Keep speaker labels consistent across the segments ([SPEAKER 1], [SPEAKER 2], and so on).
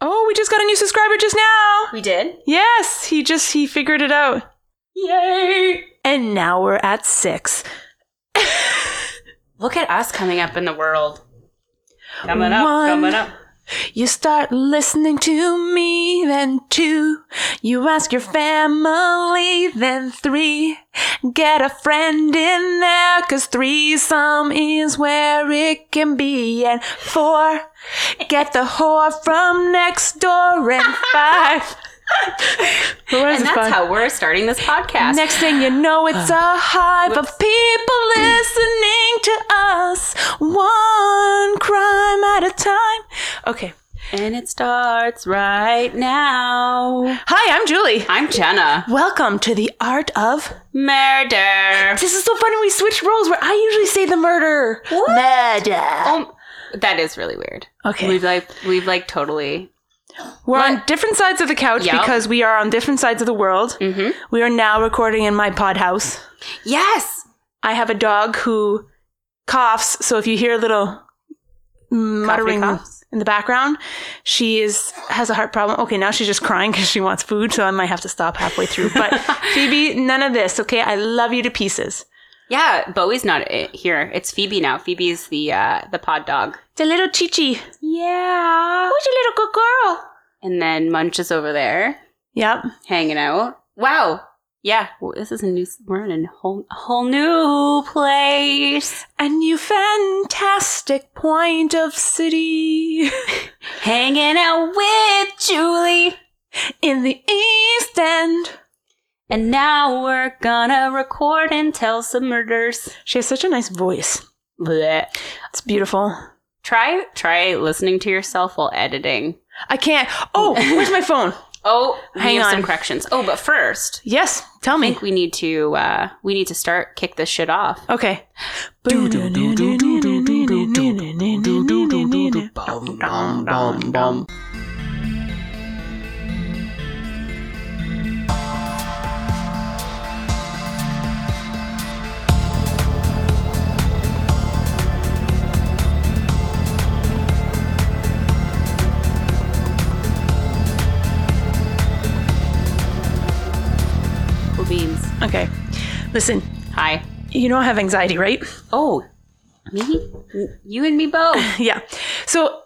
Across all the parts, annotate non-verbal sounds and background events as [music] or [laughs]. [SPEAKER 1] Oh, we just got a new subscriber just now.
[SPEAKER 2] We did.
[SPEAKER 1] Yes, he just he figured it out.
[SPEAKER 2] Yay!
[SPEAKER 1] And now we're at [laughs] 6.
[SPEAKER 2] Look at us coming up in the world. Coming up,
[SPEAKER 1] One.
[SPEAKER 2] coming up.
[SPEAKER 1] You start listening to me, then two. You ask your family, then three. Get a friend in there, cause threesome is where it can be. And four, get the whore from next door. And five. Where's
[SPEAKER 2] And
[SPEAKER 1] the
[SPEAKER 2] that's
[SPEAKER 1] five?
[SPEAKER 2] how we're starting this podcast. Uh,
[SPEAKER 1] Next thing you know, it's a hive of people listening to us, one crime at a time. Okay.
[SPEAKER 2] And it starts right now.
[SPEAKER 1] Hi, I'm Julie.
[SPEAKER 2] I'm Jenna.
[SPEAKER 1] Welcome to the art of.
[SPEAKER 2] Murder.
[SPEAKER 1] This is so fun. We switch roles where I usually say the murder. Murder.
[SPEAKER 2] Um, that is really weird.
[SPEAKER 1] Okay.
[SPEAKER 2] We've like we've like totally.
[SPEAKER 1] We're on different sides of the couch
[SPEAKER 2] Yep.
[SPEAKER 1] because we are on different sides of the world.
[SPEAKER 2] Mm-hmm.
[SPEAKER 1] We are now recording in my pod house.
[SPEAKER 2] Yes.
[SPEAKER 1] I have a dog who coughs, so if you hear a little muttering
[SPEAKER 2] coughs?
[SPEAKER 1] in the background, she is has a heart problem. Okay, now she's just crying because she wants food, so I might have to stop halfway through. [laughs] But Phoebe, none of this, okay? I love you to pieces.
[SPEAKER 2] Yeah. Bowie's not i- here. It's Phoebe now. Phoebe's the uh, the pod dog.
[SPEAKER 1] The little Chichi,
[SPEAKER 2] Yeah.
[SPEAKER 1] who's your little good girl?
[SPEAKER 2] And then Munch is over there
[SPEAKER 1] Yep.
[SPEAKER 2] hanging out. Wow. Yeah. Well, this is a new. We're in a whole whole new place.
[SPEAKER 1] A new fantastic point of city
[SPEAKER 2] Hanging out with Julie.
[SPEAKER 1] [laughs] in the East End.
[SPEAKER 2] And now we're gonna record and tell some murders.
[SPEAKER 1] She has such a nice voice.
[SPEAKER 2] Blech.
[SPEAKER 1] It's beautiful.
[SPEAKER 2] Try try listening to yourself while editing.
[SPEAKER 1] I can't. [laughs] Oh, where's my phone?
[SPEAKER 2] Oh,
[SPEAKER 1] Hang
[SPEAKER 2] we have
[SPEAKER 1] on.
[SPEAKER 2] some corrections. Oh, but first,
[SPEAKER 1] Yes, tell
[SPEAKER 2] I
[SPEAKER 1] me.
[SPEAKER 2] think we need to uh, we need to start kick this shit off.
[SPEAKER 1] Okay.
[SPEAKER 3] Hey
[SPEAKER 2] Cool beans.
[SPEAKER 1] Okay. Listen,
[SPEAKER 2] Hi.
[SPEAKER 1] you know I have anxiety, right?
[SPEAKER 2] Oh, me, you and me both.
[SPEAKER 1] [laughs] yeah. So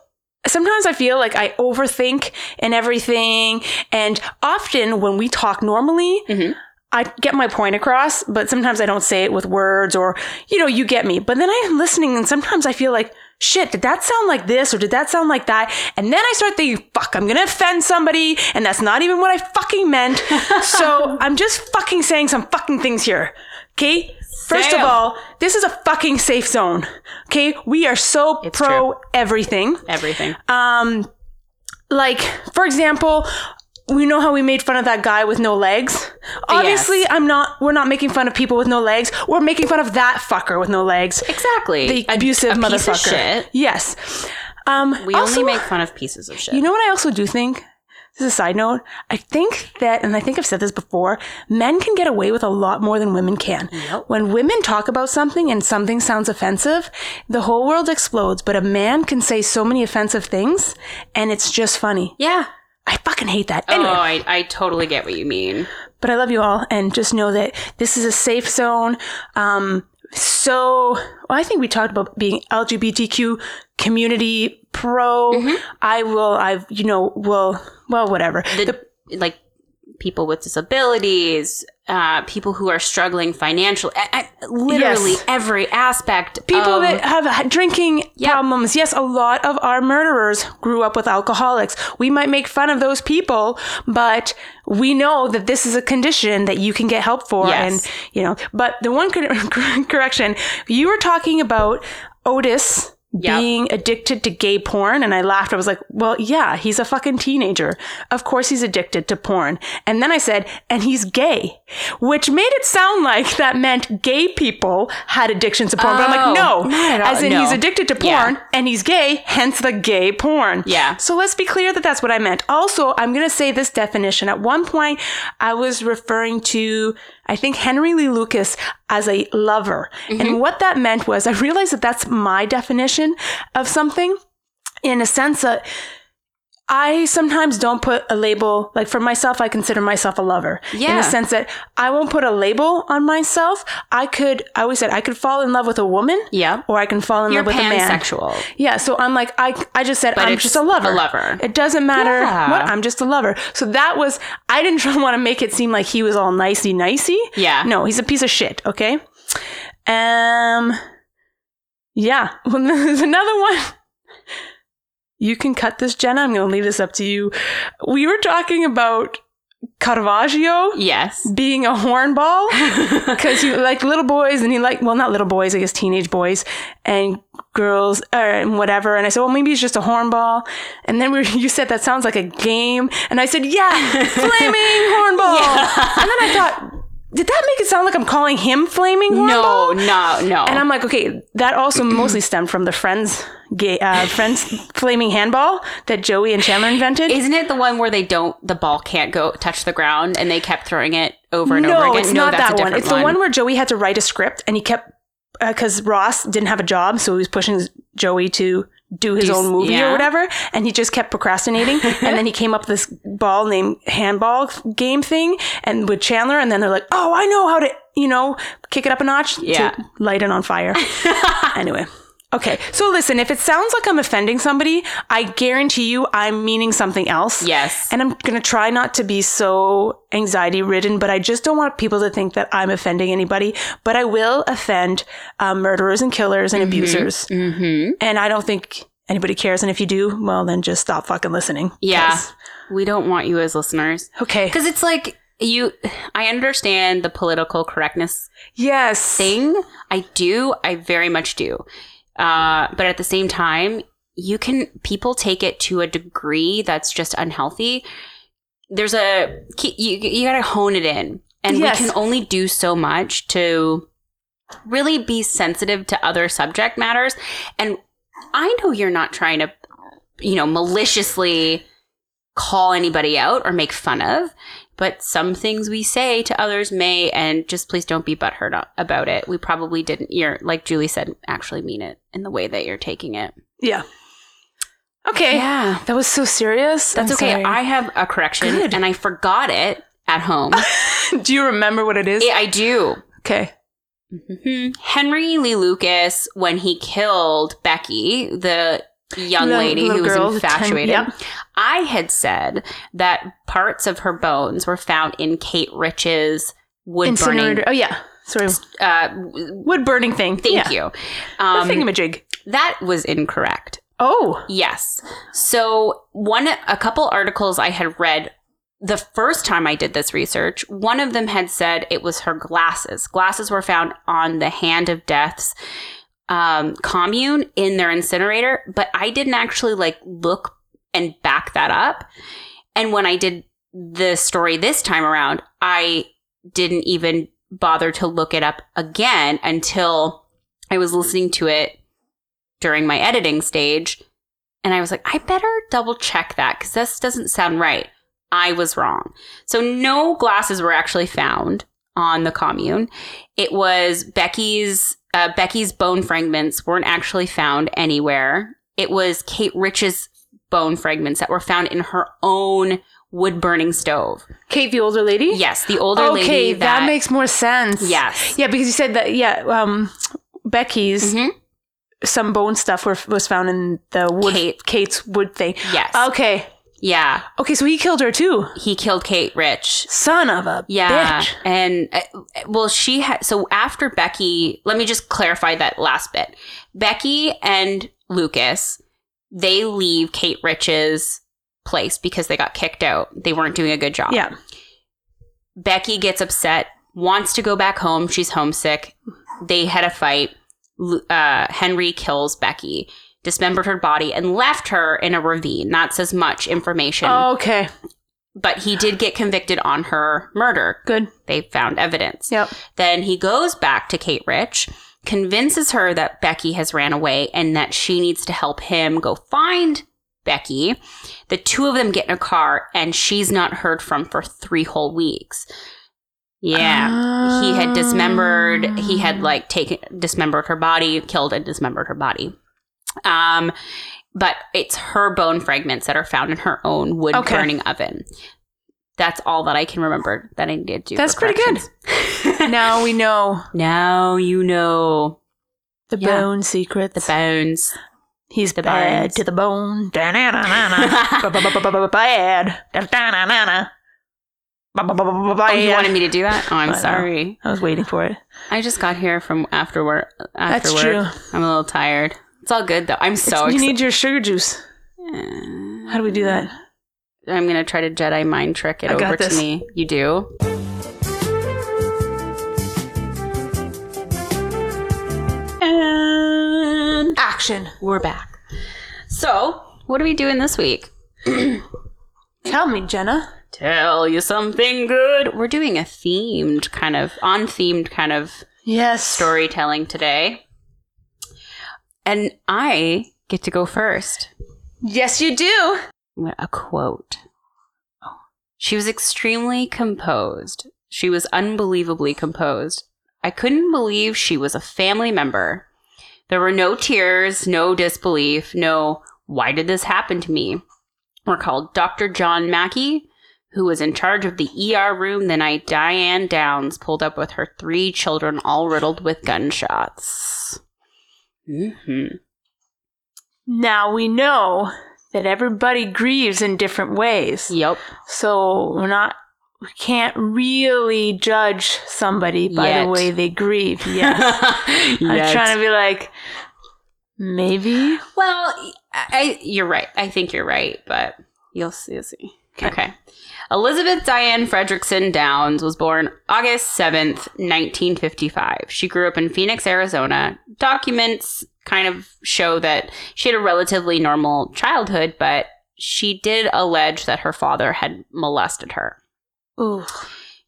[SPEAKER 1] sometimes I feel like I overthink and everything. And often when we talk normally,
[SPEAKER 2] Mhm.
[SPEAKER 1] I get my point across, but sometimes I don't say it with words or, you know, you get me. But then I'm listening and sometimes I feel like, shit, did that sound like this or did that sound like that? And then I start thinking, fuck, I'm going to offend somebody. And that's not even what I fucking meant. so I'm just fucking saying some fucking things here. Okay. First of
[SPEAKER 2] Sam.
[SPEAKER 1] all, this is a fucking safe zone. Okay. We are so
[SPEAKER 2] It's
[SPEAKER 1] pro everything.
[SPEAKER 2] Everything.
[SPEAKER 1] Um, like for example, we know how we made fun of that guy with no legs. Obviously, I'm not. We're not making fun of people with no legs. We're making fun of that fucker with no legs.
[SPEAKER 2] exactly.
[SPEAKER 1] The abusive
[SPEAKER 2] a
[SPEAKER 1] motherfucker.
[SPEAKER 2] piece of shit.
[SPEAKER 1] Yes. Um,
[SPEAKER 2] we
[SPEAKER 1] also,
[SPEAKER 2] only make fun of pieces of shit.
[SPEAKER 1] You know what I also do think. This is a side note. I think that, and I think I've said this before, men can get away with a lot more than women can.
[SPEAKER 2] Yep.
[SPEAKER 1] When women talk about something and something sounds offensive, the whole world explodes, but a man can say so many offensive things and it's just funny.
[SPEAKER 2] yeah.
[SPEAKER 1] I fucking hate that.
[SPEAKER 2] Oh,
[SPEAKER 1] Anyway,
[SPEAKER 2] I, I totally get what you mean.
[SPEAKER 1] but I love you all and just know that this is a safe zone. Um, so well, I think we talked about being LGBTQ community pro.
[SPEAKER 2] Mm-hmm.
[SPEAKER 1] I will, I've, you know, will, well, whatever. The-
[SPEAKER 2] the, like people with disabilities, uh, people who are struggling financially, I, I, literally
[SPEAKER 1] Yes.
[SPEAKER 2] every aspect.
[SPEAKER 1] people
[SPEAKER 2] of,
[SPEAKER 1] that have h- drinking
[SPEAKER 2] Yeah.
[SPEAKER 1] problems. Yes, a lot of our murderers grew up with alcoholics. We might make fun of those people, but we know that this is a condition that you can get help for.
[SPEAKER 2] Yes.
[SPEAKER 1] And, you know, but the one cor- [laughs] correction, you were talking about Otis.
[SPEAKER 2] Yep.
[SPEAKER 1] Being addicted to gay porn. And I laughed. I was like, well, yeah, he's a fucking teenager. Of course he's addicted to porn. And then I said, and he's gay, which made it sound like that meant gay people had addictions to porn. but I'm
[SPEAKER 2] Oh,
[SPEAKER 1] like, no.
[SPEAKER 2] not at all.
[SPEAKER 1] As in,
[SPEAKER 2] No.
[SPEAKER 1] he's addicted to
[SPEAKER 2] Yeah.
[SPEAKER 1] porn and he's gay, hence the gay porn.
[SPEAKER 2] Yeah.
[SPEAKER 1] So let's be clear that that's what I meant. Also, I'm going to say this definition. At one point, I was referring to, I think, Henry Lee Lucas as a lover.
[SPEAKER 2] Mm-hmm.
[SPEAKER 1] And what that meant was, I realized that that's my definition of something in a sense that I sometimes don't put a label, like for myself, I consider myself a lover. In
[SPEAKER 2] Yeah.
[SPEAKER 1] the sense that I won't put a label on myself. I could, I always said, I could fall in love with a woman
[SPEAKER 2] Yeah.
[SPEAKER 1] or I can fall in
[SPEAKER 2] You're
[SPEAKER 1] love with a man.
[SPEAKER 2] pansexual.
[SPEAKER 1] Yeah, so I'm like, I, I just said, I'm
[SPEAKER 2] it's
[SPEAKER 1] just a lover.
[SPEAKER 2] a lover.
[SPEAKER 1] It doesn't matter
[SPEAKER 2] Yeah.
[SPEAKER 1] what, I'm just a lover. So that was, I didn't [laughs] want to make it seem like he was all nicey nicey.
[SPEAKER 2] Yeah.
[SPEAKER 1] No, he's a piece of shit, okay? Um, yeah, [laughs] well, there's another one. You can cut this, Jenna. I'm going to leave this up to you. We were talking about Caravaggio [laughs]
[SPEAKER 2] Yes.
[SPEAKER 1] being a hornball
[SPEAKER 2] [laughs]
[SPEAKER 1] because he liked little boys and he liked well not little boys i guess teenage boys and girls or and whatever and i said well maybe it's just a hornball and then we were, [laughs] you said that sounds like a game and i said
[SPEAKER 2] [laughs]
[SPEAKER 1] yeah flaming hornball
[SPEAKER 2] Yeah.
[SPEAKER 1] and then i thought did that make it sound like i'm calling him flaming
[SPEAKER 2] No,
[SPEAKER 1] hornball
[SPEAKER 2] no, no.
[SPEAKER 1] and i'm like okay that also mostly stemmed from the friends gay uh, friends flaming handball that joey and chandler invented
[SPEAKER 2] Isn't it the one where they don't the ball can't go touch the ground and they kept throwing it over and
[SPEAKER 1] no,
[SPEAKER 2] over again?
[SPEAKER 1] it's not that one.
[SPEAKER 2] different
[SPEAKER 1] It's the one where Joey had to write a script, and he kept because Ross didn't have a job, so he was pushing Joey to do his
[SPEAKER 2] Do s-
[SPEAKER 1] own movie
[SPEAKER 2] yeah.
[SPEAKER 1] or whatever, and he just kept
[SPEAKER 2] [laughs]
[SPEAKER 1] procrastinating. and then he came up with this ball named handball game thing, and with Chandler, and then they're like, "Oh, I know how to, you know, kick it up a notch,
[SPEAKER 2] Yeah.
[SPEAKER 1] to light it on
[SPEAKER 2] [laughs]
[SPEAKER 1] fire." anyway. Okay, so listen, if it sounds like I'm offending somebody, I guarantee you I'm meaning something else.
[SPEAKER 2] Yes.
[SPEAKER 1] And I'm going to try not to be so anxiety ridden, but I just don't want people to think that I'm offending anybody. But I will offend um, murderers and killers and abusers.
[SPEAKER 2] mm-hmm.
[SPEAKER 1] And I don't think anybody cares. And if you do, well, then just stop fucking listening.
[SPEAKER 2] Yeah.
[SPEAKER 1] 'Cause-
[SPEAKER 2] We don't want you as listeners.
[SPEAKER 1] Okay.
[SPEAKER 2] Because it's like you I understand the political correctness
[SPEAKER 1] Yes.
[SPEAKER 2] thing. I do. I very much do. Uh, but at the same time, you can people take it to a degree that's just unhealthy. There's a ke- you you gotta hone it in, and
[SPEAKER 1] Yes.
[SPEAKER 2] we can only do so much to really be sensitive to other subject matters. And I know you're not trying to, you know, maliciously call anybody out or make fun of, but some things we say to others may, and just please don't be butthurt o- about it. We probably didn't, you're, like Julie said, actually mean it in the way that you're taking it.
[SPEAKER 1] Yeah. Okay.
[SPEAKER 2] Yeah.
[SPEAKER 1] That was so serious.
[SPEAKER 2] That's
[SPEAKER 1] I'm
[SPEAKER 2] okay.
[SPEAKER 1] sorry.
[SPEAKER 2] I have a correction
[SPEAKER 1] Good.
[SPEAKER 2] and I forgot it
[SPEAKER 1] [laughs]
[SPEAKER 2] at home.
[SPEAKER 1] do you remember what it is?
[SPEAKER 2] Yeah, I do.
[SPEAKER 1] Okay. Mm-hmm.
[SPEAKER 2] Mhm. Henry Lee Lucas, when he killed Becky, the young
[SPEAKER 1] Little-
[SPEAKER 2] lady
[SPEAKER 1] little
[SPEAKER 2] who was
[SPEAKER 1] girl, the ten-
[SPEAKER 2] infatuated,
[SPEAKER 1] yeah.
[SPEAKER 2] I had said that parts of her bones were found in Kate Rich's wood burning.
[SPEAKER 1] Incinerator. Oh yeah. Sorry.
[SPEAKER 2] Uh, w-
[SPEAKER 1] Wood burning thing.
[SPEAKER 2] thank
[SPEAKER 1] yeah.
[SPEAKER 2] you.
[SPEAKER 1] The
[SPEAKER 2] Um,
[SPEAKER 1] thingamajig.
[SPEAKER 2] that was incorrect.
[SPEAKER 1] Oh.
[SPEAKER 2] Yes. So one a couple articles I had read the first time I did this research, one of them had said it was her glasses. Glasses were found on the Hand of Death's um, commune in their incinerator, but I didn't actually like look and back that up. And when I did the story this time around, I didn't even bother to look it up again until I was listening to it during my editing stage. And I was like, I better double check that because this doesn't sound right. I was wrong. So, no glasses were actually found on the commune. It was Becky's, uh, Becky's bone fragments weren't actually found anywhere. It was Kate Rich's bone fragments that were found in her own wood burning stove.
[SPEAKER 1] Kate, the older lady.
[SPEAKER 2] Yes, the older
[SPEAKER 1] okay,
[SPEAKER 2] lady.
[SPEAKER 1] that, makes more sense.
[SPEAKER 2] Yes.
[SPEAKER 1] Yeah, because you said that. Yeah, um, Becky's
[SPEAKER 2] Mhm.
[SPEAKER 1] some bone stuff were, was found in the wood.
[SPEAKER 2] Kate.
[SPEAKER 1] Kate's wood thing.
[SPEAKER 2] Yes.
[SPEAKER 1] Okay.
[SPEAKER 2] Yeah.
[SPEAKER 1] Okay, so he killed her too.
[SPEAKER 2] He killed Kate Rich.
[SPEAKER 1] Son of a
[SPEAKER 2] Yeah.
[SPEAKER 1] bitch.
[SPEAKER 2] And uh, well, she had. So after Becky, let me just clarify that last bit. Becky and Lucas, they leave Kate Rich's place because they got kicked out. They weren't doing a good job.
[SPEAKER 1] Yeah.
[SPEAKER 2] Becky gets upset, wants to go back home. She's homesick. They had a fight. Lu- Uh, Henry kills Becky, dismembered her body, and left her in a ravine. Not says much information,
[SPEAKER 1] okay.
[SPEAKER 2] but he did get convicted on her murder.
[SPEAKER 1] Good.
[SPEAKER 2] They found evidence.
[SPEAKER 1] Yep.
[SPEAKER 2] Then he goes back to Kate Rich, convinces her that Becky has ran away and that she needs to help him go find Becky. The two of them get in a car and she's not heard from for three whole weeks. Yeah. He had dismembered, he
[SPEAKER 1] Ah.
[SPEAKER 2] had like taken, dismembered her body, killed and dismembered her body. Um, but it's her bone fragments that are found in her own wood
[SPEAKER 1] Okay.
[SPEAKER 2] burning oven. That's all that I can remember that I needed to. do
[SPEAKER 1] That's
[SPEAKER 2] for
[SPEAKER 1] pretty good.
[SPEAKER 2] corrections. [laughs]
[SPEAKER 1] now we know
[SPEAKER 2] now you know
[SPEAKER 1] the
[SPEAKER 2] Yeah.
[SPEAKER 1] bone secrets.
[SPEAKER 2] the bones.
[SPEAKER 1] He's
[SPEAKER 2] the
[SPEAKER 1] bad
[SPEAKER 2] bones.
[SPEAKER 1] to the bone. Da-na-na-na-na. Bad. Da-na-na-na-na.
[SPEAKER 2] Oh, you wanted
[SPEAKER 1] Bad.
[SPEAKER 2] me to do that? Oh,
[SPEAKER 1] I
[SPEAKER 2] I'm
[SPEAKER 1] know.
[SPEAKER 2] sorry.
[SPEAKER 1] I was waiting for it.
[SPEAKER 2] I just got here from after work. After
[SPEAKER 1] That's
[SPEAKER 2] work.
[SPEAKER 1] true.
[SPEAKER 2] I'm a little tired. It's all good though. I'm so
[SPEAKER 1] It's- you
[SPEAKER 2] excited.
[SPEAKER 1] need your sugar juice. How do we do that?
[SPEAKER 2] I'm gonna try to Jedi mind trick it
[SPEAKER 1] I got
[SPEAKER 2] over to
[SPEAKER 1] this.
[SPEAKER 2] me. You do. And
[SPEAKER 1] Action.
[SPEAKER 2] we're back. So, what are we doing this week?
[SPEAKER 1] Tell me, Jenna.
[SPEAKER 2] Tell you something good. We're doing a themed kind of on themed kind of
[SPEAKER 1] Yes.
[SPEAKER 2] storytelling today, and I get to go first.
[SPEAKER 1] Yes, you do.
[SPEAKER 2] a quote. Oh, She was extremely composed. She was unbelievably composed. I couldn't believe she was a family member. There were no tears, no disbelief, no, why did this happen to me? We're called Dr. John Mackey, who was in charge of the ER room the night Diane Downs pulled up with her three children, all riddled with gunshots. hmm
[SPEAKER 1] Now we know that everybody grieves in different ways. [laughs]
[SPEAKER 2] Yep.
[SPEAKER 1] So we're not we can't really judge somebody by
[SPEAKER 2] Yet.
[SPEAKER 1] the way they grieve. [laughs] Yeah.
[SPEAKER 2] [laughs] Yes.
[SPEAKER 1] I'm trying to be like maybe
[SPEAKER 2] Well, I, I- you're right. I think you're right, but you'll see. you'll see. Okay. Elizabeth Diane Fredrickson Downs was born August 7th, 1955. She grew up in Phoenix, Arizona. Documents kind of show that she had a relatively normal childhood, but she did allege that her father had molested her.
[SPEAKER 1] ooh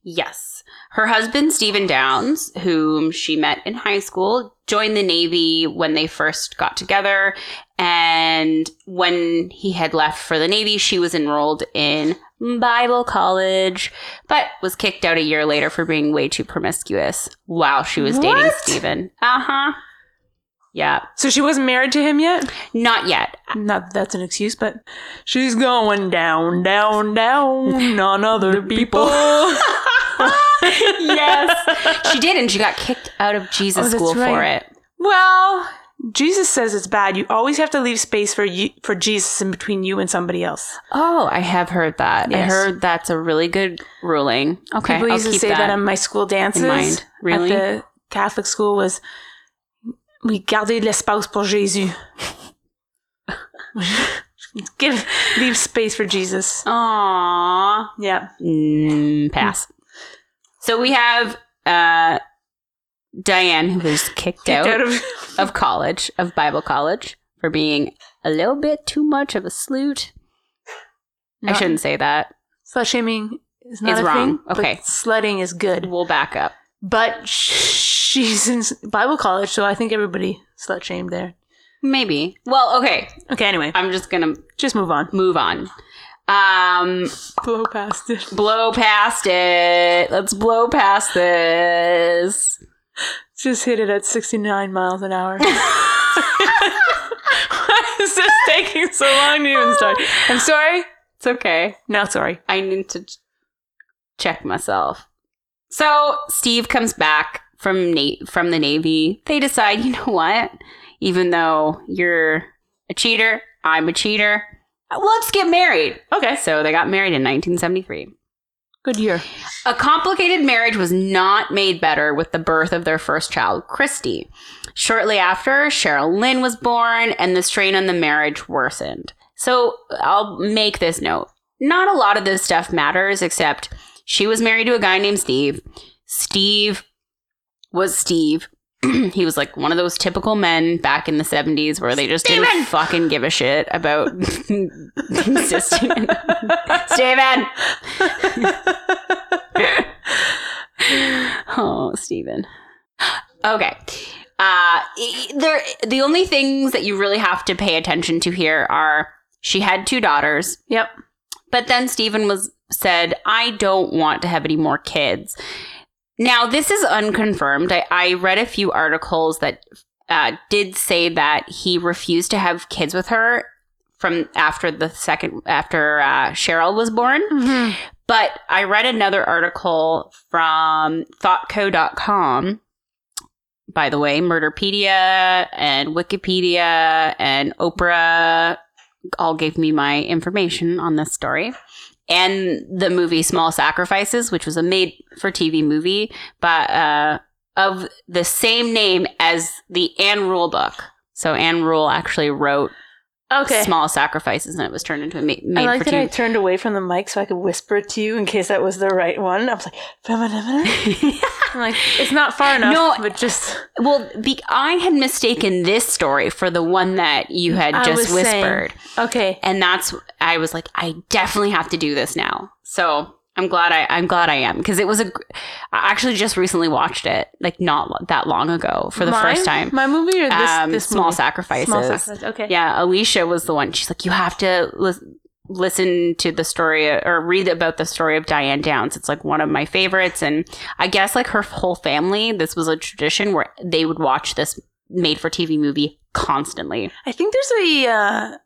[SPEAKER 2] Yes. Her husband, Stephen Downs, whom she met in high school, joined the Navy when they first got together. And when he had left for the Navy, she was enrolled in Bible college, but was kicked out a year later for being way too promiscuous while she was dating
[SPEAKER 1] What?
[SPEAKER 2] Stephen. Uh huh. Yeah.
[SPEAKER 1] So she wasn't married to him yet?
[SPEAKER 2] Not yet.
[SPEAKER 1] Not that that's an excuse, but she's going down, down, [laughs] down on other people. Oh.
[SPEAKER 2] [laughs] yes. She did, and she got kicked out of Jesus
[SPEAKER 1] Oh, that's
[SPEAKER 2] school for
[SPEAKER 1] right.
[SPEAKER 2] it.
[SPEAKER 1] Well, Jesus says it's bad. You always have to leave space for you for Jesus in between you and somebody else.
[SPEAKER 2] Oh, I have heard that. I
[SPEAKER 1] Yes.
[SPEAKER 2] heard that's a really good ruling. Okay,
[SPEAKER 1] People
[SPEAKER 2] I'll
[SPEAKER 1] used to
[SPEAKER 2] keep
[SPEAKER 1] say that, on my school dances
[SPEAKER 2] in mind. Really?
[SPEAKER 1] at the Catholic school was we garder l'espace pour Jésus. [laughs] Give leave space for Jesus.
[SPEAKER 2] Aww.
[SPEAKER 1] Yeah.
[SPEAKER 2] Mm, pass. So we have uh, Diane, who was kicked,
[SPEAKER 1] Kicked
[SPEAKER 2] out,
[SPEAKER 1] out
[SPEAKER 2] of-,
[SPEAKER 1] of
[SPEAKER 2] college, of Bible college, for being a little bit too much of a sleut.
[SPEAKER 1] [laughs]
[SPEAKER 2] I
[SPEAKER 1] Not-
[SPEAKER 2] shouldn't say that.
[SPEAKER 1] slut shaming is not
[SPEAKER 2] Is
[SPEAKER 1] a
[SPEAKER 2] wrong.
[SPEAKER 1] thing. but
[SPEAKER 2] Okay.
[SPEAKER 1] slutting is good.
[SPEAKER 2] We'll back up.
[SPEAKER 1] But sh- she's in s- Bible college, so I think everybody slut shamed there.
[SPEAKER 2] Maybe. Well, okay.
[SPEAKER 1] Okay, anyway,
[SPEAKER 2] I'm just going to
[SPEAKER 1] just move on.
[SPEAKER 2] move on. Um,
[SPEAKER 1] Blow past it.
[SPEAKER 2] blow past it. Let's blow past [laughs] this.
[SPEAKER 1] Just hit it at 69 miles an [laughs] hour. Why is this taking so long to even [laughs] start? I'm sorry.
[SPEAKER 2] It's okay.
[SPEAKER 1] Not sorry.
[SPEAKER 2] I need to ch- check myself. So Steve comes back from Na- from the Navy. They decide, you know what? Even though you're a cheater, I'm a cheater. Let's get married.
[SPEAKER 1] Okay.
[SPEAKER 2] So they got married in 1973.
[SPEAKER 1] Good year.
[SPEAKER 2] A complicated marriage was not made better with the birth of their first child, Christy. Shortly after, Cheryl Lynn was born, and the strain on the marriage worsened. So I'll make this note. Not a lot of this stuff matters, except she was married to a guy named Steve. Steve was Steve. [clears throat] he was like one of those typical men back in the 70s where they just
[SPEAKER 1] Steven!
[SPEAKER 2] didn't fucking give a shit about [laughs] existing. Steven! [laughs] oh, Steven. [gasps] Okay. Uh, e- there, the only things that you really have to pay attention to here are she had two daughters,
[SPEAKER 1] Yep.
[SPEAKER 2] but then Steven was said, "I don't want to have any more kids." Now, this is unconfirmed. I, I read a few articles that uh, did say that he refused to have kids with her from after the second after uh, Cheryl was born.
[SPEAKER 1] Mm-hmm.
[SPEAKER 2] But I read another article from thoughtco.com. By the way, Murderpedia and Wikipedia and Oprah all gave me my information on this story. And the movie Small Sacrifices, which was a made for TV movie by, uh, of the same name as the Anne Rule book. So Anne Rule actually wrote
[SPEAKER 1] Okay.
[SPEAKER 2] Small Sacrifices and it was turned into a ma- made
[SPEAKER 1] I like
[SPEAKER 2] for
[SPEAKER 1] that I
[SPEAKER 2] TV
[SPEAKER 1] turned away from the mic so I could whisper it to you in case that was the right one. I was like, "Feminine." [laughs]
[SPEAKER 2] [laughs]
[SPEAKER 1] I'm like it's not far enough.
[SPEAKER 2] No.
[SPEAKER 1] but just
[SPEAKER 2] Well, be- I had mistaken this story for the one that you had
[SPEAKER 1] Mm, I was
[SPEAKER 2] just
[SPEAKER 1] saying-
[SPEAKER 2] whispered.
[SPEAKER 1] okay.
[SPEAKER 2] And that's I was like I definitely have to do this now. So, I'm glad I I'm glad I am because it was a gr- I actually just recently watched it like not lo- that long ago for the
[SPEAKER 1] My-
[SPEAKER 2] first time.
[SPEAKER 1] My movie or this
[SPEAKER 2] Um,
[SPEAKER 1] this
[SPEAKER 2] small
[SPEAKER 1] movie?
[SPEAKER 2] sacrifices.
[SPEAKER 1] Small sacrifice. Okay.
[SPEAKER 2] Yeah, Alicia was the one. She's like you have to lis- listen to the story or read about the story of Diane Downs. It's like one of my favorites and I guess like her whole family, this was a tradition where they would watch this made for TV movie constantly.
[SPEAKER 1] I think there's a uh,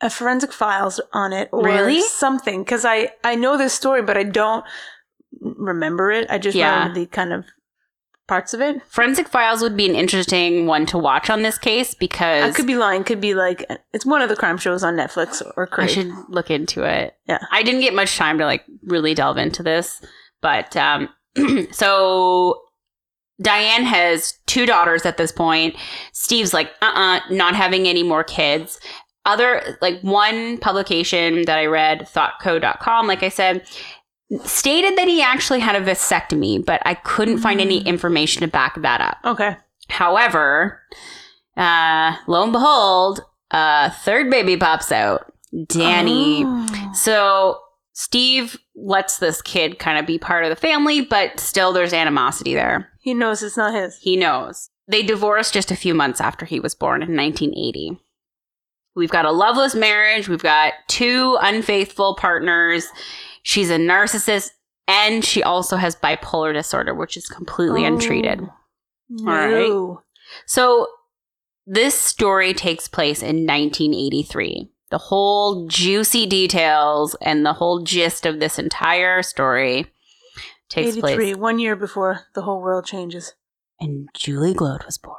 [SPEAKER 1] a forensic files on it or
[SPEAKER 2] Really?
[SPEAKER 1] something because I I know this story but I don't remember it. I just
[SPEAKER 2] Yeah.
[SPEAKER 1] remember the kind of parts of it.
[SPEAKER 2] Forensic Files would be an interesting one to watch on this case
[SPEAKER 1] I
[SPEAKER 2] because
[SPEAKER 1] could be lying. Could be like it's one of the crime shows on Netflix or
[SPEAKER 2] I
[SPEAKER 1] Crave.
[SPEAKER 2] should look into it.
[SPEAKER 1] Yeah.
[SPEAKER 2] I didn't get much time to like really delve into this, but um [clears throat] so Diane has two daughters at this point. Steve's like, uh-uh, not having any more kids. Other like one publication that I read, thoughtco.com, like I said, stated that he actually had a vasectomy, but I couldn't find any
[SPEAKER 1] Mm.
[SPEAKER 2] information to back that up.
[SPEAKER 1] Okay.
[SPEAKER 2] However, uh, lo and behold, a third baby pops out, Danny.
[SPEAKER 1] Oh.
[SPEAKER 2] So Steve lets this kid kind of be part of the family, but still there's animosity there.
[SPEAKER 1] He knows it's not his.
[SPEAKER 2] He knows. They divorced just a few months after he was born in 1980. We've got a loveless marriage, we've got two unfaithful partners. She's a narcissist and she also has bipolar disorder, which is completely
[SPEAKER 1] Oh.
[SPEAKER 2] untreated.
[SPEAKER 1] No.
[SPEAKER 2] So this story takes place in 1983. The whole juicy details and the whole gist of this entire story takes
[SPEAKER 1] 83,
[SPEAKER 2] place.
[SPEAKER 1] one year before the whole world changes.
[SPEAKER 2] And Julie Glode was born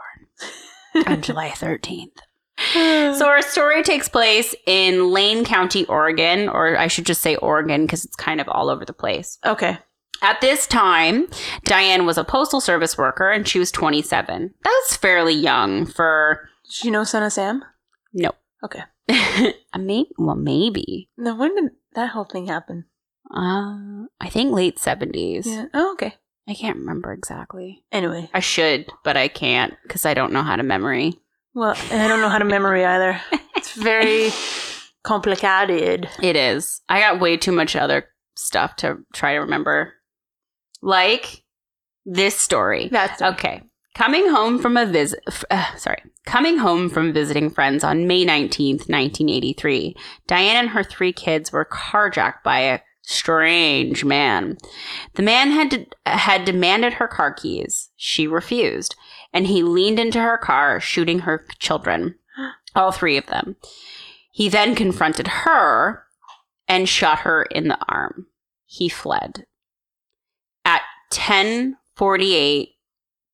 [SPEAKER 1] [laughs]
[SPEAKER 2] on July 13th. So our story takes place in Lane County, Oregon, or I should just say Oregon because it's kind of all over the place.
[SPEAKER 1] okay.
[SPEAKER 2] At this time, Diane was a postal service worker and she was 27. That's fairly young for [laughs]
[SPEAKER 1] Did you know Son of Sam?
[SPEAKER 2] No.
[SPEAKER 1] Okay.
[SPEAKER 2] I mean, well, maybe.
[SPEAKER 1] Now, when did that whole thing happen?
[SPEAKER 2] Uh, I think late 70s.
[SPEAKER 1] Yeah. Oh, okay.
[SPEAKER 2] I can't remember exactly.
[SPEAKER 1] Anyway,
[SPEAKER 2] I should, but I can't because I don't know how to memory.
[SPEAKER 1] well, and I don't know how to memory
[SPEAKER 2] [laughs]
[SPEAKER 1] either. It's very complicated.
[SPEAKER 2] It is. I got way too much other stuff to try to remember. Like this story.
[SPEAKER 1] That's
[SPEAKER 2] Okay. Coming home from a visit, uh, sorry, coming home from visiting friends on May 19th, 1983, Diane and her three kids were carjacked by a strange man. The man had, de- had demanded her car keys. She refused, and he leaned into her car, shooting her children, all three of them. He then confronted her and shot her in the arm. He fled. At 1048,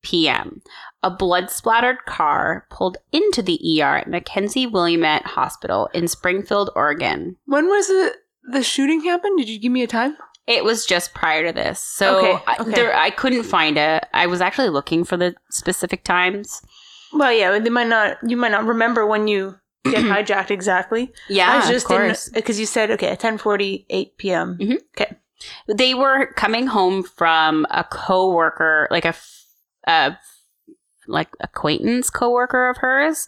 [SPEAKER 2] p.m. A blood splattered car pulled into the ER at Mackenzie Williamette Hospital in Springfield, Oregon.
[SPEAKER 1] When was the the shooting happen? Did you give me a time?
[SPEAKER 2] It was just prior to this, so
[SPEAKER 1] Okay,
[SPEAKER 2] I,
[SPEAKER 1] okay.
[SPEAKER 2] there- I couldn't find it. I was actually looking for the specific times.
[SPEAKER 1] Well, yeah, they might not. You might not remember when you
[SPEAKER 2] [clears throat]
[SPEAKER 1] get hijacked exactly.
[SPEAKER 2] Yeah,
[SPEAKER 1] I just
[SPEAKER 2] of course.
[SPEAKER 1] didn't because you said okay at ten forty eight p.m.
[SPEAKER 2] They were coming home from a coworker, like a, f- a like acquaintance coworker of hers.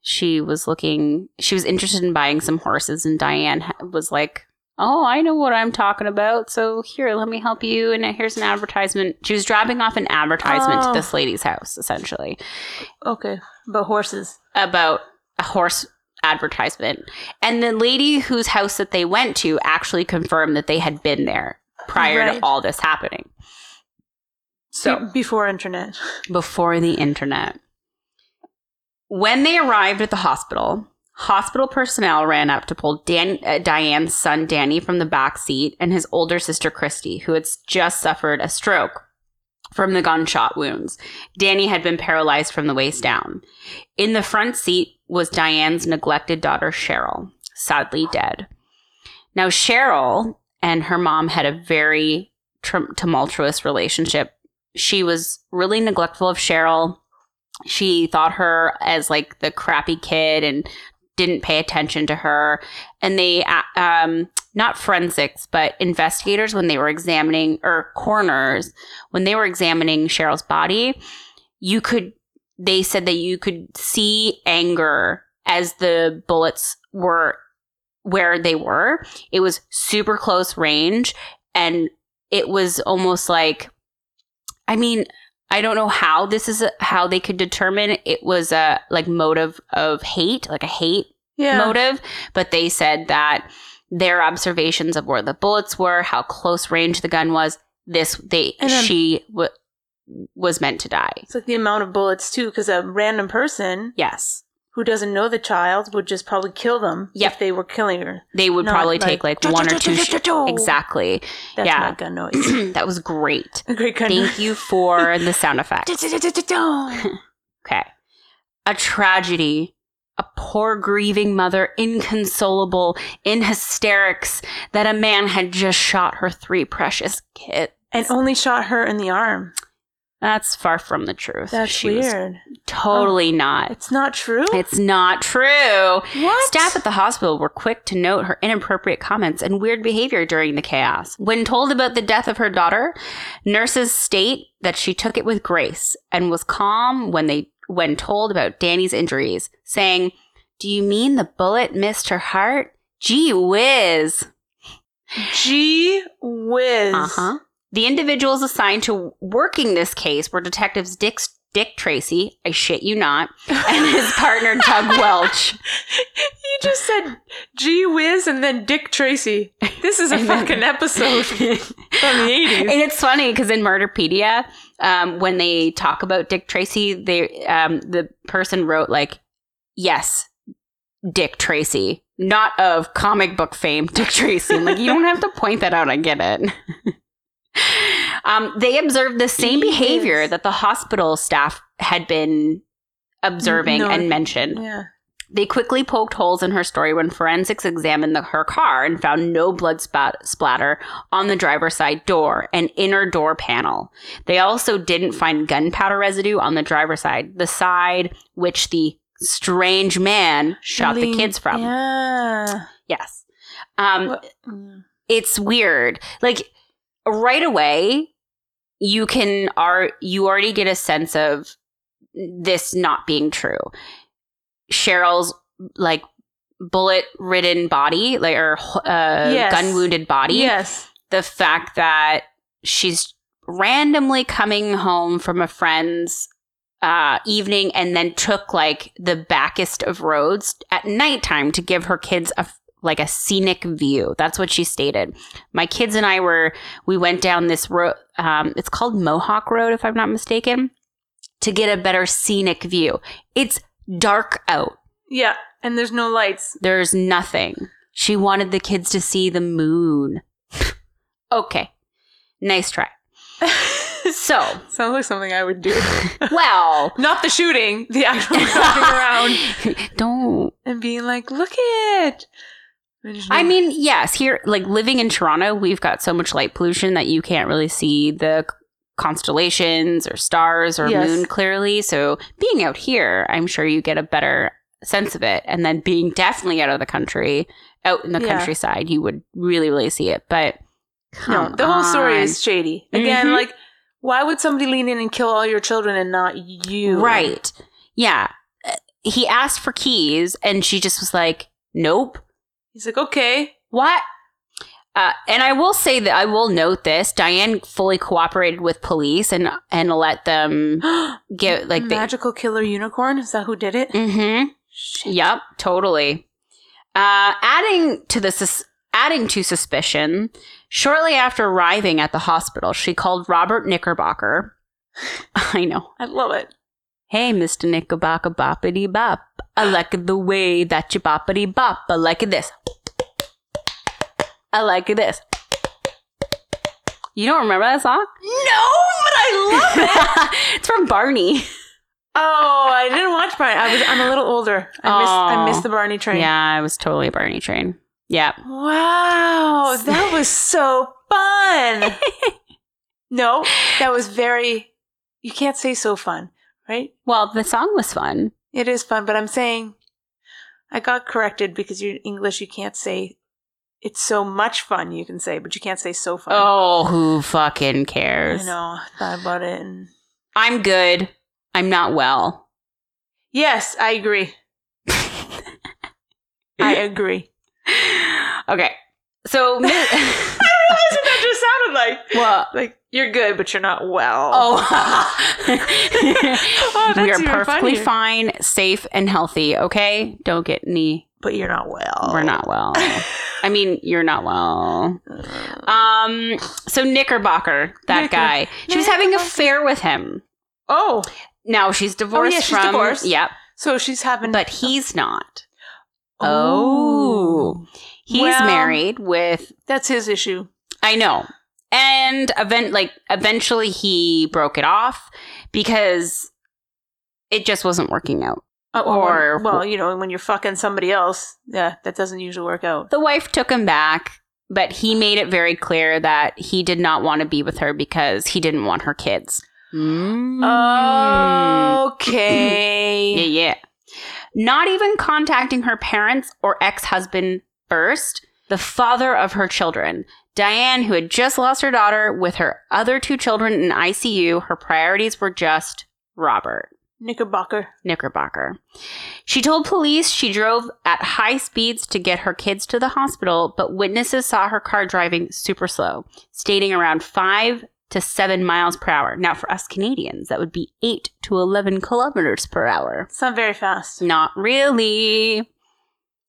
[SPEAKER 2] She was looking. She was interested in buying some horses, and Diane ha- was like, "Oh, I know what I'm talking about. So here, let me help you." And here's an advertisement. She was dropping off an advertisement
[SPEAKER 1] Oh.
[SPEAKER 2] to this lady's house, essentially
[SPEAKER 1] Okay, but horses.
[SPEAKER 2] about a horse advertisement. And the lady whose house that they went to actually confirmed that they had been there prior
[SPEAKER 1] Right.
[SPEAKER 2] to all this happening. So,
[SPEAKER 1] Be- before internet.
[SPEAKER 2] before the internet. When they arrived at the hospital, Hospital personnel ran up to pull Dan- uh, Diane's son Danny from the back seat and his older sister Christy, who had s- just suffered a stroke from the gunshot wounds. Danny had been paralyzed from the waist down. In the front seat was Diane's neglected daughter Cheryl, sadly dead. Now, Cheryl and her mom had a very trum tumultuous relationship. She was really neglectful of Cheryl. She thought her as like the crappy kid and didn't pay attention to her. And they, uh, um, not forensics, but investigators, when they were examining, or coroners, when they were examining Cheryl's body, you could, they said that you could see anger as the bullets were where they were. It was super close range and it was almost like I mean, I don't know how this is how they could determine it was a like motive of hate, like a hate
[SPEAKER 1] Yeah.
[SPEAKER 2] motive, but they said that their observations of where the bullets were, how close range the gun was, this they
[SPEAKER 1] And then-
[SPEAKER 2] she w- was meant to die.
[SPEAKER 1] It's like the amount of bullets too, because a random person
[SPEAKER 2] Yes.
[SPEAKER 1] who doesn't know the child would just probably kill them
[SPEAKER 2] Yep.
[SPEAKER 1] if they were killing her.
[SPEAKER 2] They would
[SPEAKER 1] Not
[SPEAKER 2] probably take like one
[SPEAKER 1] [laughs]
[SPEAKER 2] or two sh-
[SPEAKER 1] [clears throat]
[SPEAKER 2] exactly.
[SPEAKER 1] That's
[SPEAKER 2] Yeah.
[SPEAKER 1] my gun noise.
[SPEAKER 2] [clears throat] that was great.
[SPEAKER 1] A great gun.
[SPEAKER 2] Thank you
[SPEAKER 1] [laughs]
[SPEAKER 2] for the sound effect.
[SPEAKER 1] noise.
[SPEAKER 2] [laughs] Okay. A tragedy. A poor grieving mother, inconsolable, in hysterics, that a man had just shot her three precious kids.
[SPEAKER 1] and only shot her in the arm.
[SPEAKER 2] That's far from the truth.
[SPEAKER 1] That's
[SPEAKER 2] she was
[SPEAKER 1] weird. Oh.
[SPEAKER 2] totally not.
[SPEAKER 1] It's not true.
[SPEAKER 2] It's not true.
[SPEAKER 1] what?
[SPEAKER 2] Staff at the hospital were quick to note her inappropriate comments and weird behavior during the chaos. When told about the death of her daughter, nurses state that she took it with grace and was calm when they when told about Danny's injuries, saying, "Do you mean the bullet missed her heart? Gee whiz."
[SPEAKER 1] Gee whiz. [laughs]
[SPEAKER 2] Uh-huh. The individuals assigned to working this case were detectives Dick Dick Tracy, I shit you not, and his partner Doug Welch.
[SPEAKER 1] You just said gee whiz and then Dick Tracy. This is a
[SPEAKER 2] [laughs] And then-
[SPEAKER 1] fucking
[SPEAKER 2] [laughs]
[SPEAKER 1] episode from the
[SPEAKER 2] And
[SPEAKER 1] 80s.
[SPEAKER 2] it's funny because in Murderpedia, um, when they talk about Dick Tracy, they um, the person wrote like, "Yes, Dick Tracy, not of comic book fame, [laughs] Dick Tracy." I'm like you don't have to point that out. I get it. [laughs] um, they observed the same
[SPEAKER 1] Yes.
[SPEAKER 2] behavior that the hospital staff had been observing
[SPEAKER 1] No.
[SPEAKER 2] and mentioned.
[SPEAKER 1] Yeah.
[SPEAKER 2] They quickly poked holes in her story when forensics examined the, her car and found no blood spot, splatter on the driver's side door and inner door panel. They also didn't find gunpowder residue on the driver's side, the side which the strange man shot the
[SPEAKER 1] Really?
[SPEAKER 2] kids from.
[SPEAKER 1] Yeah.
[SPEAKER 2] Yes. Um,
[SPEAKER 1] What- mm.
[SPEAKER 2] it's weird. Like right away, you can are you already get a sense of this not being true. Cheryl's like bullet ridden body, like or uh,
[SPEAKER 1] Yes.
[SPEAKER 2] gun wounded body.
[SPEAKER 1] Yes.
[SPEAKER 2] The fact that she's randomly coming home from a friend's uh, evening and then took like the backest of roads at nighttime to give her kids a like a scenic view. That's what she stated. My kids and I were we went down this road. Um, it's called Mohawk Road, if I'm not mistaken, to get a better scenic view. It's dark out.
[SPEAKER 1] Yeah. And there's no lights. [laughs]
[SPEAKER 2] There's nothing. She wanted the kids to see the moon. okay, nice try.
[SPEAKER 1] [laughs]
[SPEAKER 2] So,
[SPEAKER 1] Sounds like something I
[SPEAKER 2] [laughs]
[SPEAKER 1] would do.
[SPEAKER 2] well,
[SPEAKER 1] Not the shooting, the
[SPEAKER 2] [laughs]
[SPEAKER 1] actual driving around
[SPEAKER 2] don't
[SPEAKER 1] and being like, look it. There's no-
[SPEAKER 2] I mean, yes, here, like living in Toronto, we've got so much light pollution that you can't really see the c- constellations or stars or
[SPEAKER 1] Yes.
[SPEAKER 2] moon clearly. So being out here, I'm sure you get a better sense of it. And then being definitely out of the country, out in the
[SPEAKER 1] Yeah.
[SPEAKER 2] countryside, you would really, really see it. But
[SPEAKER 1] no,
[SPEAKER 2] come
[SPEAKER 1] the whole story
[SPEAKER 2] on.
[SPEAKER 1] is shady. Again,
[SPEAKER 2] Mhm.
[SPEAKER 1] like, why would somebody lean in and kill all your children and not you?
[SPEAKER 2] right. Yeah. Uh, He asked for keys and she just was like, nope.
[SPEAKER 1] He's like, okay.
[SPEAKER 2] What? Uh, and I will say that I will note this: Diane fully cooperated with police and and
[SPEAKER 1] [gasps]
[SPEAKER 2] let them get [gasps] like the.
[SPEAKER 1] magical killer unicorn. Is that who did it?
[SPEAKER 2] Mm-hmm.
[SPEAKER 1] Shit.
[SPEAKER 2] Yep. Totally. Uh, adding to the sus- adding to suspicion, shortly after arriving at the hospital, she called Robert Knickerbocker. [laughs] I know.
[SPEAKER 1] I love it.
[SPEAKER 2] Hey, Mr. Knickerbocker, boppity bop. I like it the way that you boppity bop. I like it this. I like it this. You don't remember that song?
[SPEAKER 1] No, but I love it.
[SPEAKER 2] [laughs] it's from Barney.
[SPEAKER 1] Oh, I didn't watch Barney. I was I'm a little older. I missed I
[SPEAKER 2] Oh.
[SPEAKER 1] missed the Barney train.
[SPEAKER 2] Yeah, I was totally a Barney train. Yeah.
[SPEAKER 1] Wow, that was so
[SPEAKER 2] [laughs]
[SPEAKER 1] fun. no, that was very you can't say so fun, right?
[SPEAKER 2] Well, the song was fun.
[SPEAKER 1] It is fun, but I'm saying I got corrected because you're in English you can't say it's so much fun you can say, but you can't say so fun.
[SPEAKER 2] Oh, who fucking
[SPEAKER 1] I
[SPEAKER 2] cares?
[SPEAKER 1] know. I thought about it and
[SPEAKER 2] I'm good. I'm not well.
[SPEAKER 1] Yes, I [laughs] agree. I [laughs] agree.
[SPEAKER 2] okay.
[SPEAKER 1] [laughs]
[SPEAKER 2] So, mi-
[SPEAKER 1] That's what that just sounded like.
[SPEAKER 2] well,
[SPEAKER 1] Like you're good, but you're not well.
[SPEAKER 2] oh, [laughs]
[SPEAKER 1] [laughs] Oh, that's
[SPEAKER 2] we are
[SPEAKER 1] even
[SPEAKER 2] perfectly
[SPEAKER 1] funnier.
[SPEAKER 2] fine, safe, and healthy. Okay, don't get any.
[SPEAKER 1] but you're not well.
[SPEAKER 2] We're
[SPEAKER 1] [laughs]
[SPEAKER 2] not well. I mean, you're not well. Um. So Knickerbocker, that
[SPEAKER 1] Knicker-
[SPEAKER 2] guy, she was having an
[SPEAKER 1] Knickerbocker.
[SPEAKER 2] affair with him.
[SPEAKER 1] oh,
[SPEAKER 2] Now she's divorced
[SPEAKER 1] she's
[SPEAKER 2] from.
[SPEAKER 1] divorced.
[SPEAKER 2] Yep,
[SPEAKER 1] so she's having.
[SPEAKER 2] but he's not.
[SPEAKER 1] oh,
[SPEAKER 2] He's
[SPEAKER 1] Well-
[SPEAKER 2] married with
[SPEAKER 1] that's his issue.
[SPEAKER 2] I know. And event like eventually he broke it off because it just wasn't working out.
[SPEAKER 1] Uh,
[SPEAKER 2] Or-
[SPEAKER 1] when- well, you know, when you're fucking somebody else, yeah, that doesn't usually work out.
[SPEAKER 2] The wife took him back, but he made it very clear that he did not want to be with her because he didn't want her kids.
[SPEAKER 1] Mm.
[SPEAKER 2] Oh.
[SPEAKER 1] Okay.
[SPEAKER 2] Yeah, yeah. Not even contacting her parents or ex husband first, the father of her children. Diane, who had just lost her daughter with her other two children in ICU, her priorities were just Robert.
[SPEAKER 1] Knickerbocker.
[SPEAKER 2] Knickerbocker. She told police she drove at high speeds to get her kids to the hospital, but witnesses saw her car driving super slow, stating around five to seven miles per hour. Now, for us Canadians, that would be eight to 11 kilometers per hour.
[SPEAKER 1] It's not very fast.
[SPEAKER 2] Not really.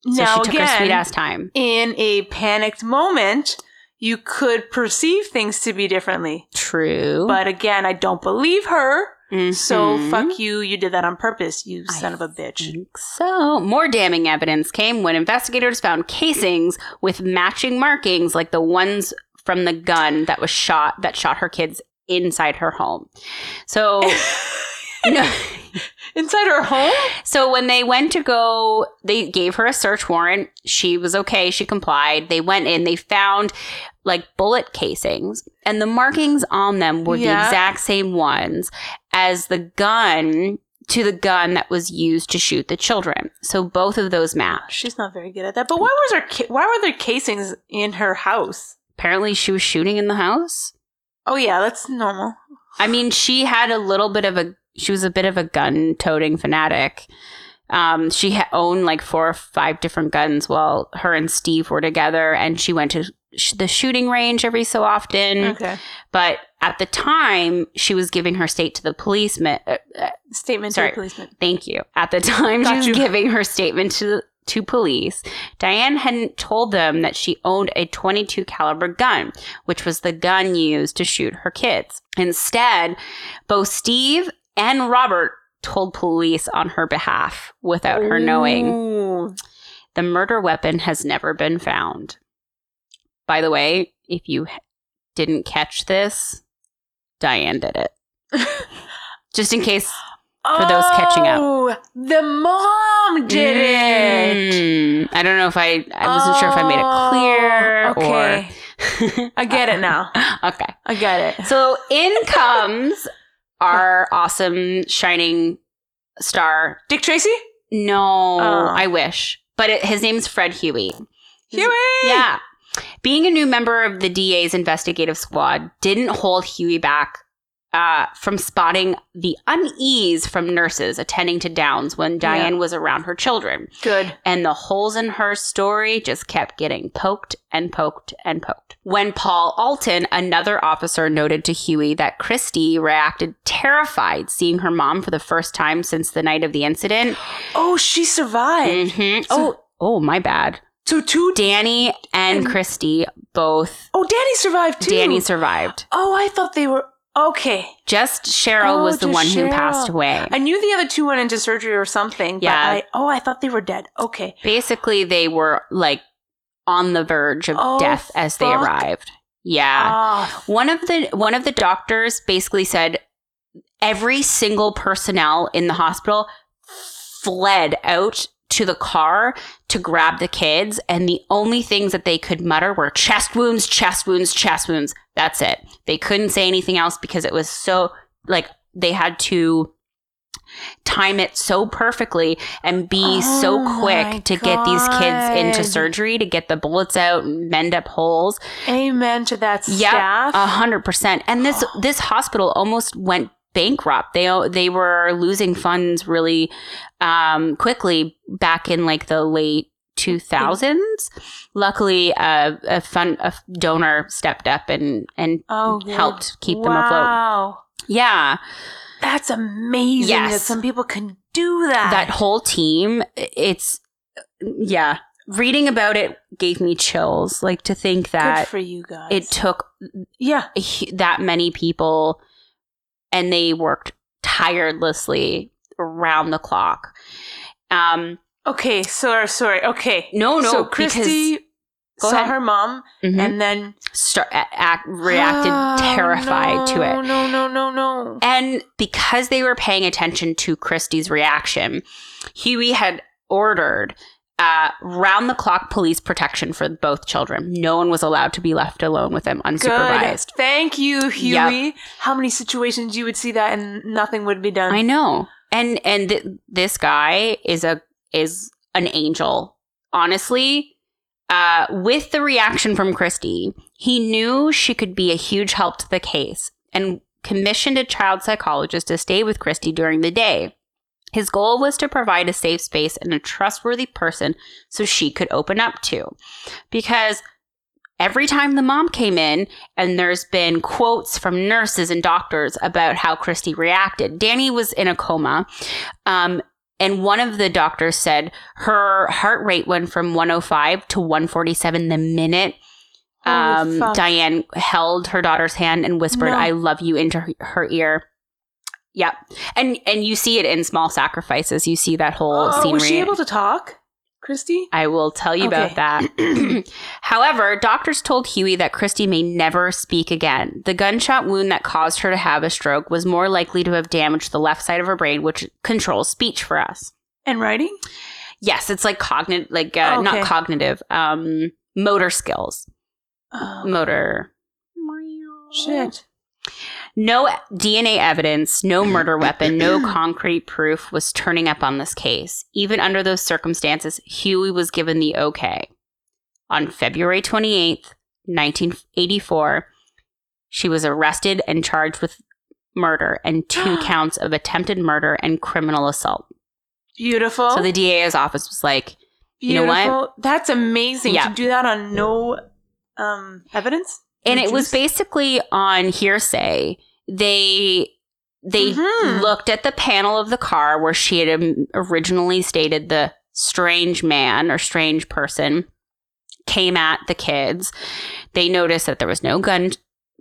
[SPEAKER 2] So
[SPEAKER 1] now
[SPEAKER 2] she took her
[SPEAKER 1] again,
[SPEAKER 2] sweet ass time.
[SPEAKER 1] in a panicked moment, you could perceive things to be differently.
[SPEAKER 2] True.
[SPEAKER 1] But again, I don't believe her. So
[SPEAKER 2] Mhm.
[SPEAKER 1] fuck you. You did that on purpose, you
[SPEAKER 2] I
[SPEAKER 1] son of a bitch.
[SPEAKER 2] think so. More damning evidence came when investigators found casings with matching markings like the ones from the gun that was shot that shot her kids inside her home. So [laughs] no,
[SPEAKER 1] [laughs] Inside her home?
[SPEAKER 2] so when they went to go they gave her a search warrant. She was okay, she complied. They went in, they found like bullet casings and the markings on them were the
[SPEAKER 1] Yeah.
[SPEAKER 2] exact same ones as the gun to the gun that was used to shoot the children. So both of those matched.
[SPEAKER 1] She's not very good at that. But why was her? Ca- why were there casings in her house?
[SPEAKER 2] Apparently she was shooting in the house.
[SPEAKER 1] Oh yeah, that's normal.
[SPEAKER 2] I mean, she had a little bit of a she was a bit of a gun toting fanatic. Um, she ha- owned like four or five different guns while her and Steve were together, and she went to sh- the shooting range every so often.
[SPEAKER 1] Okay.
[SPEAKER 2] But at the time, she was giving her state to the policeman. Uh, uh,
[SPEAKER 1] Statement
[SPEAKER 2] Sorry.
[SPEAKER 1] to the policeman.
[SPEAKER 2] Thank you. At the [laughs] time
[SPEAKER 1] Got
[SPEAKER 2] she was
[SPEAKER 1] you.
[SPEAKER 2] giving her statement to to police, Diane hadn't told them that she owned a 22 caliber gun, which was the gun used to shoot her kids. Instead, both Steve and Robert told police on her behalf without her knowing.
[SPEAKER 1] Oh. Ooh.
[SPEAKER 2] The murder weapon has never been found. By the way, if you h- didn't catch this, Diane
[SPEAKER 1] [laughs]
[SPEAKER 2] did it. Just in case For those catching up.
[SPEAKER 1] Oh, the mom did it.
[SPEAKER 2] Mm, I don't know if I I wasn't sure if I made it clear
[SPEAKER 1] Oh, Okay.
[SPEAKER 2] or
[SPEAKER 1] I get it now.
[SPEAKER 2] [laughs] okay.
[SPEAKER 1] I get it.
[SPEAKER 2] So in comes our awesome shining star.
[SPEAKER 1] Dick Tracy.
[SPEAKER 2] No,
[SPEAKER 1] Oh.
[SPEAKER 2] I wish. But it, his name's Fred Huey.
[SPEAKER 1] Huey.
[SPEAKER 2] Yeah. Being a new member of the DA's investigative squad didn't hold Huey back uh, from spotting the unease from nurses attending to Downs when Diane was around her children.
[SPEAKER 1] Good.
[SPEAKER 2] And the holes in her story just kept getting poked and poked and poked. When Paul Alton, another officer, noted to Huey that Christy reacted terrified seeing her mom for the first time since the night of the incident.
[SPEAKER 1] Oh, she survived.
[SPEAKER 2] Mhm.
[SPEAKER 1] So-
[SPEAKER 2] oh, oh, my bad.
[SPEAKER 1] So two.
[SPEAKER 2] Danny and Christy both.
[SPEAKER 1] oh, Danny survived too.
[SPEAKER 2] Danny survived.
[SPEAKER 1] Oh, I thought they were. Okay.
[SPEAKER 2] Just Cheryl
[SPEAKER 1] Oh,
[SPEAKER 2] was the
[SPEAKER 1] just
[SPEAKER 2] one who
[SPEAKER 1] Cheryl.
[SPEAKER 2] passed away.
[SPEAKER 1] I knew the other two went into surgery or something. But
[SPEAKER 2] Yeah.
[SPEAKER 1] I, oh, I thought they were dead. Okay.
[SPEAKER 2] Basically, they were like on the verge of
[SPEAKER 1] Oh,
[SPEAKER 2] death as they
[SPEAKER 1] fuck.
[SPEAKER 2] arrived. Yeah.
[SPEAKER 1] Ah,
[SPEAKER 2] one of the one of the doctors basically said every single personnel in the hospital fled out to the car to grab the kids and the only things that they could mutter were chest wounds chest wounds chest wounds that's it they couldn't say anything else because it was so like they had to time it so perfectly and be
[SPEAKER 1] Oh
[SPEAKER 2] so
[SPEAKER 1] my
[SPEAKER 2] quick to get these kids into
[SPEAKER 1] God.
[SPEAKER 2] surgery to get the bullets out and mend up holes
[SPEAKER 1] amen to that
[SPEAKER 2] Yeah,
[SPEAKER 1] staff.
[SPEAKER 2] a hundred percent.
[SPEAKER 1] [gasps]
[SPEAKER 2] And this this hospital almost went bankrupt. They they were losing funds really um, quickly back in like the late two thousands. Luckily, a a fund a donor stepped up and and
[SPEAKER 1] oh, good.
[SPEAKER 2] helped keep them afloat.
[SPEAKER 1] Wow.
[SPEAKER 2] Yeah,
[SPEAKER 1] That's amazing that
[SPEAKER 2] Yes.
[SPEAKER 1] some people can do that.
[SPEAKER 2] that whole team. It's yeah. Reading about it gave me chills. Like to think
[SPEAKER 1] Good
[SPEAKER 2] that
[SPEAKER 1] for you guys.
[SPEAKER 2] it took
[SPEAKER 1] yeah.
[SPEAKER 2] hu- that many people and they worked tirelessly around the clock. Um,
[SPEAKER 1] Okay. Sorry. Sorry. Okay.
[SPEAKER 2] no, no,
[SPEAKER 1] so
[SPEAKER 2] because-
[SPEAKER 1] Christy
[SPEAKER 2] Go
[SPEAKER 1] saw
[SPEAKER 2] ahead.
[SPEAKER 1] her mom
[SPEAKER 2] Mhm.
[SPEAKER 1] and then
[SPEAKER 2] Star- a- act, reacted
[SPEAKER 1] Oh,
[SPEAKER 2] terrified to
[SPEAKER 1] no,
[SPEAKER 2] it.
[SPEAKER 1] No, no, no, no.
[SPEAKER 2] And because they were paying attention to Christie's reaction, Huey had ordered uh, round the clock police protection for both children. No one was allowed to be left alone with them
[SPEAKER 1] Good.
[SPEAKER 2] unsupervised.
[SPEAKER 1] Thank you, Huey.
[SPEAKER 2] Yep.
[SPEAKER 1] How many situations you would see that and nothing would be done?
[SPEAKER 2] I know. And and th- this guy is a is an angel. Honestly, uh, with the reaction from Christy, he knew she could be a huge help to the case and commissioned a child psychologist to stay with Christy during the day. His goal was to provide a safe space and a trustworthy person so she could open up to. Because every time the mom came in, and there's been quotes from nurses and doctors about how Christy reacted. Danny was in a coma. Um, and one of the doctors said her heart rate went from 105 to 147 the minute
[SPEAKER 1] Holy
[SPEAKER 2] um,
[SPEAKER 1] Oh, fuck.
[SPEAKER 2] Diane held her daughter's hand and whispered,
[SPEAKER 1] No.
[SPEAKER 2] "I love you" into her, her ear. Yep, and and you see it in small sacrifices. You see that whole
[SPEAKER 1] Oh,
[SPEAKER 2] scenery.
[SPEAKER 1] was she able to talk, Christy?
[SPEAKER 2] I will tell you
[SPEAKER 1] Okay.
[SPEAKER 2] about
[SPEAKER 1] [clears throat]
[SPEAKER 2] that. [clears throat] However, doctors told Huey that Christy may never speak again. The gunshot wound that caused her to have a stroke was more likely to have damaged the left side of her brain, which controls speech for us.
[SPEAKER 1] And writing?
[SPEAKER 2] Yes, it's like cognitive, like uh,
[SPEAKER 1] Oh, Okay.
[SPEAKER 2] not cognitive, um, motor skills,
[SPEAKER 1] Oh,
[SPEAKER 2] motor.
[SPEAKER 1] shit.
[SPEAKER 2] No DNA evidence, no murder weapon, no concrete proof was turning up on this case. Even under those circumstances, Huey was given the okay. On February 28th, 1984, she was arrested and charged with murder and two counts of attempted murder and criminal assault.
[SPEAKER 1] Beautiful.
[SPEAKER 2] So the DA's office was like, you know
[SPEAKER 1] Beautiful.
[SPEAKER 2] what?
[SPEAKER 1] That's amazing
[SPEAKER 2] Yeah.
[SPEAKER 1] to do that on no um, evidence.
[SPEAKER 2] and it was
[SPEAKER 1] Juice.
[SPEAKER 2] basically on hearsay. They they
[SPEAKER 1] Mhm.
[SPEAKER 2] looked at the panel of the car where she had um, originally stated the strange man or strange person came at the kids. They noticed that there was no gun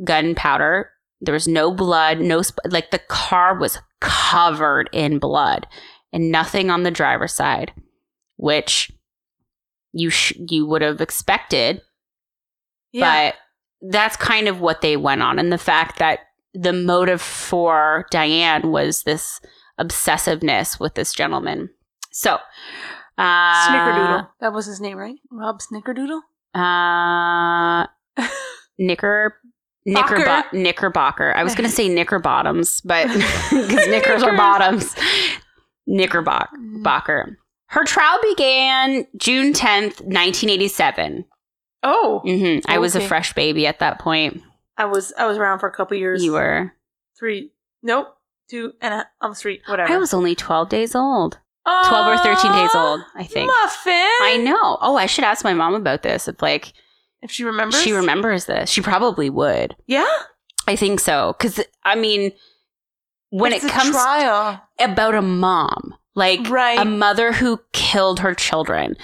[SPEAKER 2] gunpowder, there was no blood, no sp- like the car was covered in blood and nothing on the driver's side, which you sh- you would have expected
[SPEAKER 1] Yeah.
[SPEAKER 2] but that's kind of what they went on. And the fact that the motive for Diane was this obsessiveness with this gentleman. So, uh,
[SPEAKER 1] Snickerdoodle. That was his name, right? Rob Snickerdoodle?
[SPEAKER 2] Uh,
[SPEAKER 1] [laughs]
[SPEAKER 2] knicker. Knickerbo-
[SPEAKER 1] Bocker.
[SPEAKER 2] Knickerbocker. I was going to say knickerbottoms,
[SPEAKER 1] [laughs]
[SPEAKER 2] but because knickers are
[SPEAKER 1] Knickers.
[SPEAKER 2] bottoms. Knickerbocker. Bocker. Her trial began June 10th, 1987.
[SPEAKER 1] Oh,
[SPEAKER 2] hmm I was a
[SPEAKER 1] Okay.
[SPEAKER 2] fresh baby at that point.
[SPEAKER 1] I was I was around for a couple years.
[SPEAKER 2] You were.
[SPEAKER 1] three. Nope, two and a, almost three. Whatever.
[SPEAKER 2] I was only 12 days old.
[SPEAKER 1] Aw,
[SPEAKER 2] 12 or 13 days
[SPEAKER 1] Ah,
[SPEAKER 2] old, I think.
[SPEAKER 1] Muffin.
[SPEAKER 2] I know. Oh, I should ask my mom about this. If, like,
[SPEAKER 1] If she remembers,
[SPEAKER 2] she remembers this, she probably would.
[SPEAKER 1] Yeah.
[SPEAKER 2] I think so. Because, I mean, when
[SPEAKER 1] It's
[SPEAKER 2] it
[SPEAKER 1] a
[SPEAKER 2] comes
[SPEAKER 1] trial,
[SPEAKER 2] about a mom, like
[SPEAKER 1] Right.
[SPEAKER 2] a mother who killed her children.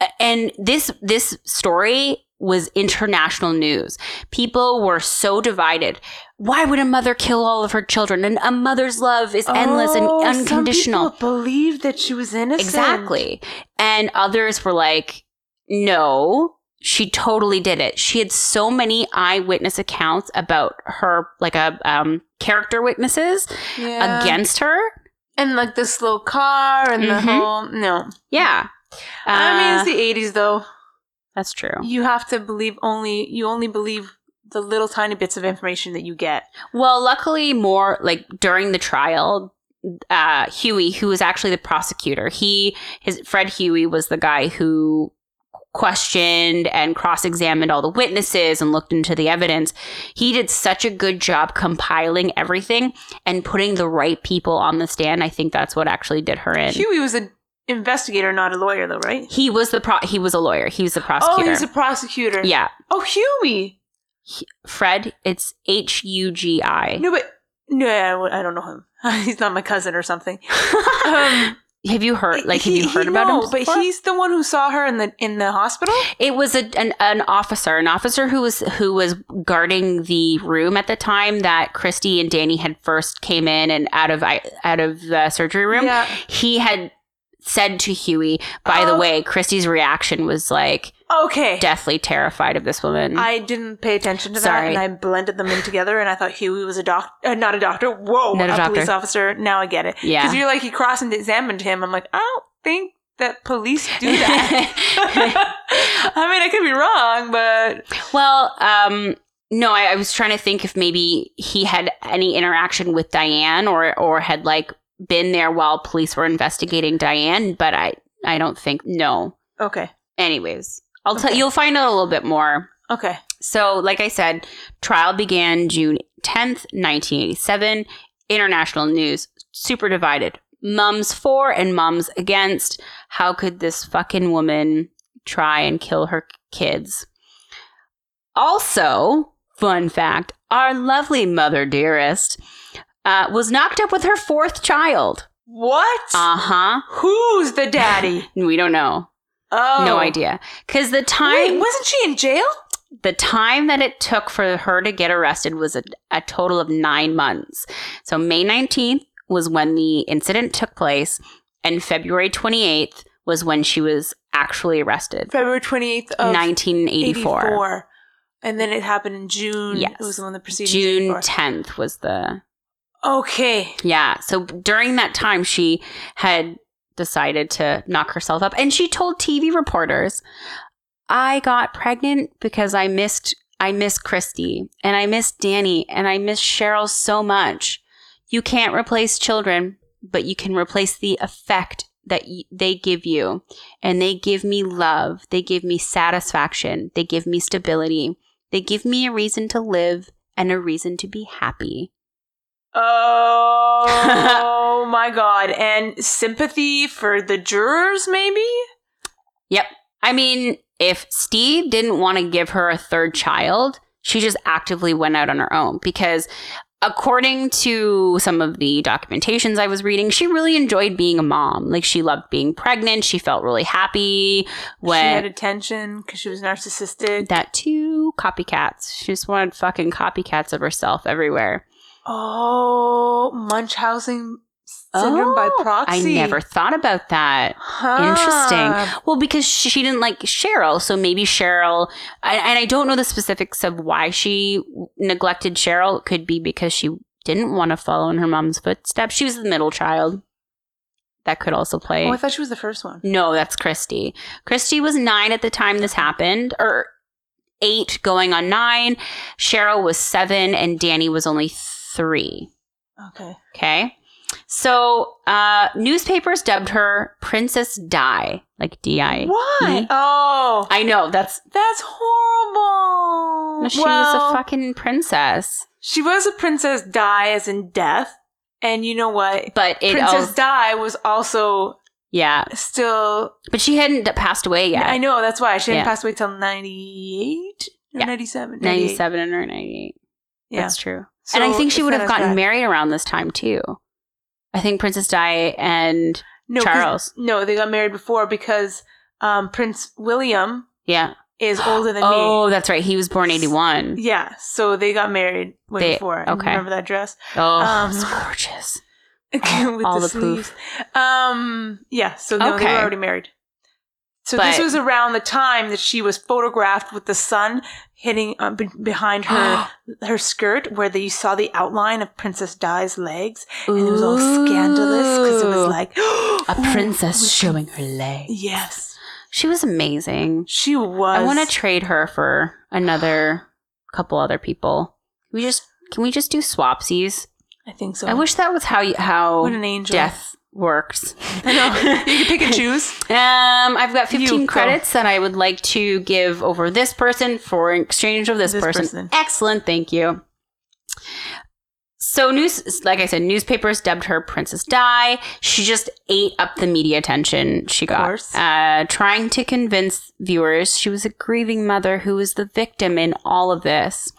[SPEAKER 2] A- And this this story was international news. People were so divided. Why would a mother kill all of her children? And a mother's love is endless
[SPEAKER 1] Oh,
[SPEAKER 2] and unconditional.
[SPEAKER 1] Some people believed that she was innocent.
[SPEAKER 2] Exactly. And others were like, no, she totally did it. She had so many eyewitness accounts about her, like a um, character witnesses
[SPEAKER 1] Yeah.
[SPEAKER 2] against her.
[SPEAKER 1] And like the slow car and the
[SPEAKER 2] Mhm.
[SPEAKER 1] whole no.
[SPEAKER 2] Yeah.
[SPEAKER 1] I mean,
[SPEAKER 2] Uh,
[SPEAKER 1] it's the eighties though.
[SPEAKER 2] that's true.
[SPEAKER 1] You have to believe only you only believe the little tiny bits of information that you get.
[SPEAKER 2] Well, luckily, more like during the trial, uh, Huey, who was actually the prosecutor, he his Fred Huey was the guy who questioned and cross-examined all the witnesses and looked into the evidence. He did such a good job compiling everything and putting the right people on the stand. I think that's what actually did her in.
[SPEAKER 1] Huey was an investigator, not a lawyer though, right?
[SPEAKER 2] He was the pro- he was a lawyer. He was the
[SPEAKER 1] Oh,
[SPEAKER 2] prosecutor.
[SPEAKER 1] he was a prosecutor.
[SPEAKER 2] yeah.
[SPEAKER 1] Oh, Huey.
[SPEAKER 2] Fred, it's H U G I.
[SPEAKER 1] No, but no, I I don't know him. [laughs] he's not my cousin or
[SPEAKER 2] [laughs]
[SPEAKER 1] something. Um,
[SPEAKER 2] Have you heard like have you heard about
[SPEAKER 1] no,
[SPEAKER 2] him?
[SPEAKER 1] But
[SPEAKER 2] before?
[SPEAKER 1] he's the one who saw her in the in the
[SPEAKER 2] [gasps]
[SPEAKER 1] hospital.
[SPEAKER 2] It was a, an, an officer, an officer who was who was guarding the room at the time that Christy and Danny had first came in and out of I- out of the surgery room.
[SPEAKER 1] Yeah.
[SPEAKER 2] He had said to Huey, "By the
[SPEAKER 1] Oh.
[SPEAKER 2] way, Christy's reaction was like
[SPEAKER 1] Okay.
[SPEAKER 2] deathly terrified of this woman."
[SPEAKER 1] I didn't pay attention to
[SPEAKER 2] Sorry.
[SPEAKER 1] that, and I blended them in together, and I thought Huey was a doctor, uh, not a doctor. Whoa,
[SPEAKER 2] Not a doctor.
[SPEAKER 1] police officer. Now I get it.
[SPEAKER 2] Yeah.
[SPEAKER 1] because you're like he cross and examined him. I'm like, I don't think that police do
[SPEAKER 2] [laughs]
[SPEAKER 1] that. [laughs] I mean, I could be wrong, but
[SPEAKER 2] well, um, no, I, I was trying to think if maybe he had any interaction with Diane or or had like been there while police were investigating Diane, but I I don't think no.
[SPEAKER 1] okay,
[SPEAKER 2] anyways i'll tell
[SPEAKER 1] Okay.
[SPEAKER 2] you'll find out a little bit more
[SPEAKER 1] okay.
[SPEAKER 2] so like i said trial began june 10th 1987 international news super divided mums for and mums against how could this fucking woman try and kill her kids also fun fact our lovely mother dearest uh, was knocked up with her fourth child
[SPEAKER 1] What?
[SPEAKER 2] uh-huh
[SPEAKER 1] Who's the daddy?
[SPEAKER 2] we don't know
[SPEAKER 1] Oh,
[SPEAKER 2] [laughs] no idea because the time
[SPEAKER 1] Wait, wasn't she in jail?
[SPEAKER 2] the time that it took for her to get arrested was a, a total of nine months. So May 19th was when the incident took place, and February 28th was when she was actually arrested.
[SPEAKER 1] February twenty eighth of
[SPEAKER 2] 1984.
[SPEAKER 1] 84. And then it happened in June.
[SPEAKER 2] Yes.
[SPEAKER 1] It was the one that preceded
[SPEAKER 2] June
[SPEAKER 1] 84.
[SPEAKER 2] 10th was the. [laughs]
[SPEAKER 1] Okay.
[SPEAKER 2] Yeah. So during that time, she had decided to knock herself up. And she told TV reporters, I got pregnant because I missed I miss Christy and I miss Danny and I miss Cheryl so much. You can't replace children, but you can replace the effect that y- they give you. And they give me love, they give me satisfaction, they give me stability. They give me a reason to live and a reason to be happy.
[SPEAKER 1] Oh my god. And sympathy for the jurors, maybe?
[SPEAKER 2] I mean, if Steve didn't want to give her a third child, she just actively went out on her own because according to some of the documentations I was reading, she really enjoyed being a mom. Like she loved being pregnant, she felt really happy
[SPEAKER 1] she had
[SPEAKER 2] when
[SPEAKER 1] attention because she was narcissistic.
[SPEAKER 2] that too copycats. She just wanted fucking copycats of herself everywhere.
[SPEAKER 1] oh, Munchausen syndrome by
[SPEAKER 2] Oh,
[SPEAKER 1] proxy.
[SPEAKER 2] I never thought about that.
[SPEAKER 1] Huh.
[SPEAKER 2] Interesting. Well, because she she didn't like Cheryl, so maybe Cheryl, I, and I don't know the specifics of why she w- neglected Cheryl. It could be because she didn't want to follow in her mom's footsteps. She was the middle child. That could also play.
[SPEAKER 1] Oh, I thought she was the first one.
[SPEAKER 2] no, that's Christy. Christy was nine at the time this happened, or eight going on nine. Cheryl was seven, and Danny was only three.
[SPEAKER 1] Okay.
[SPEAKER 2] Okay. So uh, newspapers dubbed her Princess Di, like D I.
[SPEAKER 1] Why?
[SPEAKER 2] me?
[SPEAKER 1] Oh,
[SPEAKER 2] I know that's
[SPEAKER 1] that's horrible.
[SPEAKER 2] she was
[SPEAKER 1] Well,
[SPEAKER 2] a fucking princess,
[SPEAKER 1] She was a princess die as in death. And you know what?
[SPEAKER 2] but it
[SPEAKER 1] princess
[SPEAKER 2] oh,
[SPEAKER 1] Di was also
[SPEAKER 2] yeah,
[SPEAKER 1] still.
[SPEAKER 2] but she hadn't d- passed away yet.
[SPEAKER 1] I know that's why she didn't
[SPEAKER 2] Yeah.
[SPEAKER 1] pass away till ninety eight or
[SPEAKER 2] Yeah.
[SPEAKER 1] ninety seven.
[SPEAKER 2] ninety seven and her ninety eight.
[SPEAKER 1] Yeah,
[SPEAKER 2] That's true. and I think she would have gotten married around this time too. I think Princess Di and
[SPEAKER 1] no, 'cause-
[SPEAKER 2] Charles.
[SPEAKER 1] No, they got married before because um, Prince William
[SPEAKER 2] yeah,
[SPEAKER 1] is older than me.
[SPEAKER 2] Oh, that's right. He was born 81.
[SPEAKER 1] Yeah, so they got married way
[SPEAKER 2] They-
[SPEAKER 1] before.
[SPEAKER 2] okay.
[SPEAKER 1] Remember that dress [laughs]
[SPEAKER 2] Oh,
[SPEAKER 1] Um,
[SPEAKER 2] it's gorgeous.
[SPEAKER 1] with
[SPEAKER 2] all
[SPEAKER 1] the,
[SPEAKER 2] the poof.
[SPEAKER 1] sleeves? Um, yeah. So no, they
[SPEAKER 2] Okay.
[SPEAKER 1] were already married. So this
[SPEAKER 2] But-
[SPEAKER 1] was around the time that she was photographed with the sun hitting uh, be- behind
[SPEAKER 2] [gasps]
[SPEAKER 1] her her skirt, where the, you saw the outline of Princess Di's legs, and it was all scandalous because it was
[SPEAKER 2] Ooh.
[SPEAKER 1] like [gasps] oh,
[SPEAKER 2] a
[SPEAKER 1] ooh,
[SPEAKER 2] princess
[SPEAKER 1] was she-
[SPEAKER 2] showing her leg.
[SPEAKER 1] Yes,
[SPEAKER 2] She was amazing.
[SPEAKER 1] she was.
[SPEAKER 2] I want to trade her for
[SPEAKER 1] [sighs]
[SPEAKER 2] another couple other people. We just can we just do swapsies?
[SPEAKER 1] I think so.
[SPEAKER 2] I wish that was how you, how
[SPEAKER 1] What an angel.
[SPEAKER 2] death works.
[SPEAKER 1] [laughs] I
[SPEAKER 2] [laughs]
[SPEAKER 1] know. you can pick and choose.
[SPEAKER 2] Um, I've got 15
[SPEAKER 1] You go.
[SPEAKER 2] credits that I would like to give over this person for in exchange of this,
[SPEAKER 1] This
[SPEAKER 2] person.
[SPEAKER 1] person.
[SPEAKER 2] Excellent, thank you. So news, like I said, newspapers dubbed her Princess Di. She just ate up the media attention she got,
[SPEAKER 1] course.
[SPEAKER 2] Uh, trying to convince viewers she was a grieving mother who was the victim in all of this.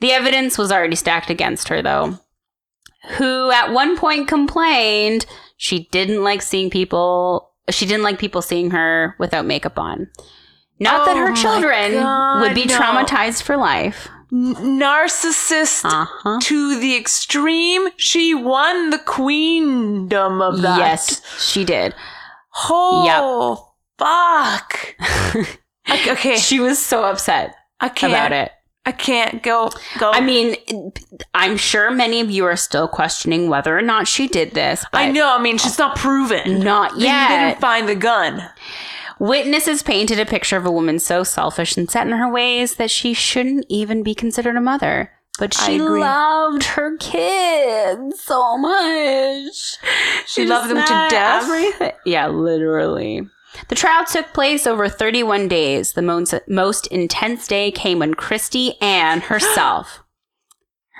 [SPEAKER 2] The evidence was already stacked against her, though. Who at one point complained she didn't like seeing people. She didn't like people seeing her without makeup on. Not that
[SPEAKER 1] Oh
[SPEAKER 2] her
[SPEAKER 1] my
[SPEAKER 2] children
[SPEAKER 1] God,
[SPEAKER 2] would be
[SPEAKER 1] no.
[SPEAKER 2] traumatized for life.
[SPEAKER 1] N- narcissist
[SPEAKER 2] Uh huh.
[SPEAKER 1] to the extreme. She won the queendom of that.
[SPEAKER 2] Yes, she did.
[SPEAKER 1] Oh,
[SPEAKER 2] [laughs]
[SPEAKER 1] fuck. I- okay,
[SPEAKER 2] She was so upset
[SPEAKER 1] I can't.
[SPEAKER 2] about it.
[SPEAKER 1] I can't go. Go.
[SPEAKER 2] I mean, I'm sure many of you are still questioning whether or not she did this. But
[SPEAKER 1] I know. I mean, she's not proven.
[SPEAKER 2] Not
[SPEAKER 1] They
[SPEAKER 2] yet.
[SPEAKER 1] didn't find the gun.
[SPEAKER 2] Witnesses painted a picture of a woman so selfish and set in her ways that she shouldn't even be considered a mother. But
[SPEAKER 1] I
[SPEAKER 2] she
[SPEAKER 1] agree.
[SPEAKER 2] loved her kids so much.
[SPEAKER 1] She loved them to
[SPEAKER 2] said
[SPEAKER 1] death?
[SPEAKER 2] everything- Yeah, literally. The trial took place over 31 days. The most, most intense day came when Christy Ann herself,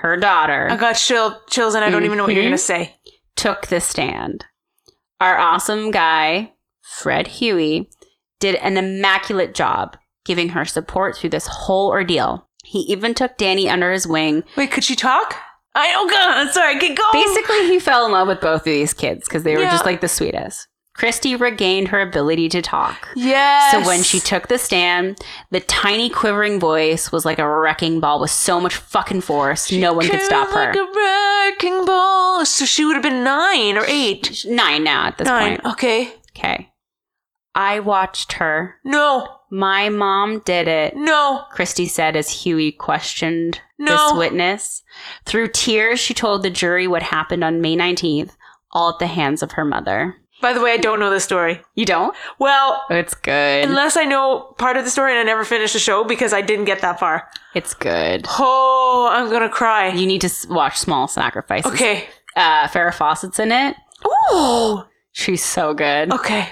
[SPEAKER 2] her daughter,
[SPEAKER 1] I got chill, chills, and I don't even know what you're
[SPEAKER 2] Mhm.
[SPEAKER 1] gonna say.
[SPEAKER 2] took the stand. Our awesome guy, Fred Huey, did an immaculate job giving her support through this whole ordeal. He even took Danny under his wing.
[SPEAKER 1] Wait, could she talk? I oh god, sorry, get going.
[SPEAKER 2] Basically, he fell in love with both of these kids because they were
[SPEAKER 1] Yeah.
[SPEAKER 2] just like the sweetest. Christy regained her ability to talk.
[SPEAKER 1] Yes.
[SPEAKER 2] So when she took the stand, the tiny quivering voice was like a wrecking ball with so much fucking force, no one could
[SPEAKER 1] Curled
[SPEAKER 2] stop her.
[SPEAKER 1] Like a wrecking ball. So she would have been nine or eight.
[SPEAKER 2] Nine now at this
[SPEAKER 1] Nine.
[SPEAKER 2] point.
[SPEAKER 1] Okay.
[SPEAKER 2] Okay. I watched her.
[SPEAKER 1] No.
[SPEAKER 2] My mom did it,
[SPEAKER 1] No.
[SPEAKER 2] Christie said as Huey questioned
[SPEAKER 1] No.
[SPEAKER 2] this witness. Through tears, she told the jury what happened on May 19th, all at the hands of her mother.
[SPEAKER 1] By the way, I don't know this story.
[SPEAKER 2] You don't?
[SPEAKER 1] Well,
[SPEAKER 2] It's good.
[SPEAKER 1] unless I know part of the story and I never finished the show because I didn't get that far.
[SPEAKER 2] it's good.
[SPEAKER 1] Oh, I'm gonna cry.
[SPEAKER 2] You need to s- watch Small Sacrifices.
[SPEAKER 1] okay.
[SPEAKER 2] Uh, Farrah Fawcett's in it.
[SPEAKER 1] Ooh.
[SPEAKER 2] She's so good.
[SPEAKER 1] Okay.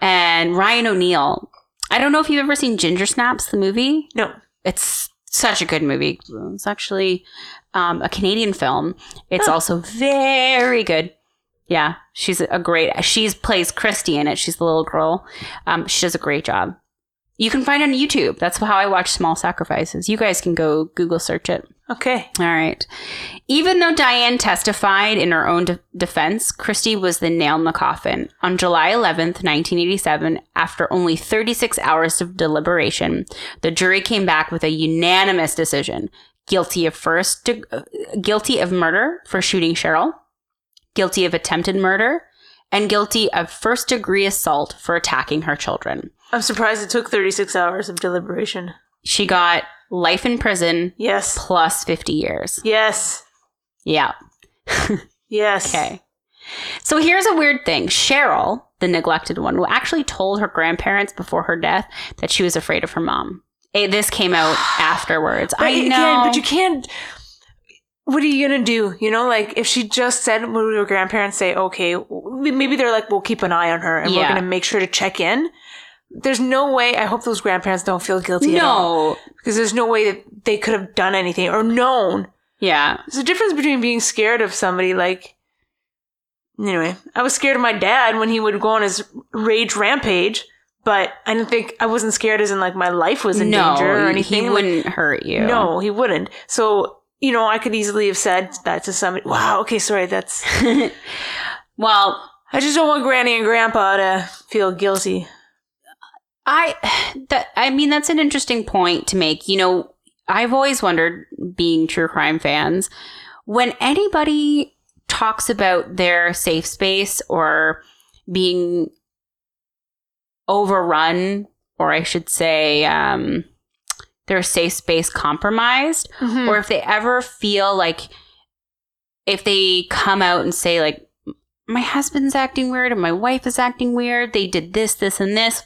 [SPEAKER 2] And Ryan O'Neal. I don't know if you've ever seen Ginger Snaps, the movie.
[SPEAKER 1] No.
[SPEAKER 2] it's such a good movie. It's actually um, a Canadian film. It's
[SPEAKER 1] Huh.
[SPEAKER 2] also very good. Yeah, she's a great. She plays Christy in it. She's the little girl. Um, she does a great job. You can find it on YouTube. That's how I watch Small Sacrifices. You guys can go Google search it.
[SPEAKER 1] Okay.
[SPEAKER 2] All right. Even though Diane testified in her own de- defense, Christie was the nail in the coffin. On July 11th, 1987, after only 36 hours of deliberation, the jury came back with a unanimous decision: guilty of first de- uh, guilty of murder for shooting Cheryl, guilty of attempted murder, and guilty of first-degree assault for attacking her children.
[SPEAKER 1] I'm surprised it took 36 hours of deliberation.
[SPEAKER 2] She got life in prison
[SPEAKER 1] Yes.
[SPEAKER 2] plus 50 years.
[SPEAKER 1] Yes.
[SPEAKER 2] Yeah.
[SPEAKER 1] Yes.
[SPEAKER 2] Okay. So here's a weird thing. Cheryl, the neglected one, who actually told her grandparents before her death that she was afraid of her mom. Eh, this
[SPEAKER 1] [gasps]
[SPEAKER 2] came out afterwards.
[SPEAKER 1] But
[SPEAKER 2] I
[SPEAKER 1] you
[SPEAKER 2] know.
[SPEAKER 1] can't- but you can't. What are you gonna do? You know, like if she just said, "What would her grandparents say?" Okay, w- maybe they're like, "We'll keep an eye on her, and we're
[SPEAKER 2] Yeah.
[SPEAKER 1] gonna make sure to check in." There's no way. I hope those grandparents don't feel guilty. at all,
[SPEAKER 2] no.
[SPEAKER 1] because there's no way that they could have done anything or known.
[SPEAKER 2] Yeah.
[SPEAKER 1] There's a difference between being scared of somebody. Like, anyway, I was scared of my dad when he would go on his rage rampage, but I didn't think I wasn't scared as in like my life was in
[SPEAKER 2] no.
[SPEAKER 1] danger or anything.
[SPEAKER 2] He
[SPEAKER 1] Like,
[SPEAKER 2] wouldn't hurt you.
[SPEAKER 1] no, he wouldn't. So, you know, I could easily have said that to somebody. Wow, okay, sorry, that's.
[SPEAKER 2] [laughs] well,
[SPEAKER 1] I just don't want Granny and Grandpa to feel guilty.
[SPEAKER 2] I [sighs] that I mean that's an interesting point to make. You know, I've always wondered being true crime fans when anybody talks about their safe space or being overrun or I should say um their safe space compromised
[SPEAKER 1] Mhm.
[SPEAKER 2] or if they ever feel like if they come out and say like my husband's acting weird and my wife is acting weird they did this this and this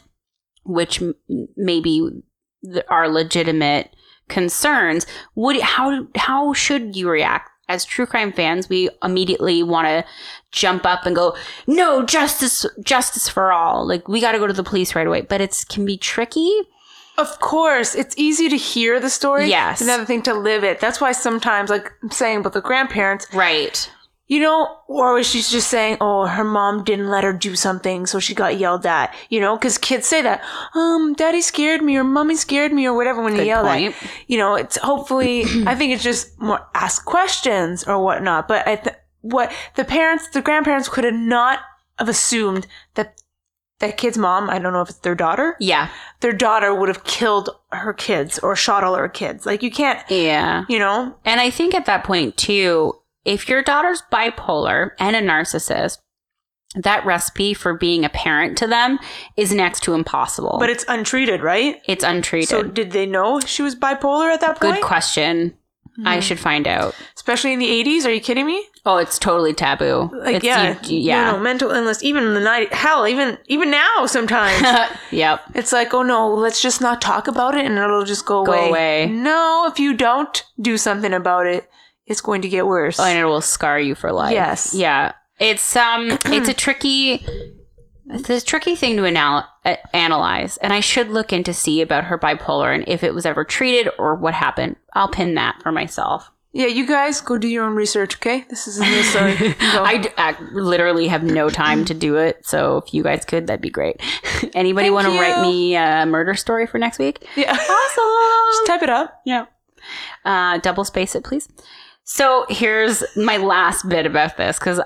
[SPEAKER 2] which m- maybe th- are legitimate concerns would how how should you react as true crime fans we immediately want to jump up and go no justice justice for all like we got to go to the police right away but it's can be tricky
[SPEAKER 1] Of course, it's easy to hear the story.
[SPEAKER 2] Yes.
[SPEAKER 1] It's another thing to live it. That's why sometimes, like I'm saying about the grandparents,
[SPEAKER 2] right
[SPEAKER 1] you know, or was she just saying, oh, her mom didn't let her do something, so she got yelled at, you know, because kids say that, um, daddy scared me or mommy scared me or whatever when you
[SPEAKER 2] Good
[SPEAKER 1] yell
[SPEAKER 2] point.
[SPEAKER 1] at. You know, it's
[SPEAKER 2] [clears throat]
[SPEAKER 1] hopefully, I think it's just more ask questions or whatnot. But I th- what the parents, the grandparents could have not have assumed that that kid's mom, I don't know if it's their daughter,
[SPEAKER 2] yeah
[SPEAKER 1] their daughter would have killed her kids or shot all her kids. Like you can't,
[SPEAKER 2] yeah
[SPEAKER 1] you know,
[SPEAKER 2] And I think at that point, too, if your daughter's bipolar and a narcissist, that recipe for being a parent to them is next to impossible.
[SPEAKER 1] but it's untreated, right?
[SPEAKER 2] it's untreated.
[SPEAKER 1] So did they know she was bipolar at that
[SPEAKER 2] Good
[SPEAKER 1] point?
[SPEAKER 2] question.
[SPEAKER 1] Hmm.
[SPEAKER 2] I should find out.
[SPEAKER 1] Especially in the 80s, are you kidding me?
[SPEAKER 2] Oh, it's totally taboo.
[SPEAKER 1] Like
[SPEAKER 2] it's,
[SPEAKER 1] yeah.
[SPEAKER 2] you- yeah.
[SPEAKER 1] No, no, mental illness even in the 90s, hell, even even now
[SPEAKER 2] [laughs]
[SPEAKER 1] sometimes.
[SPEAKER 2] yep.
[SPEAKER 1] it's like, "Oh no, let's just not talk about it and it'll just go,
[SPEAKER 2] Go
[SPEAKER 1] away."
[SPEAKER 2] away.
[SPEAKER 1] No, if you don't do something about it, it's going to get worse.
[SPEAKER 2] and it will scar you for life.
[SPEAKER 1] Yes.
[SPEAKER 2] Yeah.
[SPEAKER 1] [clears throat]
[SPEAKER 2] It's um it's a tricky it's a tricky thing to anal- uh, analyze and I should look into see about her bipolar and if it was ever treated or what happened. I'll pin that for myself.
[SPEAKER 1] Yeah, you guys go do your own research, okay? This is a new
[SPEAKER 2] [laughs]
[SPEAKER 1] story. You go.
[SPEAKER 2] I, d- I literally have no time to do it, so if you guys could, that'd be great. [laughs] Anybody
[SPEAKER 1] Thank
[SPEAKER 2] want to write
[SPEAKER 1] you.
[SPEAKER 2] me a murder story for next week? [laughs]
[SPEAKER 1] yeah. just
[SPEAKER 2] Awesome.
[SPEAKER 1] type it up.
[SPEAKER 2] Yeah. Uh, double space it, please. So here's my last bit about [laughs] this because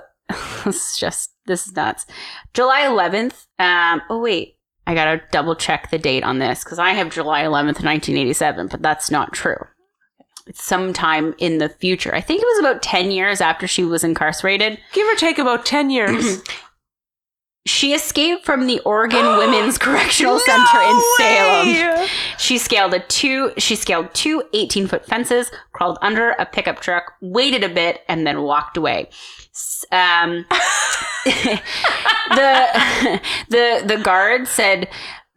[SPEAKER 2] it's just this is nuts. July 11th. Um, oh wait, I gotta double check the date on this because I have July 11th, 1987, but that's not true. It's sometime in the future. I think it was about 10 years after she was incarcerated.
[SPEAKER 1] Give or take about 10
[SPEAKER 2] [laughs]
[SPEAKER 1] years.
[SPEAKER 2] She escaped from the Oregon Women's Correctional Center in Salem. She scaled a two she scaled two 18 foot fences, crawled under a pickup truck, waited a bit, and then walked away. S- Um, [laughs] the [laughs] the the guard said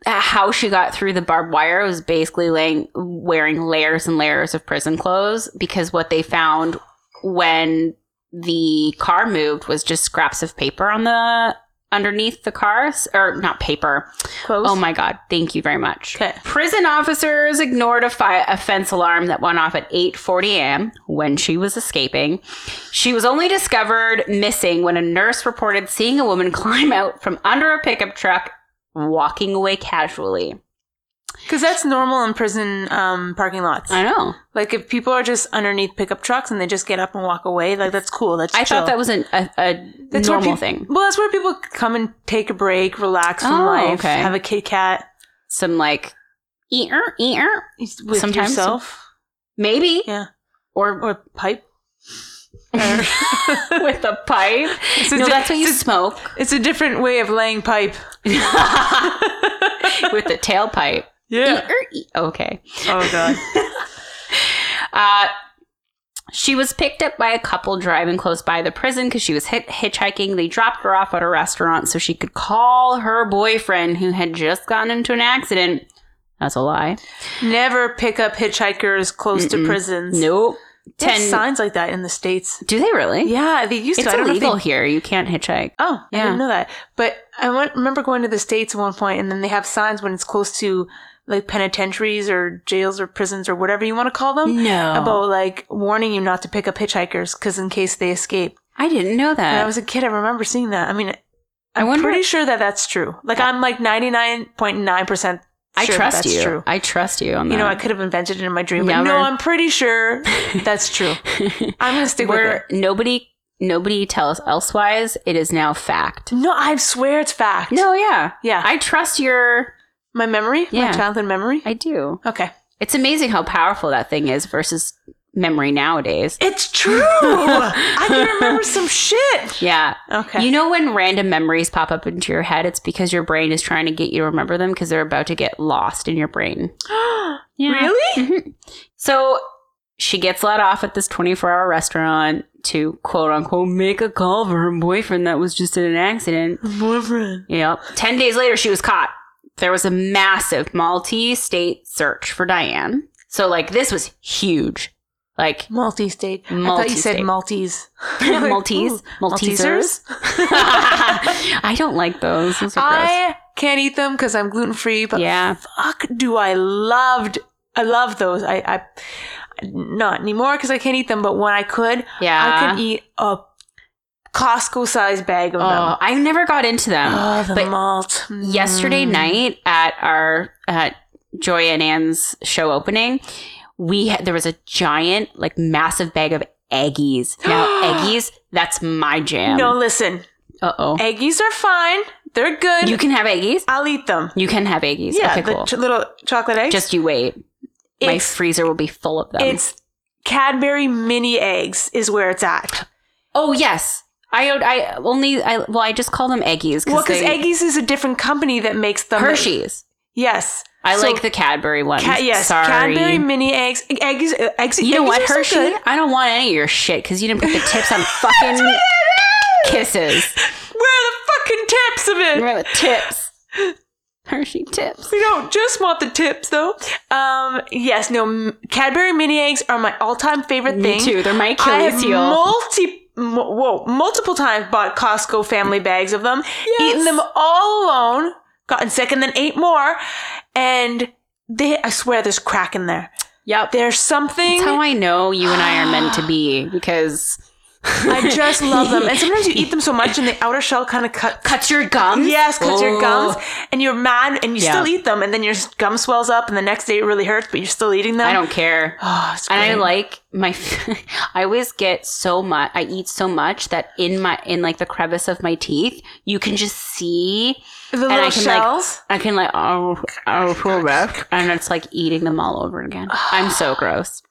[SPEAKER 2] uh, how she got through the barbed wire was basically laying, wearing layers and layers of prison clothes because what they found when the car moved was just scraps of paper on the underneath the cars or not paper
[SPEAKER 1] Close.
[SPEAKER 2] Oh my God. Thank you very much.
[SPEAKER 1] Okay.
[SPEAKER 2] Prison officers ignored a, fi- a fence alarm that went off at 8.40 a.m. when she was escaping. She was only discovered missing when a nurse reported seeing a woman [laughs] climb out from under a pickup truck walking away casually.
[SPEAKER 1] Because that's normal in prison um, parking lots.
[SPEAKER 2] I know.
[SPEAKER 1] Like if people are just underneath pickup trucks and they just get up and walk away, like that's cool. That's
[SPEAKER 2] I
[SPEAKER 1] chill.
[SPEAKER 2] thought that was an, a, a
[SPEAKER 1] that's where
[SPEAKER 2] normal
[SPEAKER 1] peop-
[SPEAKER 2] thing.
[SPEAKER 1] Well, that's where people come and take a break, relax from
[SPEAKER 2] Oh,
[SPEAKER 1] life,
[SPEAKER 2] okay.
[SPEAKER 1] have a Kit Kat
[SPEAKER 2] Some like, eater, eater,
[SPEAKER 1] with
[SPEAKER 2] Sometimes
[SPEAKER 1] yourself
[SPEAKER 2] maybe.
[SPEAKER 1] Yeah. [laughs]
[SPEAKER 2] Or
[SPEAKER 1] or pipe.
[SPEAKER 2] with a pipe.
[SPEAKER 1] It's a
[SPEAKER 2] No,
[SPEAKER 1] di-
[SPEAKER 2] that's what you
[SPEAKER 1] it's a- [laughs]
[SPEAKER 2] smoke [laughs]
[SPEAKER 1] It's a different way of laying pipe.
[SPEAKER 2] with the tailpipe. e-"
[SPEAKER 1] Yeah.
[SPEAKER 2] Okay.
[SPEAKER 1] oh god.
[SPEAKER 2] Uh, she was picked up by a couple driving close by the prison because she was hit- hitchhiking. They dropped her off at a restaurant so she could call her boyfriend who had just gotten into an accident. That's a lie.
[SPEAKER 1] [laughs] Never pick up hitchhikers close to
[SPEAKER 2] Mm-mm.
[SPEAKER 1] prisons.
[SPEAKER 2] Nope.
[SPEAKER 1] They have
[SPEAKER 2] Ten.
[SPEAKER 1] signs like that in the states.
[SPEAKER 2] Do they really?
[SPEAKER 1] Yeah, they used
[SPEAKER 2] It's
[SPEAKER 1] to. I don't know if they
[SPEAKER 2] illegal here. You can't hitchhike.
[SPEAKER 1] Oh, I
[SPEAKER 2] Yeah.
[SPEAKER 1] didn't know that. But I went, remember going to the States at one point, and then they have signs when it's close to like penitentiaries or jails or prisons or whatever you want to call them
[SPEAKER 2] No.
[SPEAKER 1] about like warning you not to pick up hitchhikers because in case they escape.
[SPEAKER 2] I didn't know
[SPEAKER 1] When I
[SPEAKER 2] that.
[SPEAKER 1] was a kid, I remember seeing that. I mean,
[SPEAKER 2] Uh, I
[SPEAKER 1] I'm
[SPEAKER 2] wonder-
[SPEAKER 1] pretty sure that that's true. Like, I'm like 99.9% sure
[SPEAKER 2] I
[SPEAKER 1] that
[SPEAKER 2] trust
[SPEAKER 1] that's
[SPEAKER 2] you.
[SPEAKER 1] true.
[SPEAKER 2] I trust you on that.
[SPEAKER 1] You know, I could have invented it in my dream, but no,
[SPEAKER 2] Never.
[SPEAKER 1] I'm pretty
[SPEAKER 2] [laughs]
[SPEAKER 1] sure that's true. I'm going to stick with
[SPEAKER 2] Where
[SPEAKER 1] it.
[SPEAKER 2] nobody, nobody tells elsewise. It is now fact.
[SPEAKER 1] No, I swear it's fact.
[SPEAKER 2] No, yeah,
[SPEAKER 1] Yeah.
[SPEAKER 2] I trust your
[SPEAKER 1] My memory?
[SPEAKER 2] Yeah.
[SPEAKER 1] My childhood memory?
[SPEAKER 2] I do.
[SPEAKER 1] Okay.
[SPEAKER 2] It's amazing how powerful that thing is versus memory nowadays.
[SPEAKER 1] [laughs] It's true. I can remember some shit.
[SPEAKER 2] Yeah.
[SPEAKER 1] Okay.
[SPEAKER 2] You know when random memories pop up into your head, it's because your brain is trying to get you to remember them because they're about to get lost in your brain.
[SPEAKER 1] Really?
[SPEAKER 2] Mhm. So she gets let off at this 24 hour restaurant to quote unquote make a call for her boyfriend that was just in an accident.
[SPEAKER 1] Boyfriend.
[SPEAKER 2] Yep. 10 days later, she was caught. There was a massive multi state search for Diane. So, like, this was huge. Like,
[SPEAKER 1] Multi-state. I thought you said
[SPEAKER 2] Multi-state.
[SPEAKER 1] Maltese.
[SPEAKER 2] [laughs] Maltese,
[SPEAKER 1] [laughs] Ooh,
[SPEAKER 2] Maltesers. [laughs] I don't like those. Those are gross.
[SPEAKER 1] I can't eat them because I'm gluten free, but
[SPEAKER 2] yeah.
[SPEAKER 1] fuck do I loved I love those. I, I not anymore because I can't eat them, but when I could, I
[SPEAKER 2] Yeah.
[SPEAKER 1] could eat a Costco sized bag of
[SPEAKER 2] oh,
[SPEAKER 1] them.
[SPEAKER 2] I never got into them.
[SPEAKER 1] Oh, the
[SPEAKER 2] but
[SPEAKER 1] malt.
[SPEAKER 2] yesterday
[SPEAKER 1] Mm.
[SPEAKER 2] night at our at Joy and Ann's show opening, we had, there was a giant like massive bag of [gasps] eggies. Now eggies, that's my jam.
[SPEAKER 1] No, listen.
[SPEAKER 2] uh oh,
[SPEAKER 1] Eggies are fine. They're good.
[SPEAKER 2] you can have eggies.
[SPEAKER 1] I'll eat them.
[SPEAKER 2] You can have eggies.
[SPEAKER 1] Yeah,
[SPEAKER 2] okay,
[SPEAKER 1] the
[SPEAKER 2] cool.
[SPEAKER 1] ch- little chocolate eggs.
[SPEAKER 2] Just you wait. My
[SPEAKER 1] It's-
[SPEAKER 2] freezer will be full of them.
[SPEAKER 1] it's Cadbury mini eggs is where it's at.
[SPEAKER 2] oh yes. I I only I well I just call them eggies
[SPEAKER 1] Well, because
[SPEAKER 2] they-
[SPEAKER 1] Eggies is a different company that makes them.
[SPEAKER 2] Hershey's.
[SPEAKER 1] Yes.
[SPEAKER 2] I
[SPEAKER 1] So-
[SPEAKER 2] like the Cadbury ones.
[SPEAKER 1] Ca- yes.
[SPEAKER 2] Sorry.
[SPEAKER 1] Cadbury mini eggs. Eggies. uh, Eggs.
[SPEAKER 2] You know
[SPEAKER 1] Eggies
[SPEAKER 2] what,
[SPEAKER 1] are so
[SPEAKER 2] Hershey?
[SPEAKER 1] good.
[SPEAKER 2] I don't want any of your shit because you
[SPEAKER 1] [laughs]
[SPEAKER 2] didn't put the tips on fucking kisses.
[SPEAKER 1] Where are the fucking tips of it?
[SPEAKER 2] Remember the tips. Hershey tips.
[SPEAKER 1] We don't just want the tips though. Um, yes, no. m- Cadbury mini eggs are my all-time favorite
[SPEAKER 2] Me
[SPEAKER 1] thing.
[SPEAKER 2] too. They're my
[SPEAKER 1] I have
[SPEAKER 2] Achilles heel.
[SPEAKER 1] multi, m- whoa, multiple times bought Costco family bags of them, eaten them all alone, gotten sick, and then ate more. And they, I swear, there's crack in there.
[SPEAKER 2] yep.
[SPEAKER 1] There's something.
[SPEAKER 2] That's how I know you and I are meant
[SPEAKER 1] [gasps]
[SPEAKER 2] to be because
[SPEAKER 1] [laughs] I just love them. And sometimes you eat them so much, and the outer shell kind of cut.
[SPEAKER 2] cuts your gums.
[SPEAKER 1] Yes, cuts your
[SPEAKER 2] Oh.
[SPEAKER 1] gums, and you're mad, and you
[SPEAKER 2] Yeah.
[SPEAKER 1] still eat them, and then your gum swells up, and the next day it really hurts, but you're still eating them.
[SPEAKER 2] I don't care.
[SPEAKER 1] Oh, it's
[SPEAKER 2] And I
[SPEAKER 1] great.
[SPEAKER 2] like my. [laughs] I always get so much. I eat so much that in my in like the crevice of my teeth, you can just see
[SPEAKER 1] the
[SPEAKER 2] and
[SPEAKER 1] little
[SPEAKER 2] I can, like, [laughs]
[SPEAKER 1] shells.
[SPEAKER 2] I can like oh oh pull back, and it's like eating them all over again. I'm so gross.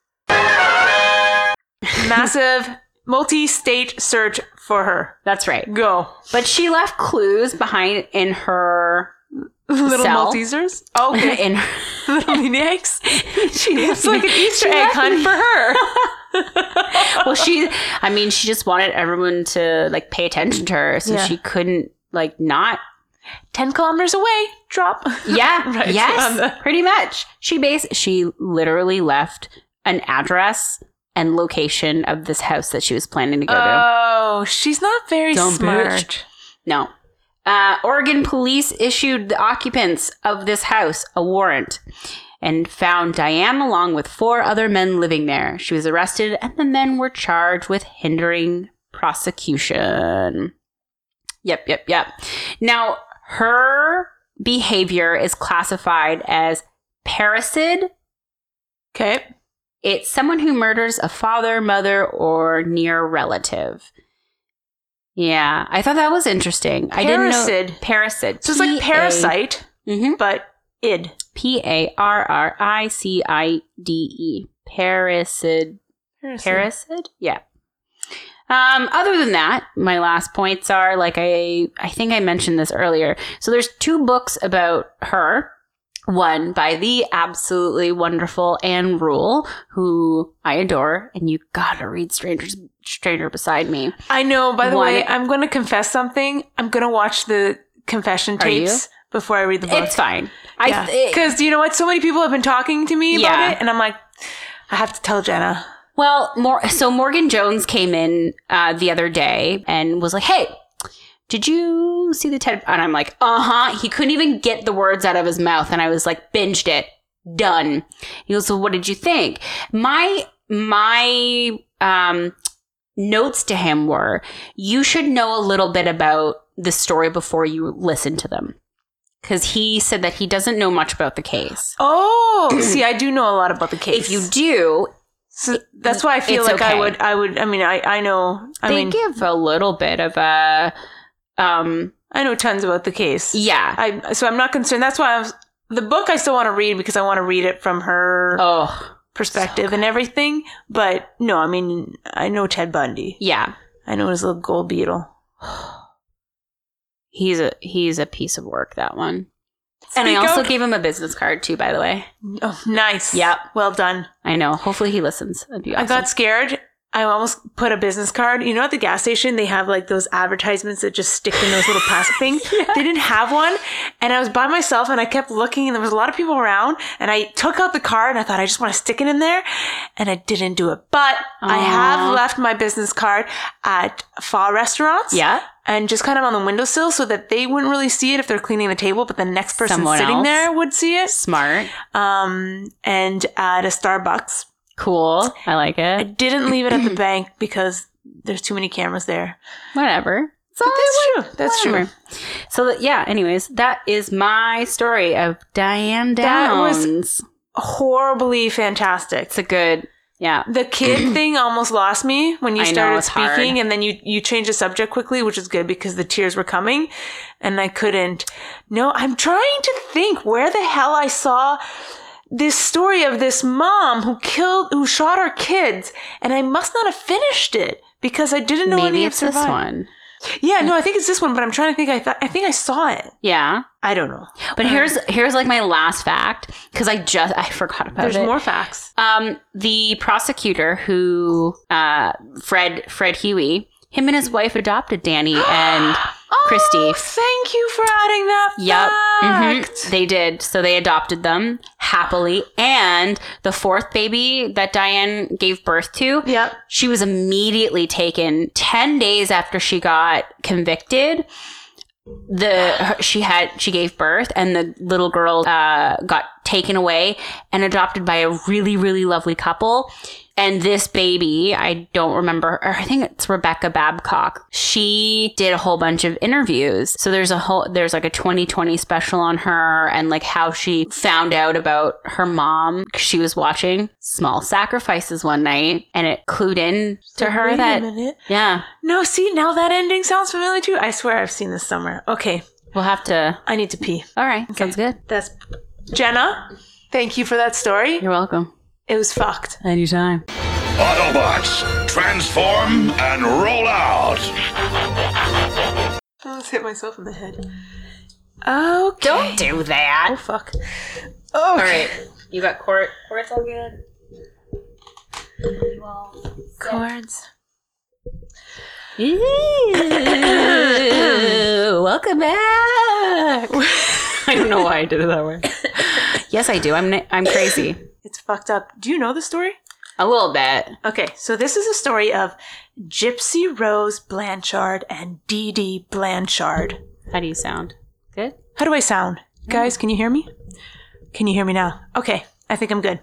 [SPEAKER 1] Massive multi-state search for her.
[SPEAKER 2] That's right.
[SPEAKER 1] Go. [laughs]
[SPEAKER 2] But she left clues behind in her
[SPEAKER 1] Little
[SPEAKER 2] Cell.
[SPEAKER 1] Maltesers.
[SPEAKER 2] [laughs]
[SPEAKER 1] Okay. [laughs]
[SPEAKER 2] in
[SPEAKER 1] little mini eggs.
[SPEAKER 2] [laughs] she
[SPEAKER 1] It's like an Easter egg hunt for her. [laughs]
[SPEAKER 2] [laughs] well, she I mean she just wanted everyone to like pay attention to her, so
[SPEAKER 1] Yeah.
[SPEAKER 2] she couldn't like not.
[SPEAKER 1] Ten kilometers away. Drop. [laughs]
[SPEAKER 2] Yeah,
[SPEAKER 1] Right, on the-
[SPEAKER 2] yes, pretty much. She base she literally left an address and location of this house that she was planning to go to.
[SPEAKER 1] Oh, she's not very
[SPEAKER 2] Dumb
[SPEAKER 1] smart.
[SPEAKER 2] bitch. No. Uh, Oregon police issued the occupants of this house a warrant and found Diane along with four other men living there. She was arrested, and the men were charged with hindering prosecution. Yep, yep, yep. Now, her behavior is classified as parricid.
[SPEAKER 1] Okay.
[SPEAKER 2] It's someone who murders a father, mother, or near relative. Yeah, I thought that was interesting. I didn't know.
[SPEAKER 1] Parricid.
[SPEAKER 2] Parasite.
[SPEAKER 1] So it's like parasite, but id.
[SPEAKER 2] P A R R I C I D E. Parasite. Parasite? Yeah. Um, other than that, my last points are like I I think I mentioned this earlier. So there's two books about her. One by the absolutely wonderful Anne Rule, who I adore, and you gotta read Strangers Stranger Beside Me.
[SPEAKER 1] I know. By the
[SPEAKER 2] One-
[SPEAKER 1] way, I'm going to confess something. I'm going to watch the confession
[SPEAKER 2] Are you?
[SPEAKER 1] tapes before I read the book.
[SPEAKER 2] It's fine. I it-
[SPEAKER 1] because you know what? So many people have been talking to me
[SPEAKER 2] Yeah.
[SPEAKER 1] about it, and I'm like, I have to tell Jenna.
[SPEAKER 2] Well, more so Morgan Jones came in uh, the other day and was like, "Hey, did you see the TED?" And I'm like, "Uh huh." He couldn't even get the words out of his mouth, and I was like, "Binged it, done." He goes, "So what did you think?" My my um, notes to him were, "You should know a little bit about the story before you listen to them," because he said that he doesn't know much about the case.
[SPEAKER 1] Oh,
[SPEAKER 2] [clears throat]
[SPEAKER 1] see, I do know a lot about the case.
[SPEAKER 2] If you do,
[SPEAKER 1] so that's why I feel
[SPEAKER 2] it's
[SPEAKER 1] like I
[SPEAKER 2] okay.
[SPEAKER 1] would, I would, I mean, I, I know, I
[SPEAKER 2] they
[SPEAKER 1] mean,
[SPEAKER 2] give a little bit of a um
[SPEAKER 1] I know tons about the case.
[SPEAKER 2] yeah
[SPEAKER 1] I so I'm not concerned. That's why I was the book I still want to read because I want to read it from her
[SPEAKER 2] Oh,
[SPEAKER 1] perspective and everything. But no, I mean, I know Ted Bundy.
[SPEAKER 2] yeah.
[SPEAKER 1] I know his little gold beetle.
[SPEAKER 2] He's a he's a piece of work that one. and
[SPEAKER 1] Speak
[SPEAKER 2] I also
[SPEAKER 1] out.
[SPEAKER 2] gave him a business card too, by the way.
[SPEAKER 1] Oh, nice.
[SPEAKER 2] Yep.
[SPEAKER 1] Well done.
[SPEAKER 2] I know. Hopefully he listens. That'd be
[SPEAKER 1] I
[SPEAKER 2] awesome.
[SPEAKER 1] got scared. I almost put a business card. You know, at the gas station, they have like those advertisements that just stick in those little
[SPEAKER 2] [laughs]
[SPEAKER 1] plastic things. They didn't have one. And I was by myself and I kept looking and there was a lot of people around. And I took out the card and I thought, I just want to stick it in there. And I didn't do it. But I
[SPEAKER 2] Aw.
[SPEAKER 1] have left my business card at far restaurants.
[SPEAKER 2] yeah.
[SPEAKER 1] and just kind of on the windowsill so that they wouldn't really see it if they're cleaning the table, but the next person
[SPEAKER 2] Someone
[SPEAKER 1] sitting
[SPEAKER 2] else.
[SPEAKER 1] there would see it.
[SPEAKER 2] Smart.
[SPEAKER 1] Um, and at a Starbucks,
[SPEAKER 2] Cool. I like
[SPEAKER 1] I
[SPEAKER 2] it.
[SPEAKER 1] didn't leave it
[SPEAKER 2] [clears throat]
[SPEAKER 1] at the bank because there's too many cameras there.
[SPEAKER 2] Whatever. So
[SPEAKER 1] That's true. That's true.
[SPEAKER 2] So that, yeah, anyways, that is my story of Diane
[SPEAKER 1] That
[SPEAKER 2] Downs.
[SPEAKER 1] was- Horribly fantastic.
[SPEAKER 2] it's a good yeah.
[SPEAKER 1] The
[SPEAKER 2] [clears throat]
[SPEAKER 1] kid thing almost lost me when you
[SPEAKER 2] I know,
[SPEAKER 1] started
[SPEAKER 2] it's
[SPEAKER 1] speaking,
[SPEAKER 2] hard.
[SPEAKER 1] and then you you changed the subject quickly, which is good because the tears were coming, and I couldn't. No, I'm trying to think where the hell I saw this story of this mom who killed, who shot her kids, and I must not have finished it because I didn't know any
[SPEAKER 2] Maybe
[SPEAKER 1] had
[SPEAKER 2] it's this
[SPEAKER 1] survived.
[SPEAKER 2] one. Hmm.
[SPEAKER 1] Yeah, no, I think it's this one, but I'm trying to think. I thought I think I saw it.
[SPEAKER 2] Yeah.
[SPEAKER 1] I don't know.
[SPEAKER 2] But here's here's like my last fact because I just I forgot about
[SPEAKER 1] There's
[SPEAKER 2] it.
[SPEAKER 1] more facts.
[SPEAKER 2] Um, the prosecutor who uh Fred Fred Huey, him and his wife adopted
[SPEAKER 1] [gasps]
[SPEAKER 2] Danny and Christy.
[SPEAKER 1] Oh, thank you for adding that
[SPEAKER 2] Yep. mhm,
[SPEAKER 1] fact.
[SPEAKER 2] They did. So they adopted them happily. And the fourth baby that Diane gave birth to,
[SPEAKER 1] Yep.
[SPEAKER 2] she was immediately taken 10 days after she got convicted the her, she had she gave birth and the little girl uh, got taken away and adopted by a really really lovely couple and this baby i don't remember or i think it's rebecca babcock she did a whole bunch of interviews so there's a whole there's like a 2020 special on her and like how she found out about her mom 'cause she was watching small sacrifices one night and it clued in to her
[SPEAKER 1] Wait a
[SPEAKER 2] that
[SPEAKER 1] minute.
[SPEAKER 2] yeah
[SPEAKER 1] No, see, now that ending sounds familiar too. I swear I've seen this somewhere. Okay,
[SPEAKER 2] we'll have to
[SPEAKER 1] I need to pee.
[SPEAKER 2] all right sounds good
[SPEAKER 1] That's Jenna. Thank you for that story.
[SPEAKER 2] you're welcome
[SPEAKER 1] It was fucked.
[SPEAKER 2] Anytime.
[SPEAKER 3] Autobots, transform and roll out.
[SPEAKER 1] I almost hit myself in the head. Okay.
[SPEAKER 2] Don't do
[SPEAKER 1] Oh
[SPEAKER 2] that.
[SPEAKER 1] fuck.
[SPEAKER 2] All
[SPEAKER 1] Okay.
[SPEAKER 2] right. You got court. Court's all good.
[SPEAKER 1] Chords.
[SPEAKER 2] Mm-hmm. [coughs] Welcome back. [laughs] I don't know why I did it that way. yes, I do. I'm n- I'm crazy.
[SPEAKER 1] It's fucked up. Do you know the story?
[SPEAKER 2] A little bit.
[SPEAKER 1] Okay, so this is a story of Gypsy Rose Blanchard and Dee Dee Blanchard.
[SPEAKER 2] How do you sound? Good.
[SPEAKER 1] How do I sound? Guys, can you hear me? Can you hear me now? Okay, I think I'm good.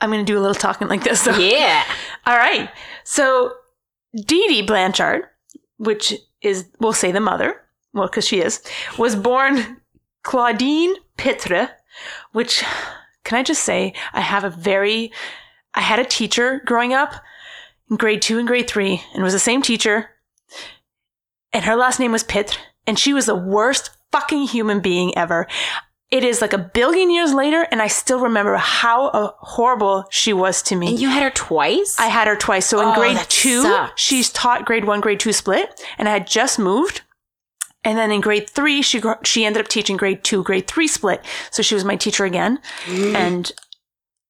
[SPEAKER 1] I'm gonna do a little talking like this though.
[SPEAKER 2] [laughs] Yeah.
[SPEAKER 1] All right. So Dee Dee Blanchard, which is, we'll say the mother, well, because she is, was born Claudine Pitre, which, can I just say, I have a very, I had a teacher growing up in grade two and grade three, and it was the same teacher, and her last name was Pitre, and she was the worst fucking human being ever. It is like a billion years later, and I still remember how uh, horrible she was to me.
[SPEAKER 2] And you had her twice.
[SPEAKER 1] I had her twice. So in
[SPEAKER 2] Oh,
[SPEAKER 1] grade
[SPEAKER 2] that
[SPEAKER 1] two,
[SPEAKER 2] sucks.
[SPEAKER 1] she's taught grade one, grade two split, and I had just moved. And then in grade three, she gr- she ended up teaching grade two, grade three split. So she was my teacher again.
[SPEAKER 2] Mm.
[SPEAKER 1] And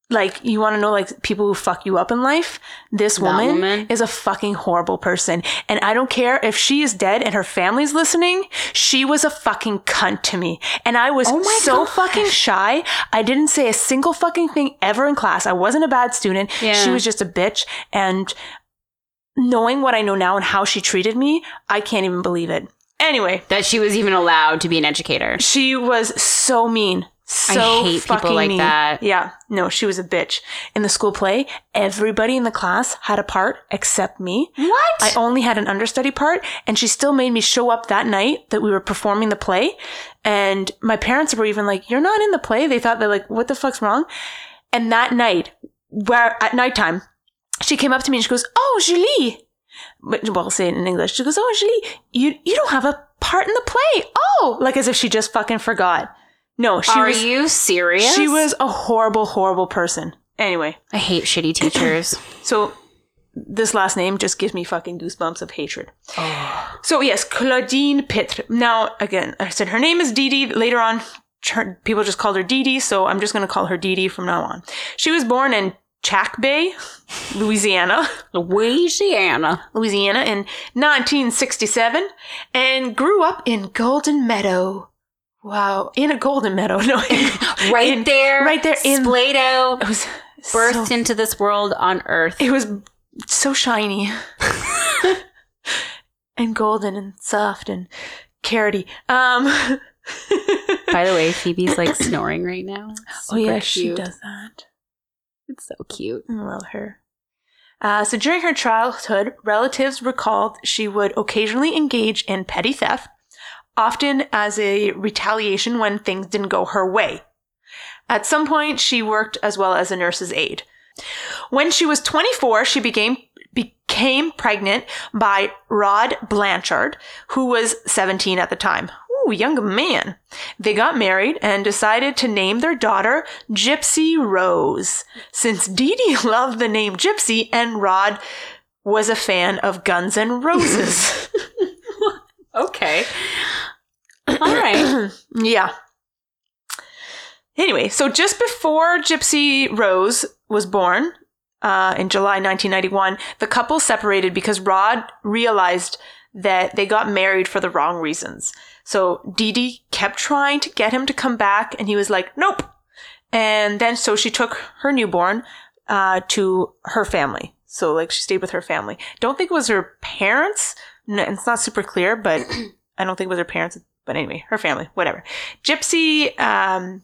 [SPEAKER 1] like, you want to know, like people who fuck you up in life. This
[SPEAKER 2] That
[SPEAKER 1] woman,
[SPEAKER 2] woman.
[SPEAKER 1] is a fucking horrible person, and I don't care if she is dead and her family's listening. She was a fucking cunt to me, and I was
[SPEAKER 2] Oh my
[SPEAKER 1] so
[SPEAKER 2] gosh.
[SPEAKER 1] fucking shy. I didn't say a single fucking thing ever in class. I wasn't a bad student.
[SPEAKER 2] Yeah.
[SPEAKER 1] She was just a bitch. And knowing what I know now and how she treated me, I can't even believe it. Anyway,
[SPEAKER 2] that she was even allowed to be an educator.
[SPEAKER 1] she was so mean. So
[SPEAKER 2] hate people
[SPEAKER 1] fucking
[SPEAKER 2] like
[SPEAKER 1] mean.
[SPEAKER 2] that.
[SPEAKER 1] Yeah. No, she was a bitch. In the school play, everybody in the class had a part except me.
[SPEAKER 2] What?
[SPEAKER 1] I only had an understudy part, and she still made me show up that night that we were performing the play. And my parents were even like, "You're not in the play." They thought they're like, "What the fuck's wrong?" And that night, where at nighttime, she came up to me and she goes, "Oh, Julie," but well, I'll say it in English. She goes, "Oh, Julie, you you don't have a part in the play." Oh, like as if she just fucking forgot. No, she
[SPEAKER 2] Are
[SPEAKER 1] was.
[SPEAKER 2] you serious?
[SPEAKER 1] She was a horrible, horrible person. Anyway,
[SPEAKER 2] I hate shitty [coughs] teachers.
[SPEAKER 1] so this last name just gives me fucking goosebumps of hatred. So yes, Claudine Pitre. Now again, I said her name is Dee Dee. Later on, her, people just called her Dee Dee, so I'm just going to call her Dee Dee from now on. She was born in Chack Bay, Louisiana. [laughs]
[SPEAKER 2] Louisiana.
[SPEAKER 1] Louisiana in 1967 and grew up in Golden Meadow. Wow, in a Golden Meadow. [laughs] No, in-
[SPEAKER 2] Right
[SPEAKER 1] in-
[SPEAKER 2] there. Oh,
[SPEAKER 1] Right there in
[SPEAKER 2] Splayed out.
[SPEAKER 1] it was
[SPEAKER 2] Birthed
[SPEAKER 1] so,
[SPEAKER 2] into this world on Earth.
[SPEAKER 1] it was so [laughs] shiny and golden and soft and carroty. Um [laughs]
[SPEAKER 2] By the way, Phoebe's like snoring right now.
[SPEAKER 1] Oh yeah,
[SPEAKER 2] Super
[SPEAKER 1] she
[SPEAKER 2] cute.
[SPEAKER 1] does that.
[SPEAKER 2] It's so cute.
[SPEAKER 1] I love her. Uh, so during her childhood, relatives recalled she would occasionally engage in petty theft, often as a retaliation when things didn't go her way. At some point, she worked as well as a nurse's aide. When she was 24, she became became pregnant by Rod Blanchard, who was 17 at the time. Ooh, young man. They got married and decided to name their daughter Gypsy Rose, since Dee Dee [laughs] loved the name Gypsy and Rod was a fan of Guns N' Roses.
[SPEAKER 2] [coughs] Okay. All [coughs] right.
[SPEAKER 1] Yeah. Anyway, so just before Gypsy Rose was born uh, in July 1991, the couple separated because Rod realized that they got married for the wrong reasons. So Dee Dee kept trying to get him to come back, and he was like, nope. And then so she took her newborn uh, to her family. So, like, she stayed with her family. Don't think it was her parents. No, it's not super clear,
[SPEAKER 2] [clears throat]
[SPEAKER 1] but I don't think it was her parents, but anyway, her family, whatever. Gypsy um,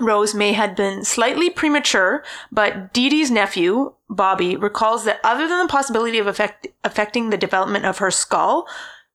[SPEAKER 1] Rose may had been slightly premature, but Dee Dee's nephew, Bobby, recalls that other than the possibility of affect- affecting the development of her skull,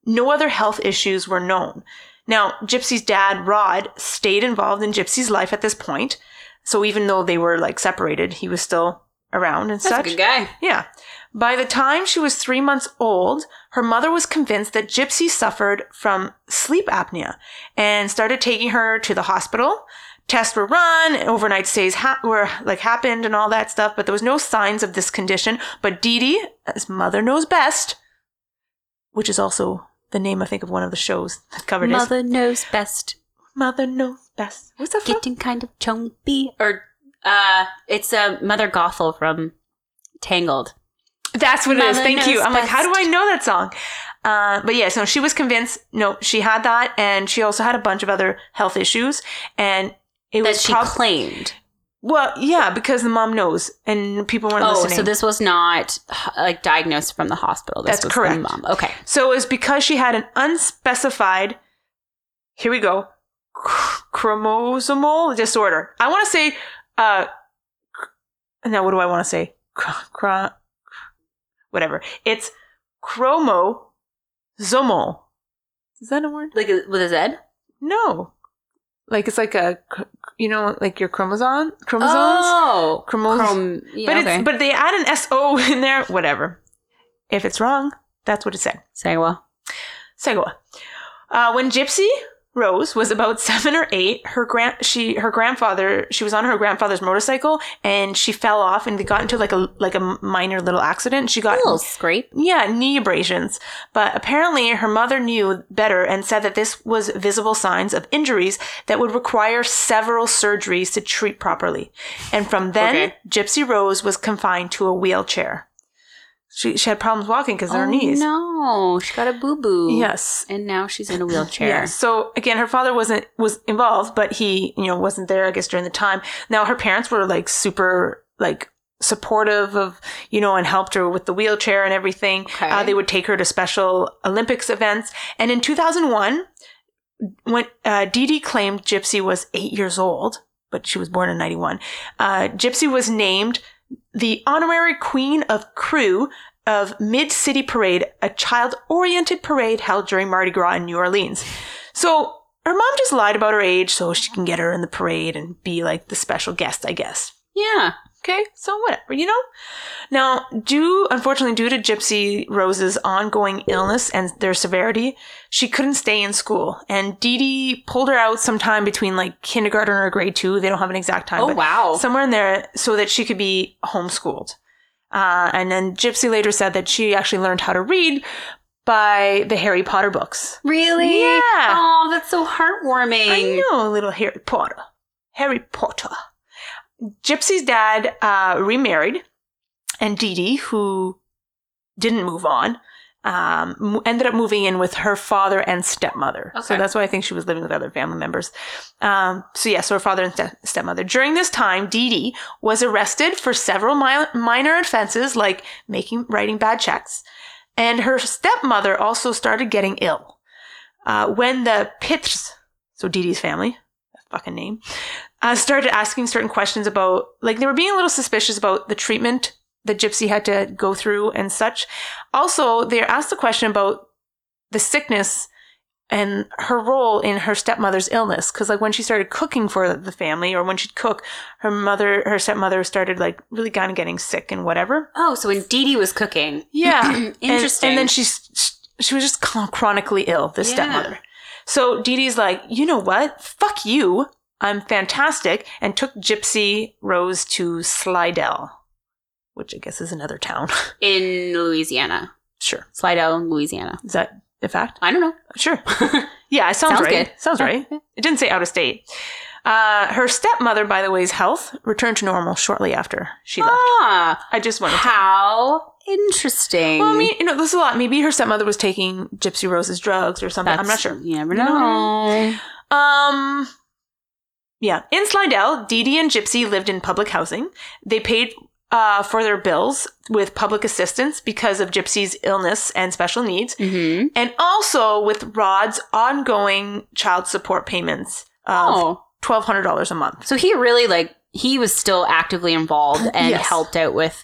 [SPEAKER 1] no other health issues were known. Now, Gypsy's dad, Rod, stayed involved in Gypsy's life at this point, so even though they were like separated, he was still around and
[SPEAKER 2] That's a
[SPEAKER 1] such.
[SPEAKER 2] good guy.
[SPEAKER 1] Yeah. By the time she was three months old, her mother was convinced that Gypsy suffered from sleep apnea and started taking her to the hospital. Tests were run, overnight stays ha- were like happened and all that stuff, but there was no signs of this condition. But Dee Dee, as mother knows best, which is also the name I think of one of the shows that covered it.
[SPEAKER 2] Mother knows best.
[SPEAKER 1] Mother knows best. What's that from?
[SPEAKER 2] Getting kind of chumpy. Or uh it's uh, Mother Gothel from Tangled.
[SPEAKER 1] That's what it is.
[SPEAKER 2] Mother
[SPEAKER 1] Thank you.
[SPEAKER 2] knows
[SPEAKER 1] I'm like, how do
[SPEAKER 2] best.
[SPEAKER 1] I know that song? Uh, but yes, no, she was convinced. No, she had that, and she also had a bunch of other health issues, and it
[SPEAKER 2] That
[SPEAKER 1] was
[SPEAKER 2] she
[SPEAKER 1] prob-
[SPEAKER 2] claimed.
[SPEAKER 1] well, yeah, because the mom knows, and people weren't
[SPEAKER 2] Oh,
[SPEAKER 1] listening.
[SPEAKER 2] so this was not h- like diagnosed from the hospital. This
[SPEAKER 1] That's
[SPEAKER 2] was
[SPEAKER 1] correct.
[SPEAKER 2] From mom. Okay.
[SPEAKER 1] So it was because she had an unspecified, here we go, cr- chromosomal disorder. I want to say, uh, cr- now what do I want to say? Cr- cr- whatever. It's chromosomal. Is that a word?
[SPEAKER 2] Like a- with a Z?
[SPEAKER 1] No. Like it's like a, cr- you know, like your chromosome, chromosomes.
[SPEAKER 2] Oh.
[SPEAKER 1] Chromosomes.
[SPEAKER 2] Chrom- yeah,
[SPEAKER 1] but
[SPEAKER 2] okay.
[SPEAKER 1] it's but they add an so in there. Whatever. If it's wrong, that's what it said.
[SPEAKER 2] Sagwa.
[SPEAKER 1] Segwa. Uh, when Gypsy Rose was about [laughs] seven or eight, her grand she her grandfather she was on her grandfather's motorcycle and she fell off and they got into like a like a minor little accident. She got
[SPEAKER 2] A little scrape.
[SPEAKER 1] yeah knee abrasions, but apparently her mother knew better and said that this was visible signs of injuries that would require several surgeries to treat properly. And from then,
[SPEAKER 2] Okay.
[SPEAKER 1] Gypsy Rose was confined to a wheelchair. She she had problems walking because of her
[SPEAKER 2] Oh,
[SPEAKER 1] knees.
[SPEAKER 2] No, she got a boo boo.
[SPEAKER 1] Yes,
[SPEAKER 2] And now she's in a wheelchair.
[SPEAKER 1] Yeah. So again, her father wasn't was involved, but he you know wasn't there. I guess during the time. Now her parents were like super like supportive of you know and helped her with the wheelchair and everything.
[SPEAKER 2] Okay.
[SPEAKER 1] Uh, they would take her to special Olympics events. And in 2001, when uh, Dee Dee claimed Gypsy was eight years old, but she was born in 91. Uh, Gypsy was named the honorary queen of crew of Mid City Parade, a child oriented parade held during Mardi Gras in New Orleans. So her mom just lied about her age so she can get her in the parade and be like the special guest, I guess.
[SPEAKER 2] Yeah.
[SPEAKER 1] okay, so whatever, you know? Now, due, unfortunately, due to Gypsy Rose's ongoing illness and their severity, she couldn't stay in school. And Dee Dee pulled her out sometime between like kindergarten or grade two. They don't have an exact time.
[SPEAKER 2] Oh
[SPEAKER 1] but
[SPEAKER 2] wow.
[SPEAKER 1] somewhere in there so that she could be homeschooled. Uh, and then Gypsy later said that she actually learned how to read by the Harry Potter books.
[SPEAKER 2] really?
[SPEAKER 1] Yeah.
[SPEAKER 2] Oh, that's so heartwarming.
[SPEAKER 1] I know, little Harry Potter. Harry Potter. Gypsy's dad uh, remarried, and Dee Dee, who didn't move on, um, mo- ended up moving in with her father and stepmother. So
[SPEAKER 2] Okay.
[SPEAKER 1] that's why I think she was living with other family members. Um, so, yeah, so her father and ste- stepmother. During this time, Dee Dee was arrested for several mi- minor offenses like making writing bad checks, and her stepmother also started getting ill. Uh, when the Piths, so Dee Dee's family, that fucking name, uh, started asking certain questions about, like, they were being a little suspicious about the treatment that Gypsy had to go through and such. Also, they asked the question about the sickness and her role in her stepmother's illness. Because, like, when she started cooking for the family or when she'd cook, her mother, her stepmother started, like, really kind of getting sick and whatever.
[SPEAKER 2] Oh, so when Dee Dee was cooking. [clears throat]
[SPEAKER 1] Yeah. [clears throat] And-
[SPEAKER 2] Interesting.
[SPEAKER 1] And, then she she was just chron- chronically ill, this
[SPEAKER 2] Yeah.
[SPEAKER 1] stepmother. So Dee Dee's like, you know what? Fuck you. I'm fantastic, and took Gypsy Rose to Slidell, which I guess is another town.
[SPEAKER 2] in Louisiana.
[SPEAKER 1] sure,
[SPEAKER 2] Slidell, Louisiana.
[SPEAKER 1] is that a fact?
[SPEAKER 2] I don't know.
[SPEAKER 1] [laughs] Sure. Yeah, it sounds,
[SPEAKER 2] Sounds
[SPEAKER 1] right.
[SPEAKER 2] good.
[SPEAKER 1] Sounds
[SPEAKER 2] Yeah.
[SPEAKER 1] right. It didn't say out of state. Uh, her stepmother, by the way's health returned to normal shortly after she left.
[SPEAKER 2] ah,
[SPEAKER 1] I just wanted to
[SPEAKER 2] how interesting.
[SPEAKER 1] Well, I mean, you know, there's a lot. Maybe her stepmother was taking Gypsy Rose's drugs or something. I'm not
[SPEAKER 2] That's-
[SPEAKER 1] sure.
[SPEAKER 2] You never
[SPEAKER 1] You know what I
[SPEAKER 2] know.
[SPEAKER 1] Um, yeah. In Slidell, Dee Dee and Gypsy lived in public housing. They paid uh, for their bills with public assistance because of Gypsy's illness and special needs,
[SPEAKER 2] Mm-hmm.
[SPEAKER 1] and also with Rod's ongoing child support payments of
[SPEAKER 2] Oh,
[SPEAKER 1] twelve hundred dollars a month.
[SPEAKER 2] so he really like he was still actively
[SPEAKER 1] [clears throat]
[SPEAKER 2] involved and
[SPEAKER 1] Yes.
[SPEAKER 2] helped out with,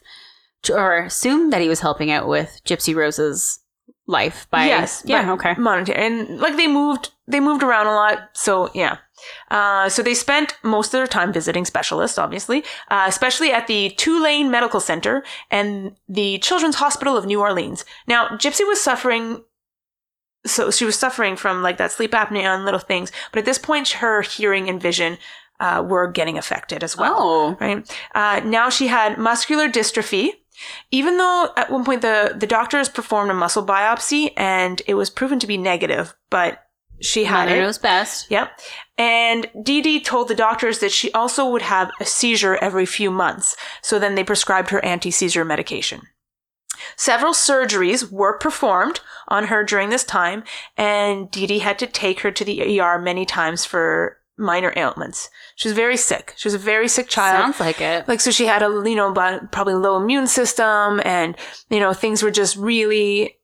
[SPEAKER 2] or assumed that he was helping out with Gypsy Rose's life by
[SPEAKER 1] Yes,
[SPEAKER 2] yeah
[SPEAKER 1] by-
[SPEAKER 2] okay
[SPEAKER 1] monetary and like they moved they moved around a lot so yeah uh, so they spent most of their time visiting specialists obviously uh, especially at the tulane medical center and the children's hospital of new orleans now gypsy was suffering so she was suffering from like that sleep apnea and little things but at this point her hearing and vision uh, were getting affected as well
[SPEAKER 2] oh
[SPEAKER 1] right? Uh, now she had muscular dystrophy. Even though at one point the, the doctors performed a muscle biopsy and it was proven to be negative, but she had
[SPEAKER 2] mother
[SPEAKER 1] it.
[SPEAKER 2] knows best
[SPEAKER 1] Yep. And Dee Dee told the doctors that she also would have a seizure every few months. So then they prescribed her anti seizure medication. Several surgeries were performed on her during this time, and Dee Dee had to take her to the ER many times for minor ailments. She was very sick. She was a very sick child
[SPEAKER 2] sounds like it
[SPEAKER 1] like so she had a you know but probably low immune system and you know things were just really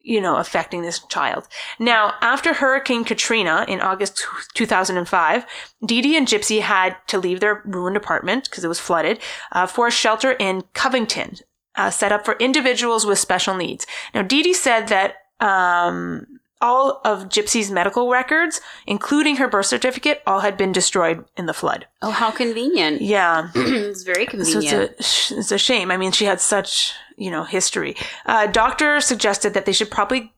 [SPEAKER 1] you know affecting this child now after hurricane katrina in august 2005 dee dee and gypsy had to leave their ruined apartment because it was flooded uh, for a shelter in covington uh, set up for individuals with special needs now dee dee said that um, all of gypsy's medical records including her birth certificate all had been destroyed in the flood
[SPEAKER 2] oh how convenient
[SPEAKER 1] yeah
[SPEAKER 2] [clears throat] it's very convenient
[SPEAKER 1] so it's a, it's a shame. I mean, she had such, you know, history. Uh, doctor suggested that they should probably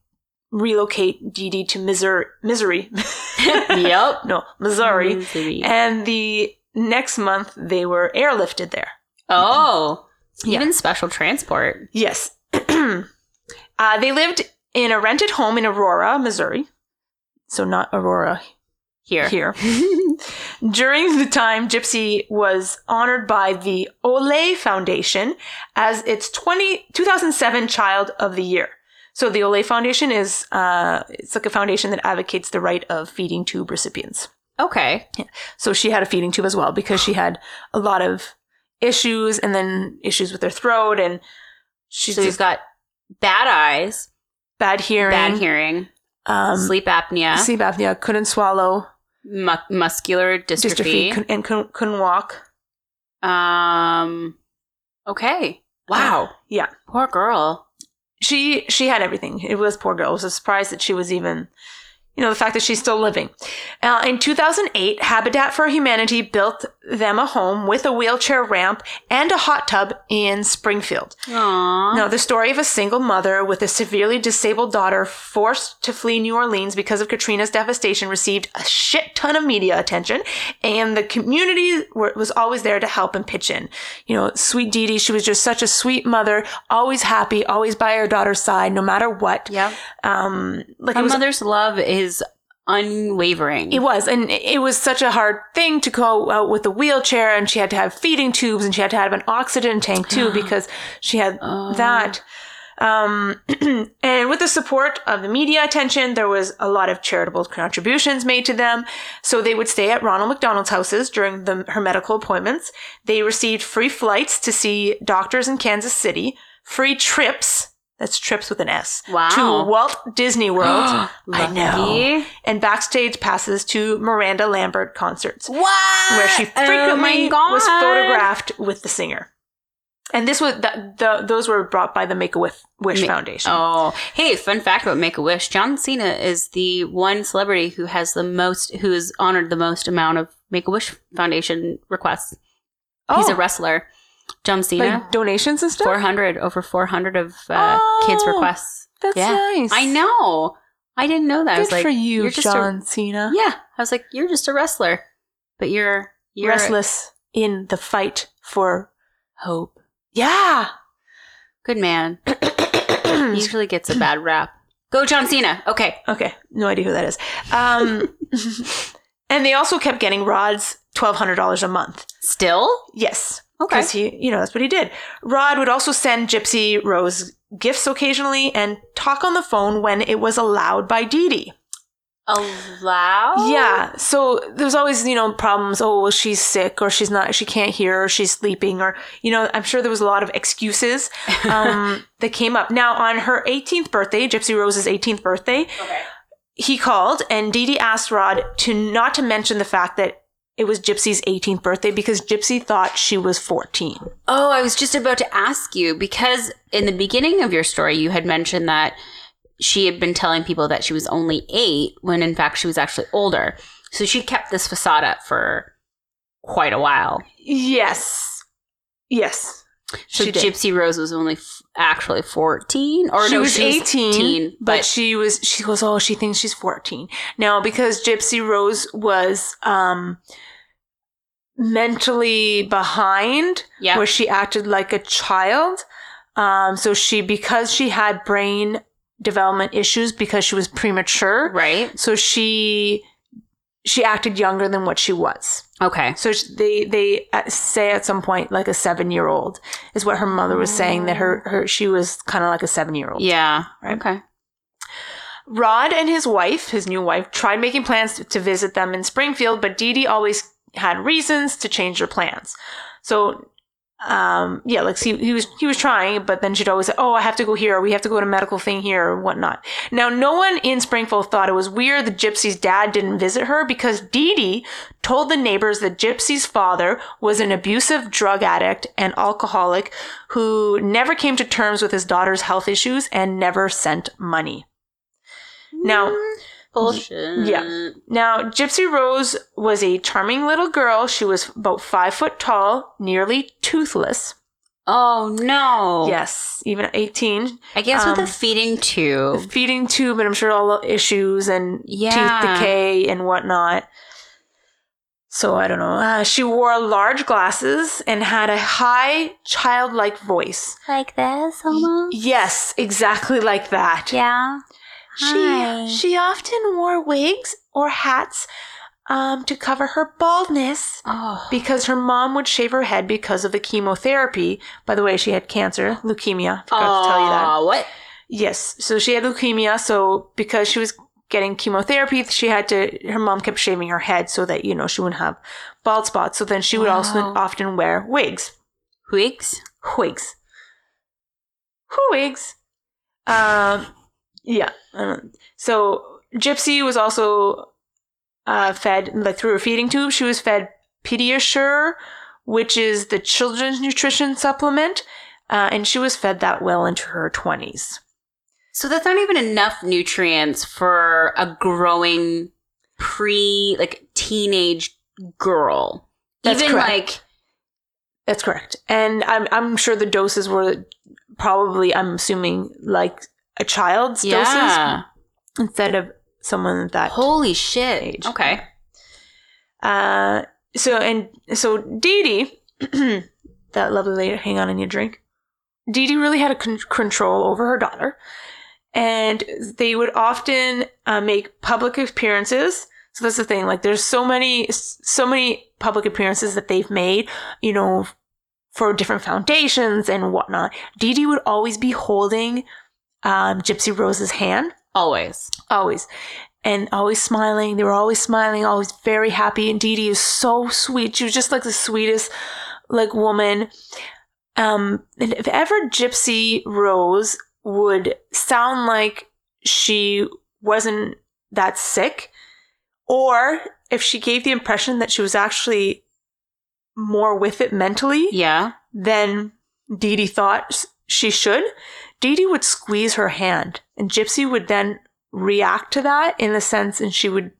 [SPEAKER 1] relocate Dee Dee to Missouri. Missouri. [laughs]
[SPEAKER 2] yep
[SPEAKER 1] no,
[SPEAKER 2] Mm.
[SPEAKER 1] Missouri.
[SPEAKER 2] Missouri.
[SPEAKER 1] And the next month they were airlifted there.
[SPEAKER 2] Oh,
[SPEAKER 1] Yeah.
[SPEAKER 2] even special transport.
[SPEAKER 1] Yes. [clears throat] uh, they lived in a rented home in Aurora, Missouri. So not Aurora
[SPEAKER 2] Here.
[SPEAKER 1] here. During the time, Gypsy was honored by the Olay Foundation as its 20, 2007 Child of the Year. So the Olay Foundation is uh, it's like a foundation that advocates the right of feeding tube recipients.
[SPEAKER 2] [laughs] Okay.
[SPEAKER 1] So she had a feeding tube as well because she had a lot of issues and then issues with her throat and she's
[SPEAKER 2] So you've
[SPEAKER 1] just
[SPEAKER 2] got bad eyes,
[SPEAKER 1] bad hearing,
[SPEAKER 2] bad hearing,
[SPEAKER 1] um, sleep,
[SPEAKER 2] sleep apnea,
[SPEAKER 1] apnea, couldn't swallow,
[SPEAKER 2] mu- muscular
[SPEAKER 1] dystrophy,
[SPEAKER 2] dystrophy.
[SPEAKER 1] couldn't- and couldn't, couldn't walk.
[SPEAKER 2] um. Okay. Wow.
[SPEAKER 1] Yeah.
[SPEAKER 2] Poor girl.
[SPEAKER 1] she she had everything. It was poor girl. It was a surprise that she was even, you know, the fact that she's still living. Uh, in 2008, Habitat for Humanity built them a home with a wheelchair ramp and a hot tub in Springfield.
[SPEAKER 2] Aww.
[SPEAKER 1] No, the story of a single mother with a severely disabled daughter forced to flee New Orleans because of Katrina's devastation received a shit ton of media attention, and the community were, was always there to help and pitch in. You know, sweet Dee Dee, she was just such a sweet mother, always happy, always by her daughter's side, no matter what.
[SPEAKER 2] Yep.
[SPEAKER 1] Um, like
[SPEAKER 2] My
[SPEAKER 1] it was
[SPEAKER 2] mother's love is unwavering.
[SPEAKER 1] it was, and it it was such a hard thing to go out with a wheelchair, and she had to have feeding tubes, and she had to have an oxygen tank too
[SPEAKER 2] [gasps]
[SPEAKER 1] because she had
[SPEAKER 2] Oh.
[SPEAKER 1] that. Um, [clears throat] and with the support of the media attention, there was a lot of charitable contributions made to them. So they would stay at Ronald McDonald's houses during the, her medical appointments. They received free flights to see doctors in Kansas City, free trips. That's trips with an S.
[SPEAKER 2] Wow.
[SPEAKER 1] To Walt Disney
[SPEAKER 2] [gasps]
[SPEAKER 1] World. I know
[SPEAKER 2] Lucky.
[SPEAKER 1] and backstage passes to Miranda Lambert concerts,
[SPEAKER 2] What?
[SPEAKER 1] where she
[SPEAKER 2] oh
[SPEAKER 1] frequently
[SPEAKER 2] my God.
[SPEAKER 1] was photographed with the singer. And this was that the, those were brought by the Make a Wish
[SPEAKER 2] Ma-
[SPEAKER 1] Foundation.
[SPEAKER 2] Oh, hey! Fun fact about Make a Wish: John Cena is the one celebrity who has the most, who is honored the most amount of Make a Wish Foundation requests. He's
[SPEAKER 1] Oh.
[SPEAKER 2] a wrestler. John Cena,
[SPEAKER 1] like donations and stuff.
[SPEAKER 2] four hundred over four hundred of uh, kids'
[SPEAKER 1] Oh,
[SPEAKER 2] requests.
[SPEAKER 1] That's
[SPEAKER 2] Yeah.
[SPEAKER 1] nice.
[SPEAKER 2] I know. I didn't know that. I
[SPEAKER 1] Good
[SPEAKER 2] was like,
[SPEAKER 1] for you,
[SPEAKER 2] you're just a-
[SPEAKER 1] John Cena.
[SPEAKER 2] yeah. I was like, you're just a wrestler, but you're you're
[SPEAKER 1] Restless in the fight for hope. Yeah.
[SPEAKER 2] good [clears throat] man. He usually gets a bad rap. Go John Cena. Okay.
[SPEAKER 1] [clears throat] Okay, no idea who that is.
[SPEAKER 2] [laughs]
[SPEAKER 1] Um, and they also kept getting Rod's twelve hundred dollars a month.
[SPEAKER 2] Still?
[SPEAKER 1] Yes.
[SPEAKER 2] Okay.
[SPEAKER 1] Because he, you know, that's what he did. Rod would also send Gypsy Rose gifts occasionally and talk on the phone when it was allowed by Dee Dee.
[SPEAKER 2] Allow?
[SPEAKER 1] Yeah. So there's always, you know, problems. Oh, well, she's sick or she's not, she can't hear or she's sleeping or, you know, I'm sure there was a lot of excuses um, that came up. Now, on her 18th birthday, Gypsy Rose's 18th birthday,
[SPEAKER 2] Okay.
[SPEAKER 1] he called and Dee Dee asked Rod to not to mention the fact that it was Gypsy's 18th birthday because Gypsy thought she was 14.
[SPEAKER 2] Oh, I was just about to ask you because in the beginning of your story, you had mentioned that she had been telling people that she was only eight when in fact she was actually older. So she kept this facade up for quite a while.
[SPEAKER 1] Yes. Yes.
[SPEAKER 2] So
[SPEAKER 1] She did.
[SPEAKER 2] Gypsy Rose was only f- actually 14 or
[SPEAKER 1] she
[SPEAKER 2] no,
[SPEAKER 1] was 18,
[SPEAKER 2] 15,
[SPEAKER 1] but, she was she goes, "Oh, she thinks she's 14." Now, because Gypsy Rose was um mentally behind
[SPEAKER 2] yeah.
[SPEAKER 1] where she acted like a child, um so she because she had brain development issues because she was premature,
[SPEAKER 2] right?
[SPEAKER 1] so she she acted younger than what she was.
[SPEAKER 2] Okay.
[SPEAKER 1] So sh- they they uh, say at some point like a seven year old is what her mother was saying that her her she was kind of like a seven year old.
[SPEAKER 2] Yeah.
[SPEAKER 1] Right.
[SPEAKER 2] Okay.
[SPEAKER 1] Rod and his wife, his new wife, tried making plans to, to visit them in Springfield, but Dee Dee always had reasons to change her plans. So. Um, yeah, like he, he was he was trying, but then she'd always say, "Oh, I have to go here. Or we have to go to a medical thing here, or whatnot." Now, no one in Springfield thought it was weird that Gypsy's dad didn't visit her because Dee Dee told the neighbors that Gypsy's father was an abusive drug addict and alcoholic who never came to terms with his daughter's health issues and never sent money. Now,
[SPEAKER 2] Mm-hmm. Bullshit.
[SPEAKER 1] Yeah. now, Gypsy Rose was a charming little girl. She was about five foot tall, nearly toothless.
[SPEAKER 2] Oh no.
[SPEAKER 1] Yes, even at 18.
[SPEAKER 2] I guess with
[SPEAKER 1] Um,
[SPEAKER 2] a feeding tube.
[SPEAKER 1] Feeding tube, and I'm sure all the issues and teeth
[SPEAKER 2] Yeah.
[SPEAKER 1] decay and whatnot. So I don't know. Uh, she wore large glasses and had a high, childlike voice.
[SPEAKER 2] Like this almost?
[SPEAKER 1] Yes, exactly like that.
[SPEAKER 2] Yeah. Hi.
[SPEAKER 1] She she often wore wigs or hats um, to cover her baldness.
[SPEAKER 2] Oh.
[SPEAKER 1] because her mom would shave her head because of the chemotherapy. By the way, she had cancer, leukemia. I forgot to tell you that.
[SPEAKER 2] Aw, What?
[SPEAKER 1] Yes, so she had leukemia. So because she was getting chemotherapy, she had to. Her mom kept shaving her head so that you know she wouldn't have bald spots. So then she would also
[SPEAKER 2] Wow.
[SPEAKER 1] often wear wigs,
[SPEAKER 2] Wigs?
[SPEAKER 1] wigs, who wigs. Um, yeah. I don't- So Gypsy was also uh, fed like through her feeding tube. She was fed Pediasure, which is the children's nutrition supplement, uh, and she was fed that well into her twenties.
[SPEAKER 2] So that's not even enough nutrients for a growing pre like teenage girl.
[SPEAKER 1] That's
[SPEAKER 2] Even
[SPEAKER 1] correct.
[SPEAKER 2] like
[SPEAKER 1] That's correct. And I'm I'm sure the doses were probably I'm assuming like a child's doses
[SPEAKER 2] yeah.
[SPEAKER 1] instead of someone that
[SPEAKER 2] Holy shit.
[SPEAKER 1] Age.
[SPEAKER 2] Okay.
[SPEAKER 1] Uh, so and so Dee Dee, [clears throat] that lovely lady, hang on in your drink. Dee Dee really had a con- control over her daughter, and they would often uh, make public appearances. So that's the thing. Like, there's so many, so many public appearances that they've made. You know, for different foundations and whatnot. Dee Dee would always be holding um, Gypsy Rose's hand
[SPEAKER 2] Always.
[SPEAKER 1] always and always smiling they were always smiling always very happy and Dee Dee is so sweet she was just like the sweetest like woman um and if ever gypsy rose would sound like she wasn't that sick or if she gave the impression that she was actually more with it mentally
[SPEAKER 2] Yeah.
[SPEAKER 1] than Dee Dee thought s- she should, Dee Dee would squeeze her hand, and Gypsy would then react to that in the sense, and she would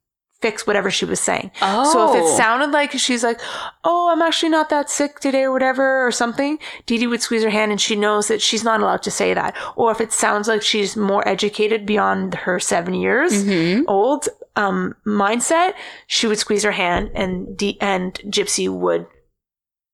[SPEAKER 1] fix whatever she was saying.
[SPEAKER 2] Oh.
[SPEAKER 1] So if it sounded like she's like, "Oh, I'm actually not that sick today," or whatever, or something, Dee Dee would squeeze her hand, and she knows that she's not allowed to say that. Or if it sounds like she's more educated beyond her seven years,
[SPEAKER 2] Mhm.
[SPEAKER 1] old um, mindset, she would squeeze her hand, and D- and Gypsy would,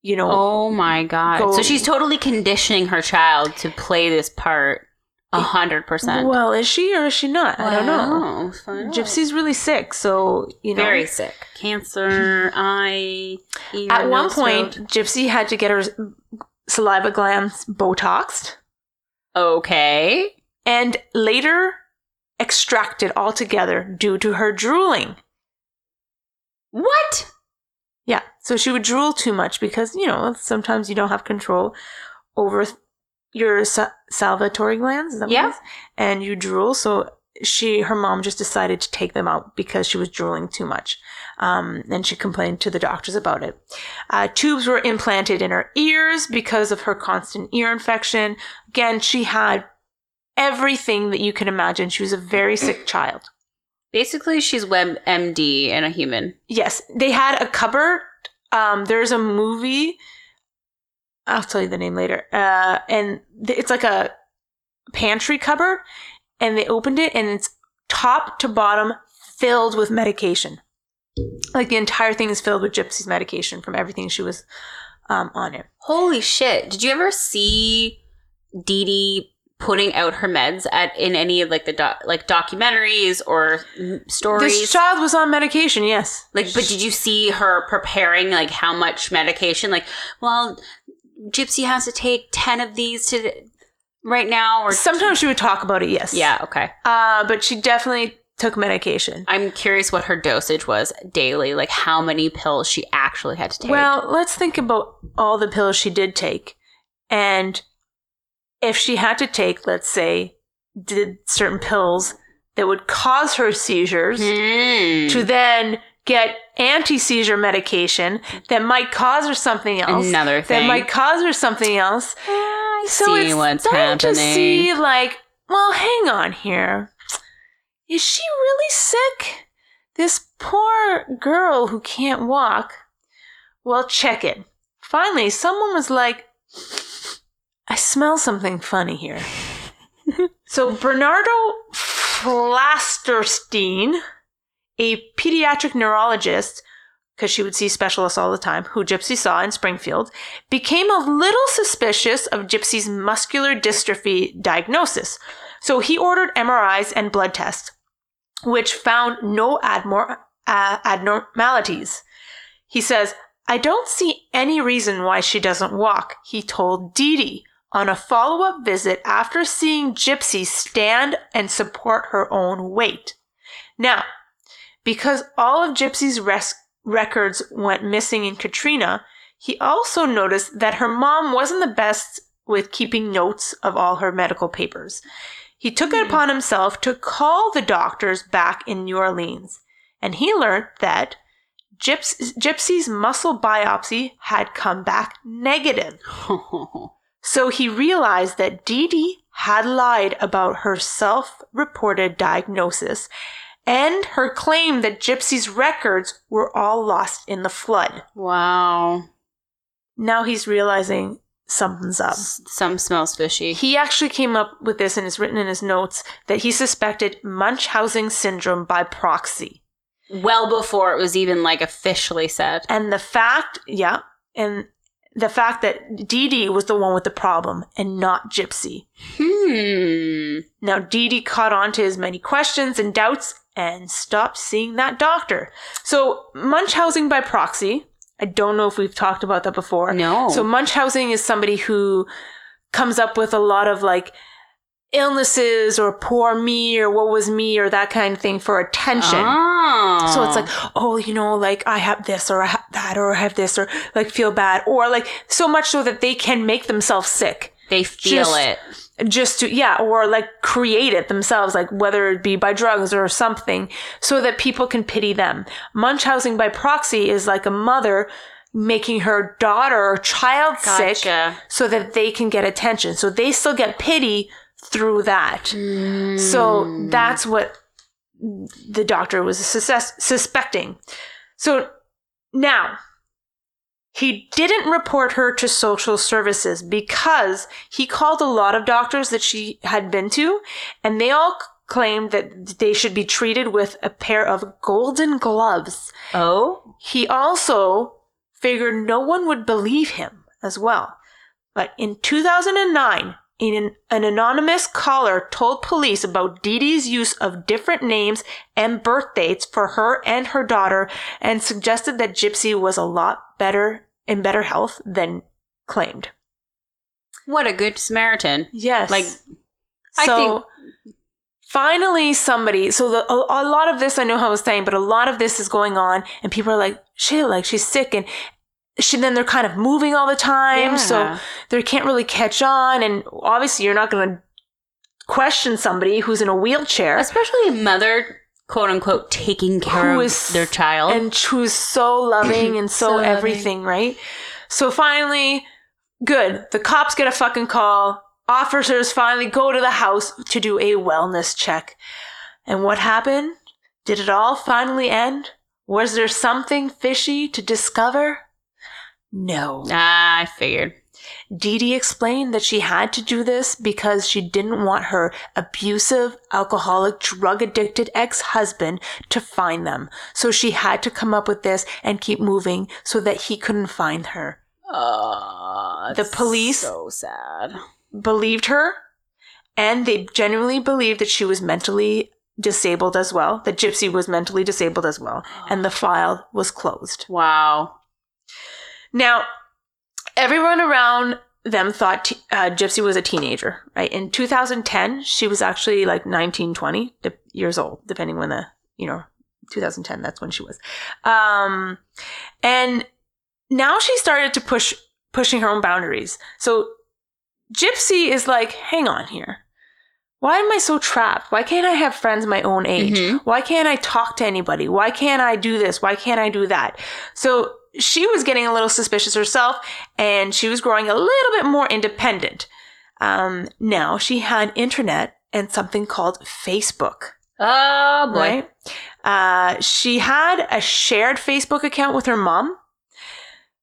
[SPEAKER 1] you know,
[SPEAKER 2] Oh my god.
[SPEAKER 1] Go-
[SPEAKER 2] So she's totally conditioning her child to play this part a hundred percent.
[SPEAKER 1] Well, is she or is she not? I don't know.
[SPEAKER 2] Wow, fun.
[SPEAKER 1] Gypsy's really sick, so you know.
[SPEAKER 2] very sick. [laughs] Cancer, eye, ear,
[SPEAKER 1] At one
[SPEAKER 2] nose,
[SPEAKER 1] point,
[SPEAKER 2] throat.
[SPEAKER 1] Gypsy had to get her saliva glands botoxed
[SPEAKER 2] Okay.
[SPEAKER 1] and later extracted altogether due to her drooling.
[SPEAKER 2] What?
[SPEAKER 1] Yeah, so she would drool too much because you know sometimes you don't have control over th- your sa- salvatory glands. Is that what it
[SPEAKER 2] Yeah.
[SPEAKER 1] is? and you drool. So she, her mom, just decided to take them out because she was drooling too much, um, and she complained to the doctors about it. Uh, tubes were implanted in her ears because of her constant ear infection. Again, she had everything that you can imagine. She was a very sick child.
[SPEAKER 2] Basically, she's WebMD and a human.
[SPEAKER 1] Yes, they had a cupboard. Um, there's a movie. I'll tell you the name later. Uh, and th- it's like a pantry cupboard, and they opened it, and it's top to bottom filled with medication. Like the entire thing is filled with Gypsy's medication from everything she was um, on it.
[SPEAKER 2] Holy shit! Did you ever see Dee Dee putting out her meds at in any of like the doc, like documentaries or mm,
[SPEAKER 1] This
[SPEAKER 2] stories?
[SPEAKER 1] child was on medication. Yes.
[SPEAKER 2] like, but did you see her preparing like how much medication? Like, well, Gypsy has to take ten of these to right now, or
[SPEAKER 1] Sometimes she would talk about it. Yes.
[SPEAKER 2] yeah, okay.
[SPEAKER 1] Uh, but she definitely took medication.
[SPEAKER 2] I'm curious what her dosage was daily, like how many pills she actually had to take.
[SPEAKER 1] Well, let's think about all the pills she did take. And if she had to take, let's say, did certain pills that would cause her seizures
[SPEAKER 2] Hmm.
[SPEAKER 1] to then get anti seizure medication that might cause her something else.
[SPEAKER 2] Another
[SPEAKER 1] That
[SPEAKER 2] thing. Ah,
[SPEAKER 1] might cause her something else.
[SPEAKER 2] I
[SPEAKER 1] So
[SPEAKER 2] see
[SPEAKER 1] it's
[SPEAKER 2] what's
[SPEAKER 1] starting
[SPEAKER 2] happening.
[SPEAKER 1] to see, like, well, hang on here. Is she really sick? This poor girl who can't walk. Well, check it. Finally, someone was like, I smell something funny
[SPEAKER 2] [laughs]
[SPEAKER 1] here. so, Bernardo Flasterstein, a pediatric neurologist, because she would see specialists all the time, who Gypsy saw in Springfield, became a little suspicious of Gypsy's muscular dystrophy diagnosis. So he ordered MRIs and blood tests, which found no admor- uh, abnormalities. He says, I don't see any reason why she doesn't walk, he told Dee Dee on a follow up visit after seeing Gypsy stand and support her own weight. Now, because all of Gypsy's res- records went missing in Katrina, he also noticed that her mom wasn't the best with keeping notes of all her medical papers. He took it upon himself to call the doctors back in New Orleans, and he learned that Gyps- Gypsy's muscle biopsy had come back negative. So he realized that Dee Dee had lied about her self reported diagnosis and her claim that Gypsy's records were all lost in the flood.
[SPEAKER 2] [laughs] Wow.
[SPEAKER 1] Now he's realizing something's up.
[SPEAKER 2] S- Some smells fishy.
[SPEAKER 1] He actually came up with this and is written in his notes that he suspected Munchausen syndrome by proxy.
[SPEAKER 2] well before it was even like officially said.
[SPEAKER 1] And the fact, yeah, and the fact that Dee Dee was the one with the problem and not Gypsy.
[SPEAKER 2] Hmm.
[SPEAKER 1] Now, Dee Dee caught on to his many questions and doubts and stopped seeing that doctor. So, Munchausen by proxy, I don't know if we've talked about that before.
[SPEAKER 2] No.
[SPEAKER 1] So, Munchausen is somebody who comes up with a lot of like illnesses or poor me or what was me or that kind of thing for attention.
[SPEAKER 2] Oh.
[SPEAKER 1] So it's like, oh, you know, like I have this or I have that or I have this or like feel bad or like so much so that they can make themselves sick
[SPEAKER 2] they feel
[SPEAKER 1] just-
[SPEAKER 2] it.
[SPEAKER 1] just to yeah or like create it themselves like whether it be by drugs or something so that people can pity them munchausen by proxy is like a mother making her daughter or child sick
[SPEAKER 2] Gotcha.
[SPEAKER 1] so that they can get attention so they still get pity through that so that's what the doctor was success- suspecting so now he didn't report her to social services because he called a lot of doctors that she had been to, and they all c- claimed that they should be treated with a pair of golden gloves.
[SPEAKER 2] Oh.
[SPEAKER 1] He also figured no one would believe him as well. But in 2009, an, an anonymous caller told police about Dee Dee's use of different names and birth dates for her and her daughter and suggested that Gypsy was a lot better in better health than claimed.
[SPEAKER 2] What a good Samaritan.
[SPEAKER 1] Yes.
[SPEAKER 2] Like, I
[SPEAKER 1] so
[SPEAKER 2] think-
[SPEAKER 1] finally somebody, so the, a, a lot of this I know how I was saying, but a lot of this is going on and people are like, shit, like she's sick and she, then they're kind of moving all the time. So
[SPEAKER 2] Yeah.
[SPEAKER 1] they can't really catch on. And obviously you're not going to question somebody who's in a wheelchair
[SPEAKER 2] especially a mother, quote unquote, taking care
[SPEAKER 1] Who
[SPEAKER 2] of
[SPEAKER 1] is-
[SPEAKER 2] their child.
[SPEAKER 1] and who's so
[SPEAKER 2] [laughs]
[SPEAKER 1] loving and so,
[SPEAKER 2] So loving.
[SPEAKER 1] everything, right? So finally, good. The cops get a fucking call. Officers finally go to the house to do a wellness check. And what happened? Did it all finally end? Was there something fishy to discover? No.
[SPEAKER 2] ah, I figured.
[SPEAKER 1] Dee Dee explained that she had to do this because she didn't want her abusive, alcoholic, drug addicted ex husband to find them. So she had to come up with this and keep moving so that he couldn't find her.
[SPEAKER 2] Uh,
[SPEAKER 1] The police-
[SPEAKER 2] So sad.
[SPEAKER 1] Believed her, and they genuinely believed that she was mentally disabled as well, that Gypsy was mentally disabled as well, and the file was closed.
[SPEAKER 2] Wow.
[SPEAKER 1] Now, everyone around them thought t- uh, Gypsy was a teenager, right? In 2010, she was actually like 19, 20 de- years old, depending when the, you know, 2010, that's when she was. Um, and now she started to push, pushing her own boundaries. So Gypsy is like, hang on here. Why am I so trapped? Why can't I have friends my own age?
[SPEAKER 2] Mhm.
[SPEAKER 1] Why can't I talk to anybody? Why can't I do this? Why can't I do that? So she was getting a little suspicious herself and she was growing a little bit more independent. Um, now she had internet and something called Facebook.
[SPEAKER 2] Oh boy.
[SPEAKER 1] Right?
[SPEAKER 2] [gasps]
[SPEAKER 1] Uh, she had a shared Facebook account with her mom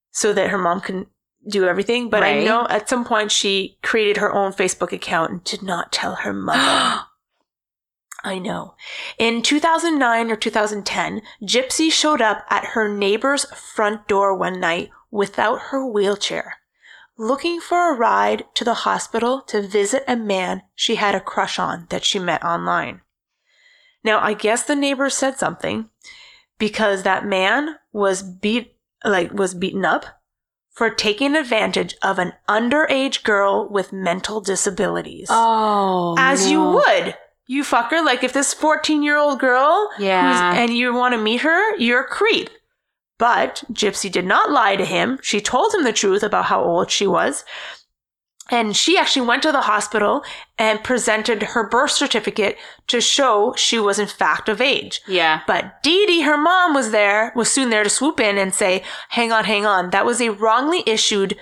[SPEAKER 1] so that her mom can do everything. But I
[SPEAKER 2] Right.
[SPEAKER 1] know at some point she created her own Facebook account and did not tell her
[SPEAKER 2] [gasps]
[SPEAKER 1] mother. [gasps] I know. In 2009 or 2010, Gypsy showed up at her neighbor's front door one night without her wheelchair, looking for a ride to the hospital to visit a man she had a crush on that she met online. Now, I guess the neighbor said something because that man was beat like was beaten up for taking advantage of an underage girl with mental disabilities
[SPEAKER 2] oh.
[SPEAKER 1] as you
[SPEAKER 2] no.
[SPEAKER 1] would. You fucker. Like if this 14 year old girl
[SPEAKER 2] Yeah.
[SPEAKER 1] who's, and you want to meet her, you're a creep. But Gypsy did not lie to him. She told him the truth about how old she was. And she actually went to the hospital and presented her birth certificate to show she was in fact of age.
[SPEAKER 2] Yeah.
[SPEAKER 1] But Dee Dee, her mom, was there, was soon there to swoop in and say, hang on, hang on. That was a wrongly issued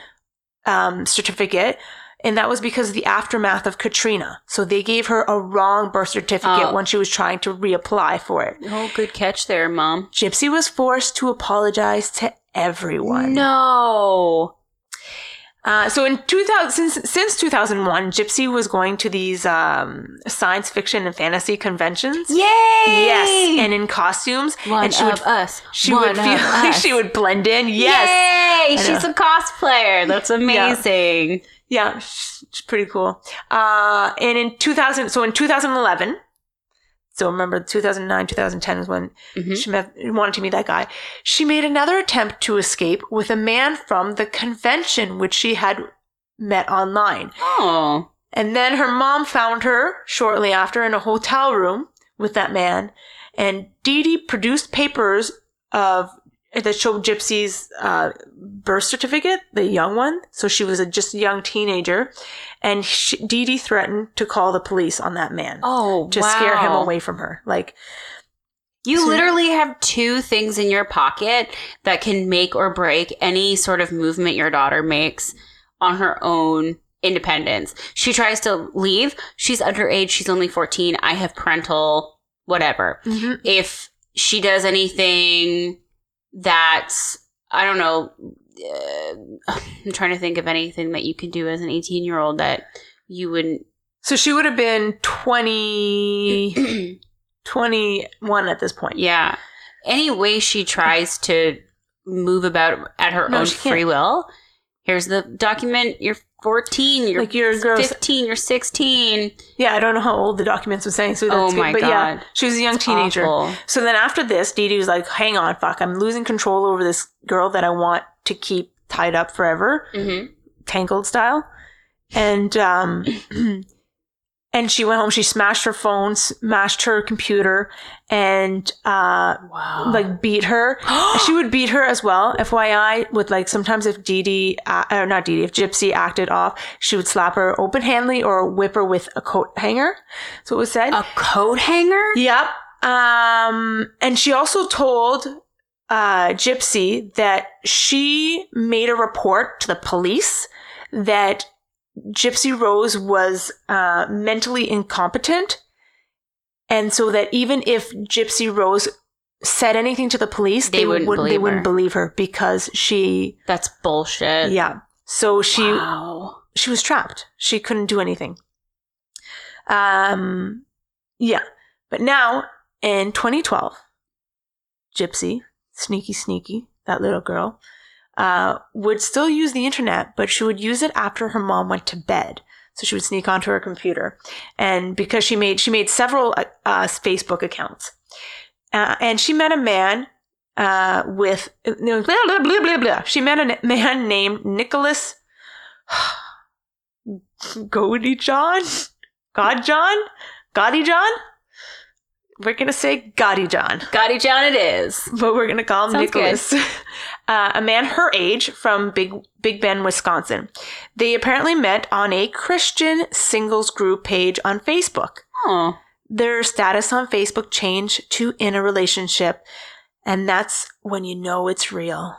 [SPEAKER 1] um, certificate. And that was because of the aftermath of Katrina. So they gave her a wrong birth certificate
[SPEAKER 2] Oh.
[SPEAKER 1] when she was trying to reapply for it.
[SPEAKER 2] Oh, good catch there, mom.
[SPEAKER 1] Gypsy was forced to apologize to everyone.
[SPEAKER 2] No.
[SPEAKER 1] Uh, so in 2000, since, since 2001, Gypsy was going to these um, science fiction and fantasy conventions.
[SPEAKER 2] Yay!
[SPEAKER 1] Yes, and in costumes,
[SPEAKER 2] one
[SPEAKER 1] and she
[SPEAKER 2] of
[SPEAKER 1] would
[SPEAKER 2] us.
[SPEAKER 1] she
[SPEAKER 2] One
[SPEAKER 1] would
[SPEAKER 2] of
[SPEAKER 1] feel [laughs] like
[SPEAKER 2] [laughs] us.
[SPEAKER 1] she would blend in. Yes,
[SPEAKER 2] Yay!
[SPEAKER 1] I
[SPEAKER 2] She's a cosplayer. [laughs] That's amazing.
[SPEAKER 1] Yeah, sh- it's pretty cool. Uh, and in 2000, so in 2011, so remember 2009, 2010 is when
[SPEAKER 2] Mhm.
[SPEAKER 1] she met, wanted to meet that guy. She made another attempt to escape with a man from the convention, which she had met online.
[SPEAKER 2] Oh.
[SPEAKER 1] And then her mom found her shortly after in a hotel room with that man. And Dee Dee produced papers of that showed Gypsy's uh, birth certificate, the young one. So she was a, just a young teenager. And she, Dee Dee threatened to call the police on that man
[SPEAKER 2] Oh,
[SPEAKER 1] to scare him
[SPEAKER 2] wow.
[SPEAKER 1] away from her. Like,
[SPEAKER 2] You
[SPEAKER 1] So-
[SPEAKER 2] literally have two things in your pocket that can make or break any sort of movement your daughter makes on her own independence. She tries to leave. She's underage. She's only 14. I have parental whatever. If she does anything that's, I don't know, uh, I'm trying to think of anything that you could do as an 18 year old that you wouldn't. [clears throat]
[SPEAKER 1] so she would have been 20, 21 at this point.
[SPEAKER 2] Yeah. Any way she tries to move about at her
[SPEAKER 1] No,
[SPEAKER 2] own
[SPEAKER 1] she can't.
[SPEAKER 2] free will, here's the document. You're 14, you're
[SPEAKER 1] Like you're a girl.
[SPEAKER 2] 15, you're 16.
[SPEAKER 1] Yeah, I don't know how old the documents were saying. So that's
[SPEAKER 2] Oh
[SPEAKER 1] good.
[SPEAKER 2] my
[SPEAKER 1] but yeah,
[SPEAKER 2] God.
[SPEAKER 1] she was a young teenager.
[SPEAKER 2] Awful.
[SPEAKER 1] So then after this, Dee Dee was like, hang on, fuck, I'm losing control over this girl that I want to keep tied up forever,
[SPEAKER 2] Mhm.
[SPEAKER 1] tangled style. And um [clears throat] and she went home, she smashed her phone, smashed her computer, and
[SPEAKER 2] [gasps]
[SPEAKER 1] uh
[SPEAKER 2] Wow.
[SPEAKER 1] like beat her. she would beat her as well. FYI, with like sometimes if Dee Dee, uh, or not Dee Dee, if Gypsy acted off, she would slap her open handedly or whip her with a coat hanger. So it was said.
[SPEAKER 2] a coat hanger?
[SPEAKER 1] Yep. Um, and she also told uh, Gypsy that she made a report to the police that Gypsy Rose was uh, mentally incompetent. And so that even if Gypsy Rose said anything to the police,
[SPEAKER 2] They
[SPEAKER 1] they,
[SPEAKER 2] wouldn't
[SPEAKER 1] would, they
[SPEAKER 2] believe
[SPEAKER 1] wouldn't
[SPEAKER 2] her.
[SPEAKER 1] believe her because she,
[SPEAKER 2] That's bullshit.
[SPEAKER 1] yeah. So she
[SPEAKER 2] Wow.
[SPEAKER 1] she was trapped. She couldn't do anything. Um, yeah. But now in 2012, Gypsy, sneaky, sneaky, that little girl, uh, would still use the internet, but she would use it after her mom went to bed. So she would sneak onto her computer, and because she made she made several uh, uh, Facebook accounts, uh, and she met a man uh, with blah, blah, blah, blah, blah. she met a n- man named Nicholas Gody John? God John? Gaudy John? We're going to say Gaudy John,
[SPEAKER 2] Gotti John it is.
[SPEAKER 1] but we're going to call him
[SPEAKER 2] Sounds good.
[SPEAKER 1] Nicholas. [laughs] Uh, a man her age from Big, Big Bend, Wisconsin. They apparently met on a Christian singles group page on Facebook.
[SPEAKER 2] Oh.
[SPEAKER 1] Their status on Facebook changed to in a relationship, and that's when you know it's real.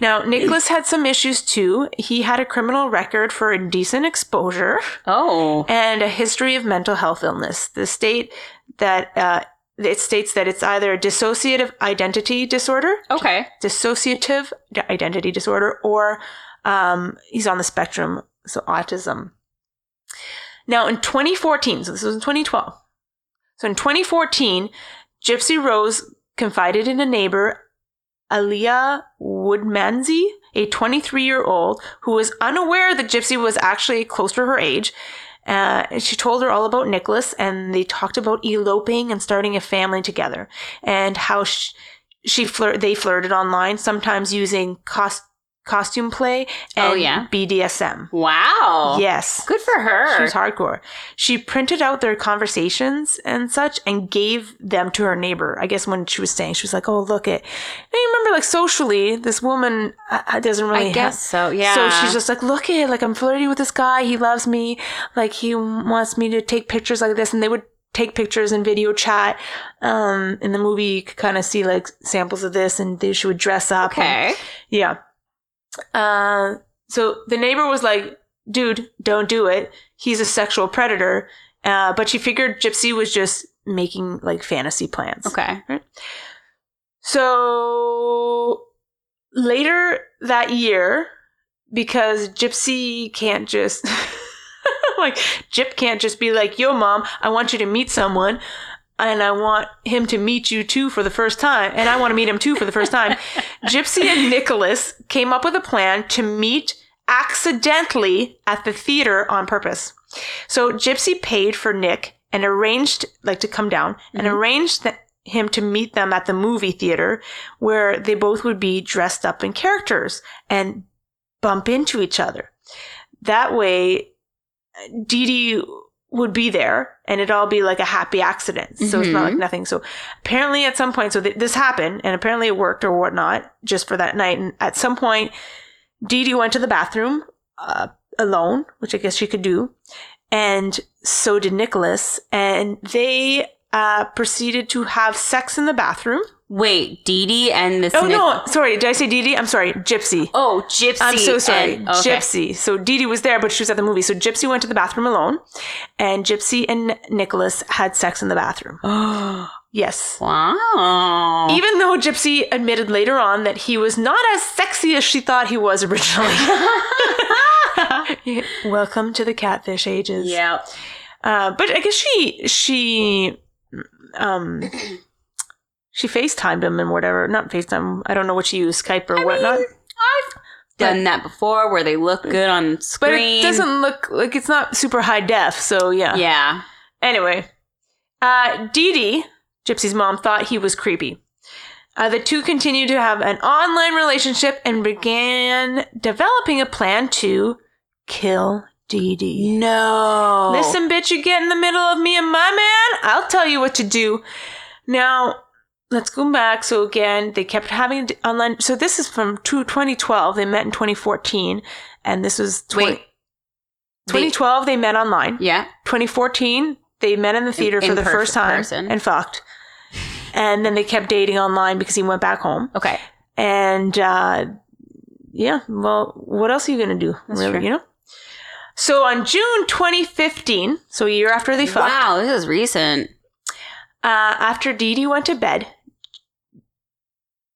[SPEAKER 1] Now, Nicholas had some issues too. He had a criminal record for indecent exposure
[SPEAKER 2] Oh.
[SPEAKER 1] and a history of mental health illness. The state that uh, it states that it's either a dissociative identity disorder,
[SPEAKER 2] Okay.
[SPEAKER 1] dissociative d- identity disorder, or um, he's on the spectrum, so autism. Now, in 2014, so this was in 2012. So in 2014, Gypsy Rose confided in a neighbor, Aliyah Woodmansey, a 23 year old who was unaware that Gypsy was actually close to her age. Uh, and she told her all about Nicholas, and they talked about eloping and starting a family together, and how she, she flirt. They flirted online, sometimes using cos- costume play and
[SPEAKER 2] Oh, yeah.
[SPEAKER 1] BDSM.
[SPEAKER 2] Wow.
[SPEAKER 1] Yes,
[SPEAKER 2] Good for her.
[SPEAKER 1] she was hardcore. She printed out their conversations and such and gave them to her neighbor. I guess when she was saying, she was like, oh, look it. And you remember, like, socially, this woman uh, uh, doesn't really
[SPEAKER 2] I
[SPEAKER 1] have-
[SPEAKER 2] guess so. Yeah.
[SPEAKER 1] So she's just like, look it. Like, I'm flirting with this guy. He loves me. Like, he wants me to take pictures like this. And they would take pictures and video chat. Um, in the movie, you could kind of see, like, samples of this. And they, she would dress up. and-
[SPEAKER 2] okay.
[SPEAKER 1] yeah. Uh, so the neighbor was like, dude, don't do it. He's a sexual predator. Uh, but she figured Gypsy was just making like fantasy plans.
[SPEAKER 2] Okay.
[SPEAKER 1] So later that year, because Gypsy can't just [laughs] like Gyp can't just be like, "Yo, mom, I want you to meet someone." And I want him to meet you too for the first time. And I want to meet him too for the first time. Gypsy and Nicholas came up with a plan to meet accidentally at the theater on purpose. So Gypsy paid for Nick and arranged, like, to come down and
[SPEAKER 2] Mhm.
[SPEAKER 1] arranged th- him to meet them at the movie theater where they both would be dressed up in characters and bump into each other. That way, Dee Dee would be there and it'd all be like a happy accident. So it's not like
[SPEAKER 2] Mhm.
[SPEAKER 1] nothing. So apparently at some point, so th- this happened and apparently it worked or whatnot just for that night. And at some point, Dee Dee went to the bathroom uh, alone, which I guess she could do. And so did Nicholas. And they uh, proceeded to have sex in the bathroom.
[SPEAKER 2] Wait, Dee Dee and Miss
[SPEAKER 1] Oh,
[SPEAKER 2] Nic-
[SPEAKER 1] no. Sorry. Did I say Dee Dee? I'm sorry. Gypsy.
[SPEAKER 2] Oh, Gypsy.
[SPEAKER 1] I'm so sorry.
[SPEAKER 2] and- okay.
[SPEAKER 1] Gypsy. So Dee Dee was there, but she was at the movie. So Gypsy went to the bathroom alone, and Gypsy and Nicholas had sex in the bathroom. Yes.
[SPEAKER 2] [gasps] wow.
[SPEAKER 1] Even though Gypsy admitted later on that he was not as sexy as she thought he was
[SPEAKER 2] [laughs]
[SPEAKER 1] originally. Welcome to the catfish ages.
[SPEAKER 2] [laughs] yeah.
[SPEAKER 1] Uh, but I guess she she
[SPEAKER 2] [clears throat]
[SPEAKER 1] um she FaceTimed him and whatever. Not FaceTime. I don't know what she used, Skype or whatnot.
[SPEAKER 2] Done that before where they look good on
[SPEAKER 1] but
[SPEAKER 2] screen.
[SPEAKER 1] it doesn't look like it's not super high def. So yeah.
[SPEAKER 2] Yeah.
[SPEAKER 1] Anyway, uh, Dee Dee, Gypsy's mom, thought he was creepy. Uh, the two continued to have an online relationship and began developing a plan to kill Dee Dee.
[SPEAKER 2] No.
[SPEAKER 1] Listen, bitch, you get in the middle of me and my man, I'll tell you what to do. Now, let's go back. So, again, they kept having d- online. So, this is from two- 2012. They met in 2014. And this was 20,
[SPEAKER 2] Wait.
[SPEAKER 1] 2012, they met online.
[SPEAKER 2] Yeah.
[SPEAKER 1] 2014, they met in the theater
[SPEAKER 2] In-
[SPEAKER 1] for
[SPEAKER 2] in
[SPEAKER 1] the
[SPEAKER 2] per-
[SPEAKER 1] first time
[SPEAKER 2] person.
[SPEAKER 1] and fucked. And then they kept dating online because he went back home.
[SPEAKER 2] Okay.
[SPEAKER 1] And uh, yeah, well, what else are you going to do?
[SPEAKER 2] That's
[SPEAKER 1] really,
[SPEAKER 2] true.
[SPEAKER 1] you know? So on June 2015, so a year after they fucked,
[SPEAKER 2] Wow, this is recent.
[SPEAKER 1] uh, after Dee Dee went to bed,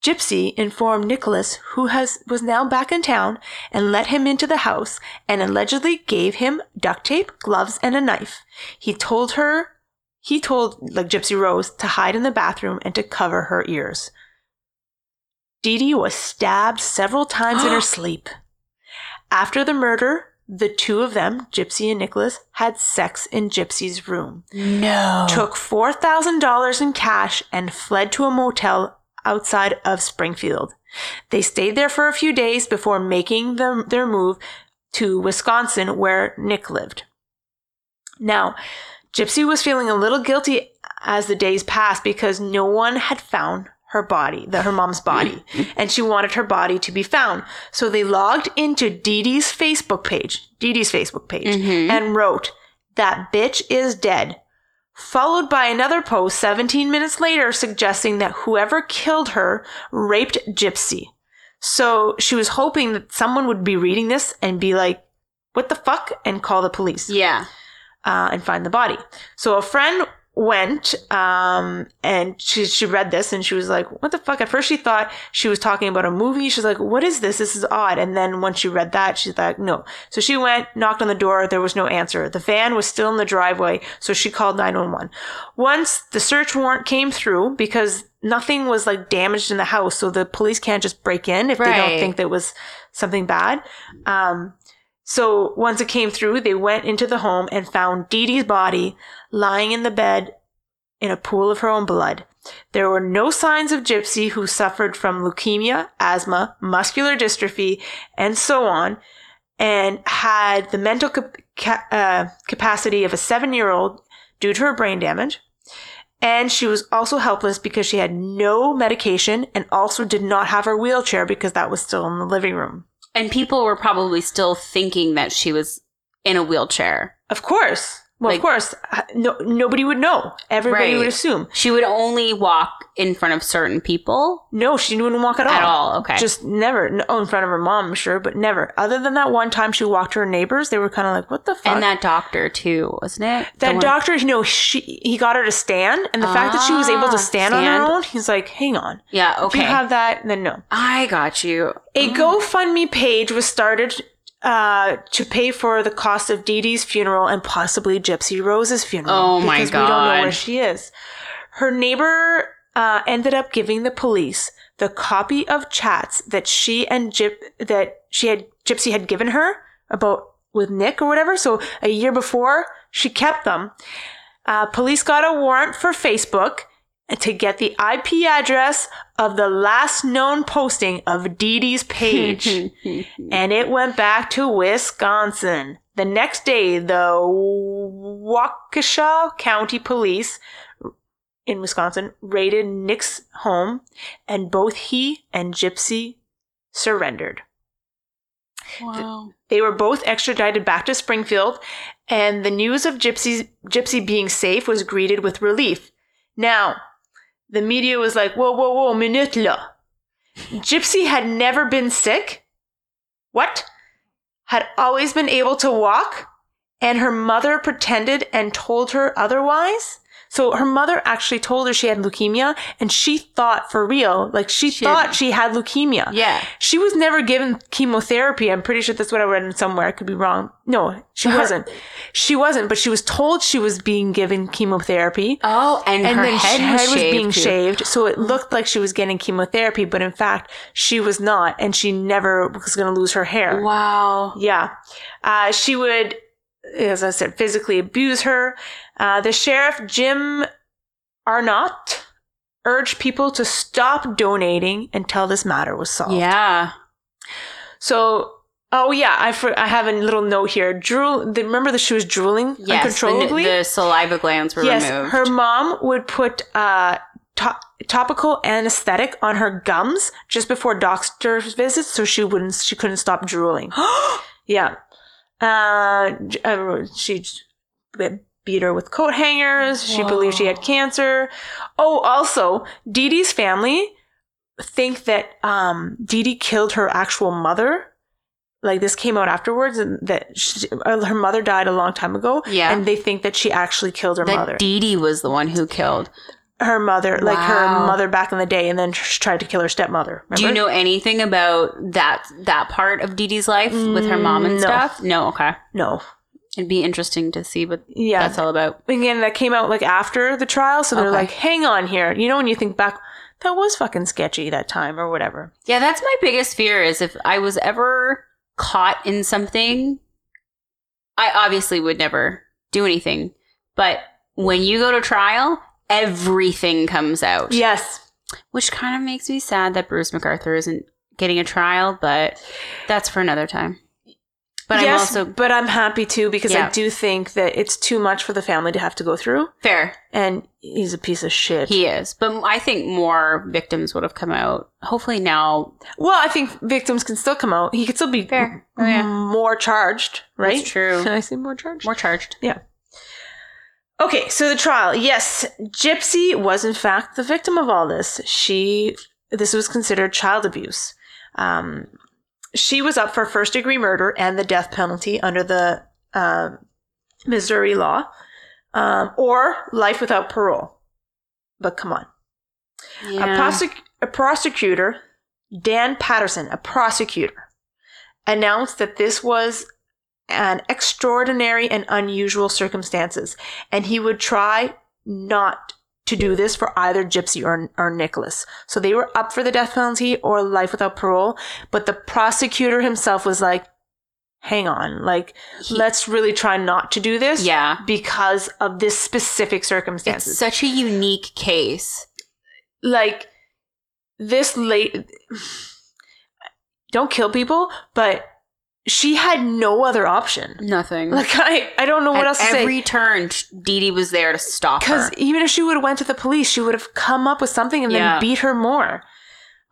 [SPEAKER 1] Gypsy informed Nicholas, who has was now back in town, and let him into the house and allegedly gave him duct tape, gloves, and a knife. He told her he told like Gypsy Rose to hide in the bathroom and to cover her ears. Dee Dee was stabbed several times in her sleep. After the murder, the two of them, Gypsy and Nicholas, had sex in Gypsy's room
[SPEAKER 2] No.
[SPEAKER 1] took $4,000 in cash and fled to a motel outside of Springfield. They stayed there for a few days before making the, their move to Wisconsin, where Nick lived. Now, Gypsy was feeling a little guilty as the days passed because no one had found her body, the, her mom's body, and she wanted her body to be found. So they logged into Dee Dee's Facebook page, Dee Dee's Facebook page,
[SPEAKER 2] Mhm.
[SPEAKER 1] and wrote, That bitch is dead. Followed by another post 17 minutes later suggesting that whoever killed her raped Gypsy. So she was hoping that someone would be reading this and be like, what the fuck? And call the police
[SPEAKER 2] Yeah.
[SPEAKER 1] uh, and find the body. So a friend went um, and she, she read this and she was like, What the fuck? At first, she thought she was talking about a movie. She's like, What is this? This is odd. And then once she read that, she's like, No. So she went, knocked on the door. There was no answer. The van was still in the driveway. So she called 911. Once the search warrant came through, because nothing was like damaged in the house, so the police can't just break in if they don't
[SPEAKER 2] Right.
[SPEAKER 1] think that was something bad. Um, so once it came through, they went into the home and found Dee Dee's body lying in the bed in a pool of her own blood. There were no signs of Gypsy, who suffered from leukemia, asthma, muscular dystrophy, and so on, and had the mental cap- ca- uh, capacity of a seven year old due to her brain damage. And she was also helpless because she had no medication and also did not have her wheelchair because that was still in the living room.
[SPEAKER 2] And people were probably still thinking that she was in a wheelchair.
[SPEAKER 1] Of course. Well,
[SPEAKER 2] Like-
[SPEAKER 1] of course, uh, no, nobody would know. Everybody
[SPEAKER 2] Right.
[SPEAKER 1] would assume.
[SPEAKER 2] She would only walk in front of certain people
[SPEAKER 1] No, she wouldn't walk at all.
[SPEAKER 2] at all. Okay.
[SPEAKER 1] Just never. N- Oh, in front of her mom, sure, but never. Other than that one time she walked to her neighbors, they were kind of like, what the fuck?
[SPEAKER 2] and that doctor too, wasn't it? The
[SPEAKER 1] That
[SPEAKER 2] one-
[SPEAKER 1] doctor, you know, she he got her to stand, and the fact that she was able
[SPEAKER 2] Ah,
[SPEAKER 1] to stand, on
[SPEAKER 2] stand.
[SPEAKER 1] her own, he's like, hang on.
[SPEAKER 2] Yeah.
[SPEAKER 1] If
[SPEAKER 2] Okay.
[SPEAKER 1] you have that, then no.
[SPEAKER 2] I got you.
[SPEAKER 1] [laughs] A
[SPEAKER 2] Oh.
[SPEAKER 1] GoFundMe page was started uh, to pay for the cost of Dee Dee's funeral and possibly Gypsy Rose's funeral.
[SPEAKER 2] Oh my
[SPEAKER 1] because we don't know where
[SPEAKER 2] God.
[SPEAKER 1] she is. Her neighbor uh, ended up giving the police the copy of chats that she and Gyp that she had Gypsy had given her about with Nick or whatever. So a year before, she kept them. Uh, police got a warrant for Facebook to get the IP address of the last known posting of Dee Dee's
[SPEAKER 2] [laughs]
[SPEAKER 1] page. and it went back to Wisconsin. The next day, the Waukesha County Police in Wisconsin raided Nick's home, and both he and Gypsy surrendered.
[SPEAKER 2] Wow.
[SPEAKER 1] They were both extradited back to Springfield, and the news of Gypsy, Gypsy being safe was greeted with relief. Now, the media was like, whoa, whoa, whoa, minute là. Gypsy had never been sick. What? Had always been able to walk, and her mother pretended and told her otherwise. So her mother actually told her she had leukemia, and she thought for real, like she,
[SPEAKER 2] She had-
[SPEAKER 1] thought she had leukemia.
[SPEAKER 2] Yeah.
[SPEAKER 1] She was never given chemotherapy. I'm pretty sure that's what I read somewhere. I could be wrong. No, she wasn't. She wasn't, but she was told she was being given chemotherapy.
[SPEAKER 2] Oh, and,
[SPEAKER 1] And
[SPEAKER 2] her
[SPEAKER 1] then
[SPEAKER 2] head,
[SPEAKER 1] her head was
[SPEAKER 2] shaved
[SPEAKER 1] being
[SPEAKER 2] too.
[SPEAKER 1] shaved, so it looked like she was getting chemotherapy, but in fact, she was not, and she never was going to lose her hair.
[SPEAKER 2] Wow.
[SPEAKER 1] Yeah. Uh, she would, as I said, physically abuse her. Uh, the sheriff, Jim Arnott, urged people to stop donating until this matter was solved.
[SPEAKER 2] Yeah.
[SPEAKER 1] So, oh yeah, I for, I have a little note here. Drool. The, remember that she was drooling
[SPEAKER 2] Yes. The,
[SPEAKER 1] uncontrollably.
[SPEAKER 2] the saliva glands were
[SPEAKER 1] yes,
[SPEAKER 2] removed. [gasps]
[SPEAKER 1] her mom would put uh, to- topical anesthetic on her gums just before doctor's visits, so she wouldn't she couldn't stop drooling. yeah, uh, j- uh, she b- beat her with coat hangers. She believed she had
[SPEAKER 2] Wow.
[SPEAKER 1] cancer. Oh, also, Dee Dee's family think that um, Dee Dee killed her actual mother. Like this came out afterwards, and that she, uh, her mother died a long time ago.
[SPEAKER 2] Yeah.
[SPEAKER 1] and they think that she actually killed her mother.
[SPEAKER 2] that Dee Dee was the one who killed.
[SPEAKER 1] her mother, like her
[SPEAKER 2] Wow.
[SPEAKER 1] mother back in the day, and then she tried to kill her stepmother.
[SPEAKER 2] Do you
[SPEAKER 1] remember?
[SPEAKER 2] know anything about that that part of Dee Dee's life with her mom and
[SPEAKER 1] No.
[SPEAKER 2] stuff? No. Okay.
[SPEAKER 1] No.
[SPEAKER 2] It'd be interesting to see what
[SPEAKER 1] Yeah.
[SPEAKER 2] that's all about.
[SPEAKER 1] Again, that came out like after the trial, so they're
[SPEAKER 2] Okay.
[SPEAKER 1] like, "Hang on here." You know, when you think back, that was fucking sketchy that time or whatever.
[SPEAKER 2] Yeah, that's my biggest fear is if I was ever caught in something, I obviously would never do anything. But when you go to trial, everything comes out.
[SPEAKER 1] Yes.
[SPEAKER 2] Which kind of makes me sad that Bruce MacArthur isn't getting a trial, but that's for another time. But I'm also
[SPEAKER 1] but I'm happy too because
[SPEAKER 2] Yeah.
[SPEAKER 1] I do think that it's too much for the family to have to go through,
[SPEAKER 2] fair.
[SPEAKER 1] and he's a piece of shit.
[SPEAKER 2] He is. But I think more victims would have come out. Hopefully now.
[SPEAKER 1] well, I think victims can still come out. He could still be
[SPEAKER 2] Fair. Oh, yeah.
[SPEAKER 1] more charged, right?
[SPEAKER 2] That's true.
[SPEAKER 1] [laughs] Can I say more charged?
[SPEAKER 2] More charged.
[SPEAKER 1] Okay, so the trial. Yes, Gypsy was in fact the victim of all this. She this was considered child abuse. Um, she was up for first degree murder and the death penalty under the um Missouri law, um, or life without parole. But come on,
[SPEAKER 2] Uh,
[SPEAKER 1] a, prosec- a prosecutor, Dan Patterson, a prosecutor, announced that this was an extraordinary and unusual circumstances, and he would try not to do this for either Gypsy or, or Nicholas. So they were up for the death penalty or life without parole, but the prosecutor himself was like, hang on, like, let's really try not to do this.
[SPEAKER 2] Yeah.
[SPEAKER 1] Because of this specific circumstances
[SPEAKER 2] It's such a unique case.
[SPEAKER 1] like this late [sighs] don't kill people but she had no other option
[SPEAKER 2] Nothing.
[SPEAKER 1] like i i don't know what
[SPEAKER 2] Mm-hmm. At
[SPEAKER 1] else to
[SPEAKER 2] every
[SPEAKER 1] say
[SPEAKER 2] turn, Dee Dee was there to stop her.
[SPEAKER 1] because even if she would have went to the police she would have come up with something and
[SPEAKER 2] Yeah.
[SPEAKER 1] then beat her more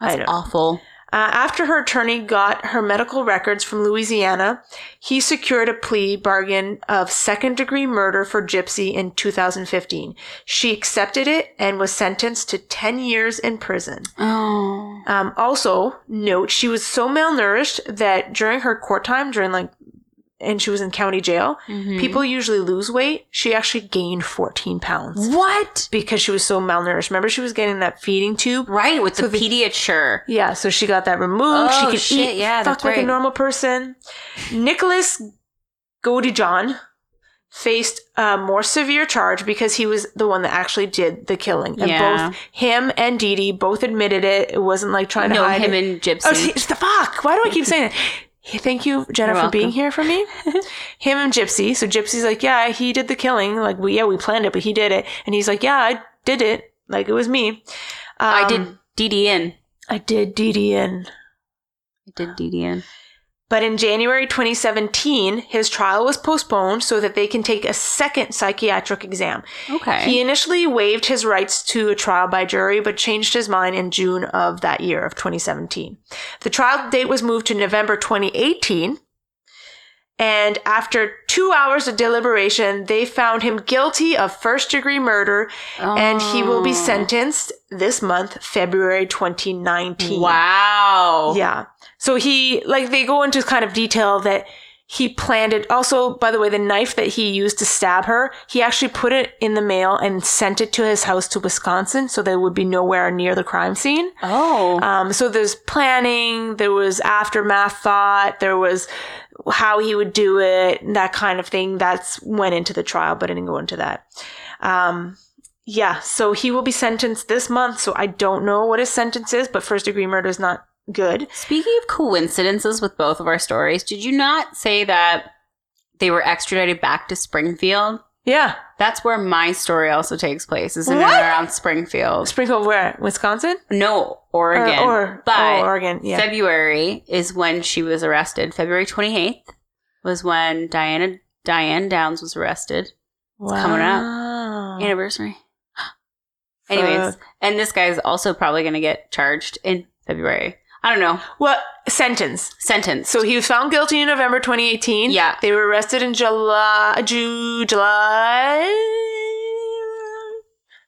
[SPEAKER 1] I
[SPEAKER 2] That's
[SPEAKER 1] don't-
[SPEAKER 2] awful.
[SPEAKER 1] Uh, after her attorney got her medical records from Louisiana, he secured a plea bargain of second degree murder for Gypsy in 2015. She accepted it and was sentenced to 10 years in prison.
[SPEAKER 2] Oh.
[SPEAKER 1] Um, also, note she was so malnourished that during her court time, during like, and she was in county jail,
[SPEAKER 2] Mm-hmm.
[SPEAKER 1] people usually lose weight. She actually gained 14 pounds
[SPEAKER 2] What?
[SPEAKER 1] because she was so malnourished. Remember, she was getting that feeding tube?
[SPEAKER 2] Right, with
[SPEAKER 1] So
[SPEAKER 2] the
[SPEAKER 1] the-
[SPEAKER 2] pediature.
[SPEAKER 1] Yeah, so she got that removed. she
[SPEAKER 2] Oh,
[SPEAKER 1] can
[SPEAKER 2] shit,
[SPEAKER 1] eat
[SPEAKER 2] yeah,
[SPEAKER 1] fuck
[SPEAKER 2] that's
[SPEAKER 1] like a
[SPEAKER 2] right.
[SPEAKER 1] normal person. Nicholas Godijan faced a more severe charge because he was the one that actually did the killing. And
[SPEAKER 2] Yeah.
[SPEAKER 1] both him and Dee Dee both admitted it. It wasn't like trying to
[SPEAKER 2] No,
[SPEAKER 1] hide
[SPEAKER 2] him
[SPEAKER 1] it.
[SPEAKER 2] and Gypsy.
[SPEAKER 1] Oh, see, it's the fuck. Why do I keep saying it? Hey, Thank you, Jenna,
[SPEAKER 2] You're
[SPEAKER 1] for being
[SPEAKER 2] welcome.
[SPEAKER 1] here for
[SPEAKER 2] [laughs]
[SPEAKER 1] me. Him and Gypsy. So Gypsy's like, yeah, he did the killing. Like, we yeah, we planned it, but he did it. And he's like, yeah, I did it. Like, it was me.
[SPEAKER 2] I
[SPEAKER 1] Um,
[SPEAKER 2] did DDN.
[SPEAKER 1] I did DD in.
[SPEAKER 2] I did DDN.
[SPEAKER 1] But in January 2017, his trial was postponed so that they can take a second psychiatric exam.
[SPEAKER 2] Okay.
[SPEAKER 1] He initially waived his rights to a trial by jury, but changed his mind in June of that year of 2017. The trial date was moved to November 2018. And after two hours of deliberation, they found him guilty of first degree murder, and he will be
[SPEAKER 2] Oh.
[SPEAKER 1] sentenced this month, February 2019.
[SPEAKER 2] Oh. Wow.
[SPEAKER 1] Yeah. So he like they go into kind of detail that he planned it. Also, by the way, the knife that he used to stab her, he actually put it in the mail and sent it to his house to Wisconsin, so they would be nowhere near the crime scene.
[SPEAKER 2] Oh.
[SPEAKER 1] Um, so there's planning, there was aftermath thought, there was how he would do it, and that kind of thing. That's went into the trial, but I didn't go into that. Um, yeah, so he will be sentenced this month. So I don't know what his sentence is, but first degree murder is not good.
[SPEAKER 2] Speaking of coincidences with both of our stories, did you not say that they were extradited back to Springfield?
[SPEAKER 1] Yeah,
[SPEAKER 2] That's where my story also takes place, is in and
[SPEAKER 1] What?
[SPEAKER 2] around Springfield.
[SPEAKER 1] Sprinkle where? Wisconsin?
[SPEAKER 2] No, Oregon.
[SPEAKER 1] Or, or,
[SPEAKER 2] but
[SPEAKER 1] oh, Oregon, yeah.
[SPEAKER 2] February is when she was arrested. February 28th was when Diana Diane Downs was arrested. coming up.
[SPEAKER 1] Wow.
[SPEAKER 2] anniversary.
[SPEAKER 1] Oh. Fuck.
[SPEAKER 2] Anyways, and this guy's also probably going to get charged in February. I don't know.
[SPEAKER 1] Well, sentence.
[SPEAKER 2] Sentence.
[SPEAKER 1] So he was found guilty in November 2018.
[SPEAKER 2] Yeah.
[SPEAKER 1] They were arrested in July, Ju- July,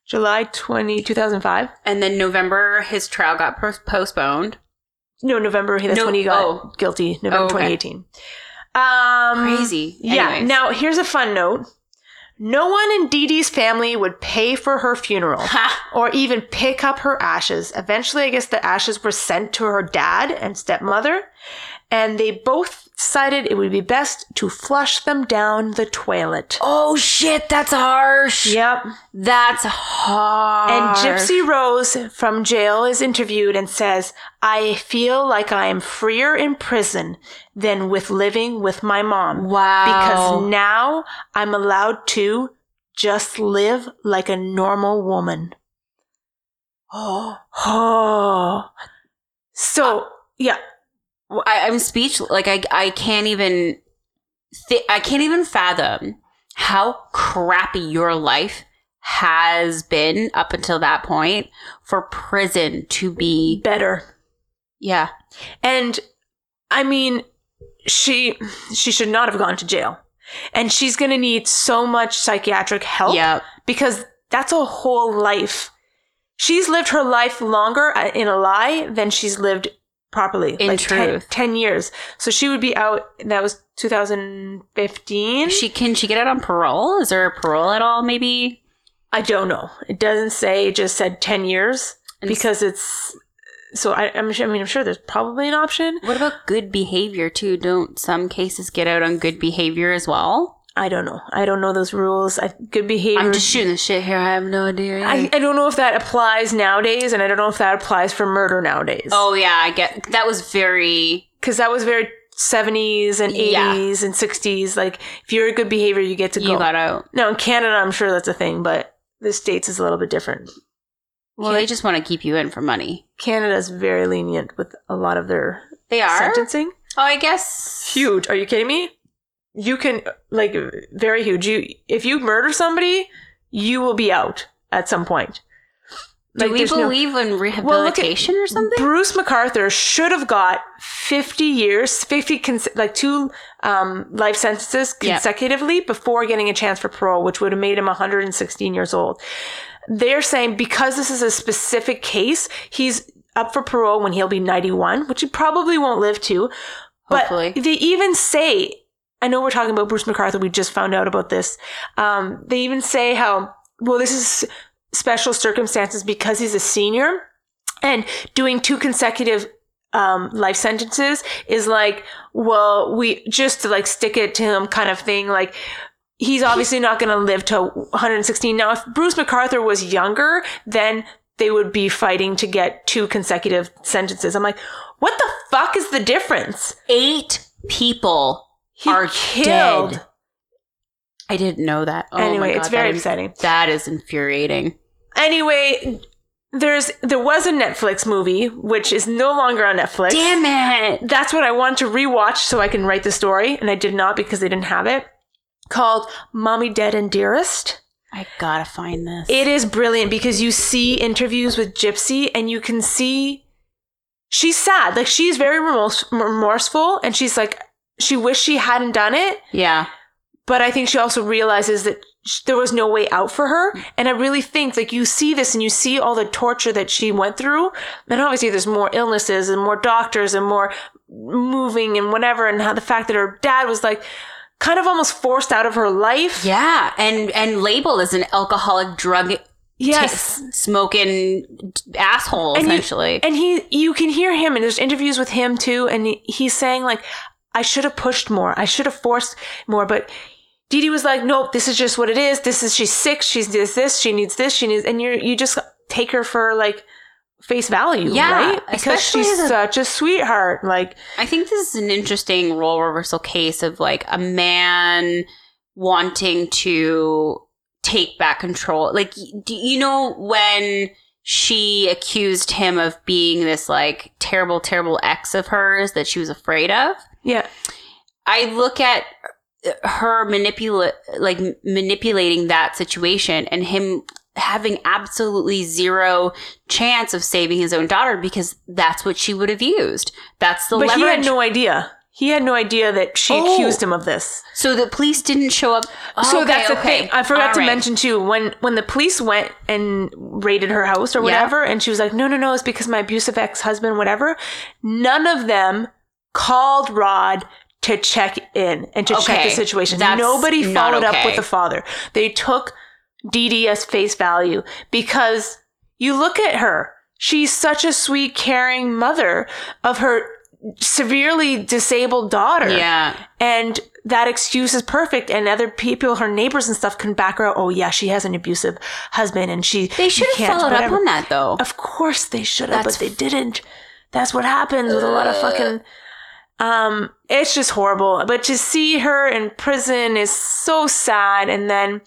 [SPEAKER 1] July 20, 2005.
[SPEAKER 2] and then November, his trial got pos- postponed.
[SPEAKER 1] No, November. That's
[SPEAKER 2] No-
[SPEAKER 1] when he got
[SPEAKER 2] oh.
[SPEAKER 1] guilty. November
[SPEAKER 2] Oh, okay.
[SPEAKER 1] 2018. Um,
[SPEAKER 2] Crazy.
[SPEAKER 1] Yeah.
[SPEAKER 2] Anyways.
[SPEAKER 1] Now, here's a fun note. No one in Dee Dee's family would pay for her funeral.
[SPEAKER 2] Ha!
[SPEAKER 1] or even pick up her ashes. Eventually, I guess the ashes were sent to her dad and stepmother, and they both decided it would be best to flush them down the toilet.
[SPEAKER 2] Oh shit, that's harsh.
[SPEAKER 1] Yep.
[SPEAKER 2] That's hard.
[SPEAKER 1] And Gypsy Rose from jail is interviewed and says, I feel like I am freer in prison than with living with my mom.
[SPEAKER 2] Wow.
[SPEAKER 1] Because now I'm allowed to just live like a normal woman. [gasps]
[SPEAKER 2] oh,
[SPEAKER 1] Oh. So, yeah.
[SPEAKER 2] I, I'm speechless. Like I, I can't even, thi- I can't even fathom how crappy your life has been up until that point for prison to be
[SPEAKER 1] better.
[SPEAKER 2] Yeah.
[SPEAKER 1] And I mean, she she should not have gone to jail. And she's going to need so much psychiatric help
[SPEAKER 2] Yeah.
[SPEAKER 1] because that's a whole life. She's lived her life longer uh, in a lie than she's lived properly.
[SPEAKER 2] In
[SPEAKER 1] ten-
[SPEAKER 2] truth.
[SPEAKER 1] 10 years. So she would be out that was 2015.
[SPEAKER 2] She can she get out on parole? Is there a parole at all? Maybe.
[SPEAKER 1] I don't know. It doesn't say. It just said ten years
[SPEAKER 2] And s-
[SPEAKER 1] because it's. So I, I'm sure. I mean, I'm sure there's probably an option.
[SPEAKER 2] What about good behavior too? Don't some cases get out on good behavior as well?
[SPEAKER 1] I don't know. I don't know those rules. I, good behavior.
[SPEAKER 2] I'm just shooting the shit here. I have no idea.
[SPEAKER 1] I, I don't know if that applies nowadays, and I don't know if that applies for murder nowadays.
[SPEAKER 2] oh yeah, I get that was very
[SPEAKER 1] because that was very 70s and 80s
[SPEAKER 2] Yeah.
[SPEAKER 1] and 60s. Like, if you're a good behavior, you get to
[SPEAKER 2] you
[SPEAKER 1] go.
[SPEAKER 2] got out.
[SPEAKER 1] no, in Canada, I'm sure that's a thing, but the states is a little bit different.
[SPEAKER 2] Well, they just want to keep you in for money.
[SPEAKER 1] Canada's very lenient with a lot of their
[SPEAKER 2] They are.
[SPEAKER 1] sentencing.
[SPEAKER 2] Oh, I guess.
[SPEAKER 1] huge. Are you kidding me? You can like very huge. You if you murder somebody, you will be out at some point.
[SPEAKER 2] Do
[SPEAKER 1] Like,
[SPEAKER 2] we
[SPEAKER 1] there's no-
[SPEAKER 2] believe in rehabilitation or something?
[SPEAKER 1] Bruce MacArthur should have got 50 years, 50 cons- like two um, life sentences
[SPEAKER 2] Yeah.
[SPEAKER 1] consecutively before getting a chance for parole, which would have made him 116 years old. They're saying because this is a specific case, he's up for parole when he'll be 91, which he probably won't live to. But
[SPEAKER 2] Hopefully.
[SPEAKER 1] they even say, I know we're talking about Bruce MacArthur. We just found out about this. Um, they even say how, well, this is special circumstances because he's a senior and doing two consecutive um, life sentences is like, well, we just to like stick it to him kind of thing. Like, he's obviously not going to live to 116. Now, if Bruce MacArthur was younger, then they would be fighting to get two consecutive sentences. I'm like, what the fuck is the difference?
[SPEAKER 2] Eight people
[SPEAKER 1] He
[SPEAKER 2] are
[SPEAKER 1] killed.
[SPEAKER 2] dead. I didn't know that. Oh my
[SPEAKER 1] anyway,
[SPEAKER 2] God,
[SPEAKER 1] it's very
[SPEAKER 2] that is-
[SPEAKER 1] upsetting.
[SPEAKER 2] that is infuriating.
[SPEAKER 1] Anyway, there's there was a Netflix movie which is no longer on Netflix.
[SPEAKER 2] Damn it!
[SPEAKER 1] that's what I wanted to rewatch so I can write the story, and I did not because they didn't have it. Called Mommy Dead and Dearest.
[SPEAKER 2] I gotta find this.
[SPEAKER 1] It is brilliant because you see interviews with Gypsy and you can see she's sad. Like she's very remorse- remorseful and she's like, she wished she hadn't done it,
[SPEAKER 2] yeah.
[SPEAKER 1] but I think she also realizes that sh- there was no way out for her. And I really think, like, you see this and you see all the torture that she went through. And obviously, there's more illnesses and more doctors and more moving and whatever. And how the fact that her dad was like kind of almost forced out of her life.
[SPEAKER 2] Yeah, and and labeled as an alcoholic, drug t-
[SPEAKER 1] Yes.
[SPEAKER 2] smoking asshole
[SPEAKER 1] And you-
[SPEAKER 2] essentially.
[SPEAKER 1] And he, you can hear him, and there's interviews with him too, and he- he's saying like, "I should have pushed more. I should have forced more." But Dee Dee was like, "Nope, this is just what it is. This is she's sick. She's this, this. She needs this. She needs." And you, you just take her for like face value,
[SPEAKER 2] Yeah,
[SPEAKER 1] right? Because
[SPEAKER 2] especially
[SPEAKER 1] she's
[SPEAKER 2] as a-
[SPEAKER 1] such a sweetheart. Like,
[SPEAKER 2] I think this is an interesting role reversal case of like a man wanting to take back control. Like, y- do you know when she accused him of being this like terrible, terrible ex of hers that she was afraid of?
[SPEAKER 1] yeah,
[SPEAKER 2] I look at uh, her manipula like manipulating that situation and him having absolutely zero chance of saving his own daughter because that's what she would have used. That's the
[SPEAKER 1] but
[SPEAKER 2] leverage.
[SPEAKER 1] he had no idea. He had no idea that she
[SPEAKER 2] Oh.
[SPEAKER 1] accused him of this.
[SPEAKER 2] So the police didn't show up.
[SPEAKER 1] so
[SPEAKER 2] Okay,
[SPEAKER 1] that's the
[SPEAKER 2] okay.
[SPEAKER 1] thing. I forgot
[SPEAKER 2] All
[SPEAKER 1] to
[SPEAKER 2] right.
[SPEAKER 1] mention too when when the police went and raided her house or
[SPEAKER 2] Yeah.
[SPEAKER 1] whatever, and she was like, "No, no, no, it's because my abusive ex husband, whatever." None of them called Rod to check in and to check
[SPEAKER 2] Okay,
[SPEAKER 1] the situation.
[SPEAKER 2] that's
[SPEAKER 1] Nobody
[SPEAKER 2] not
[SPEAKER 1] followed up
[SPEAKER 2] okay.
[SPEAKER 1] with the father. They took Dee Dee as face value because you look at her. She's such a sweet, caring mother of her severely disabled daughter.
[SPEAKER 2] Yeah.
[SPEAKER 1] And that excuse is perfect. And other people, her neighbors and stuff, can back her. out. Oh yeah, she has an abusive husband, and she
[SPEAKER 2] They should
[SPEAKER 1] you
[SPEAKER 2] have
[SPEAKER 1] can't,
[SPEAKER 2] followed
[SPEAKER 1] whatever.
[SPEAKER 2] up on that though.
[SPEAKER 1] Of course they should have, but
[SPEAKER 2] That's
[SPEAKER 1] they didn't. That's what happens with a lot of fucking.
[SPEAKER 2] Uh.
[SPEAKER 1] Um, it's just horrible. But to see her in prison is so sad. And then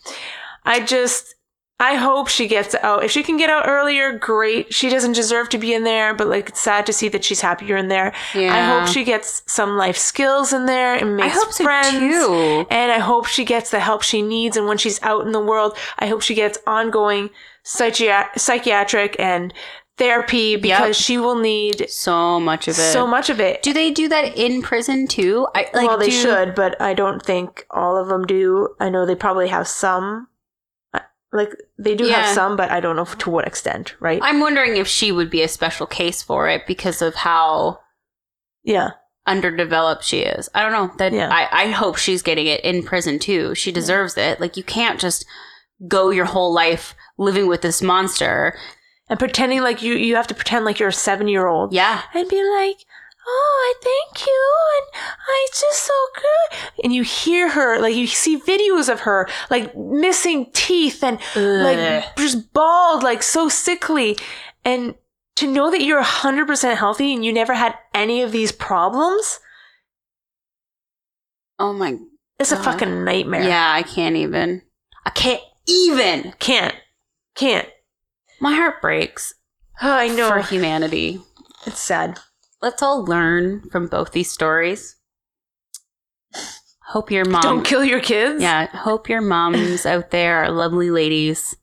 [SPEAKER 1] I just, I hope she gets out. If she can get out earlier, great. She doesn't deserve to be in there, but like it's sad to see that she's happier in there. I
[SPEAKER 2] Yeah.
[SPEAKER 1] hope she gets some life skills in there and
[SPEAKER 2] I
[SPEAKER 1] makes
[SPEAKER 2] hope so
[SPEAKER 1] friends.
[SPEAKER 2] too.
[SPEAKER 1] And I hope she gets the help she needs. And when she's out in the world, I hope she gets ongoing psychia- psychiatric and therapy because she will need
[SPEAKER 2] So much of it.
[SPEAKER 1] so much of it.
[SPEAKER 2] Do they do that in prison too? I like.
[SPEAKER 1] well, they
[SPEAKER 2] do-
[SPEAKER 1] should, but I don't think all of them do. I know they probably have some. uh, Like, they do have
[SPEAKER 2] Yeah.
[SPEAKER 1] some, but I don't know to what extent, right?
[SPEAKER 2] I'm wondering if she would be a special case for it because of how
[SPEAKER 1] yeah.
[SPEAKER 2] underdeveloped she is. I don't know. That
[SPEAKER 1] Yeah.
[SPEAKER 2] I, I hope she's getting it in prison too. She deserves it. Like you can't just go your whole life living with this monster.
[SPEAKER 1] And pretending like you, you have to pretend like you're a seven year old.
[SPEAKER 2] Yeah.
[SPEAKER 1] and be like, "Oh, I thank you, and I it's just so good." And you hear her, like you see videos of her, like missing teeth and
[SPEAKER 2] Ugh.
[SPEAKER 1] like just bald, like so sickly, and to know that you're hundred percent healthy and you never had any of these problems
[SPEAKER 2] Oh my
[SPEAKER 1] is a
[SPEAKER 2] Uh-huh.
[SPEAKER 1] fucking nightmare.
[SPEAKER 2] Yeah, I can't even. I can't even.
[SPEAKER 1] can't, can't.
[SPEAKER 2] My heart breaks
[SPEAKER 1] Oh, I know
[SPEAKER 2] for humanity.
[SPEAKER 1] it's sad.
[SPEAKER 2] Let's all learn from both these stories. Hope your mom. um,
[SPEAKER 1] Don't kill your kids.
[SPEAKER 2] Yeah, hope your moms out there are lovely ladies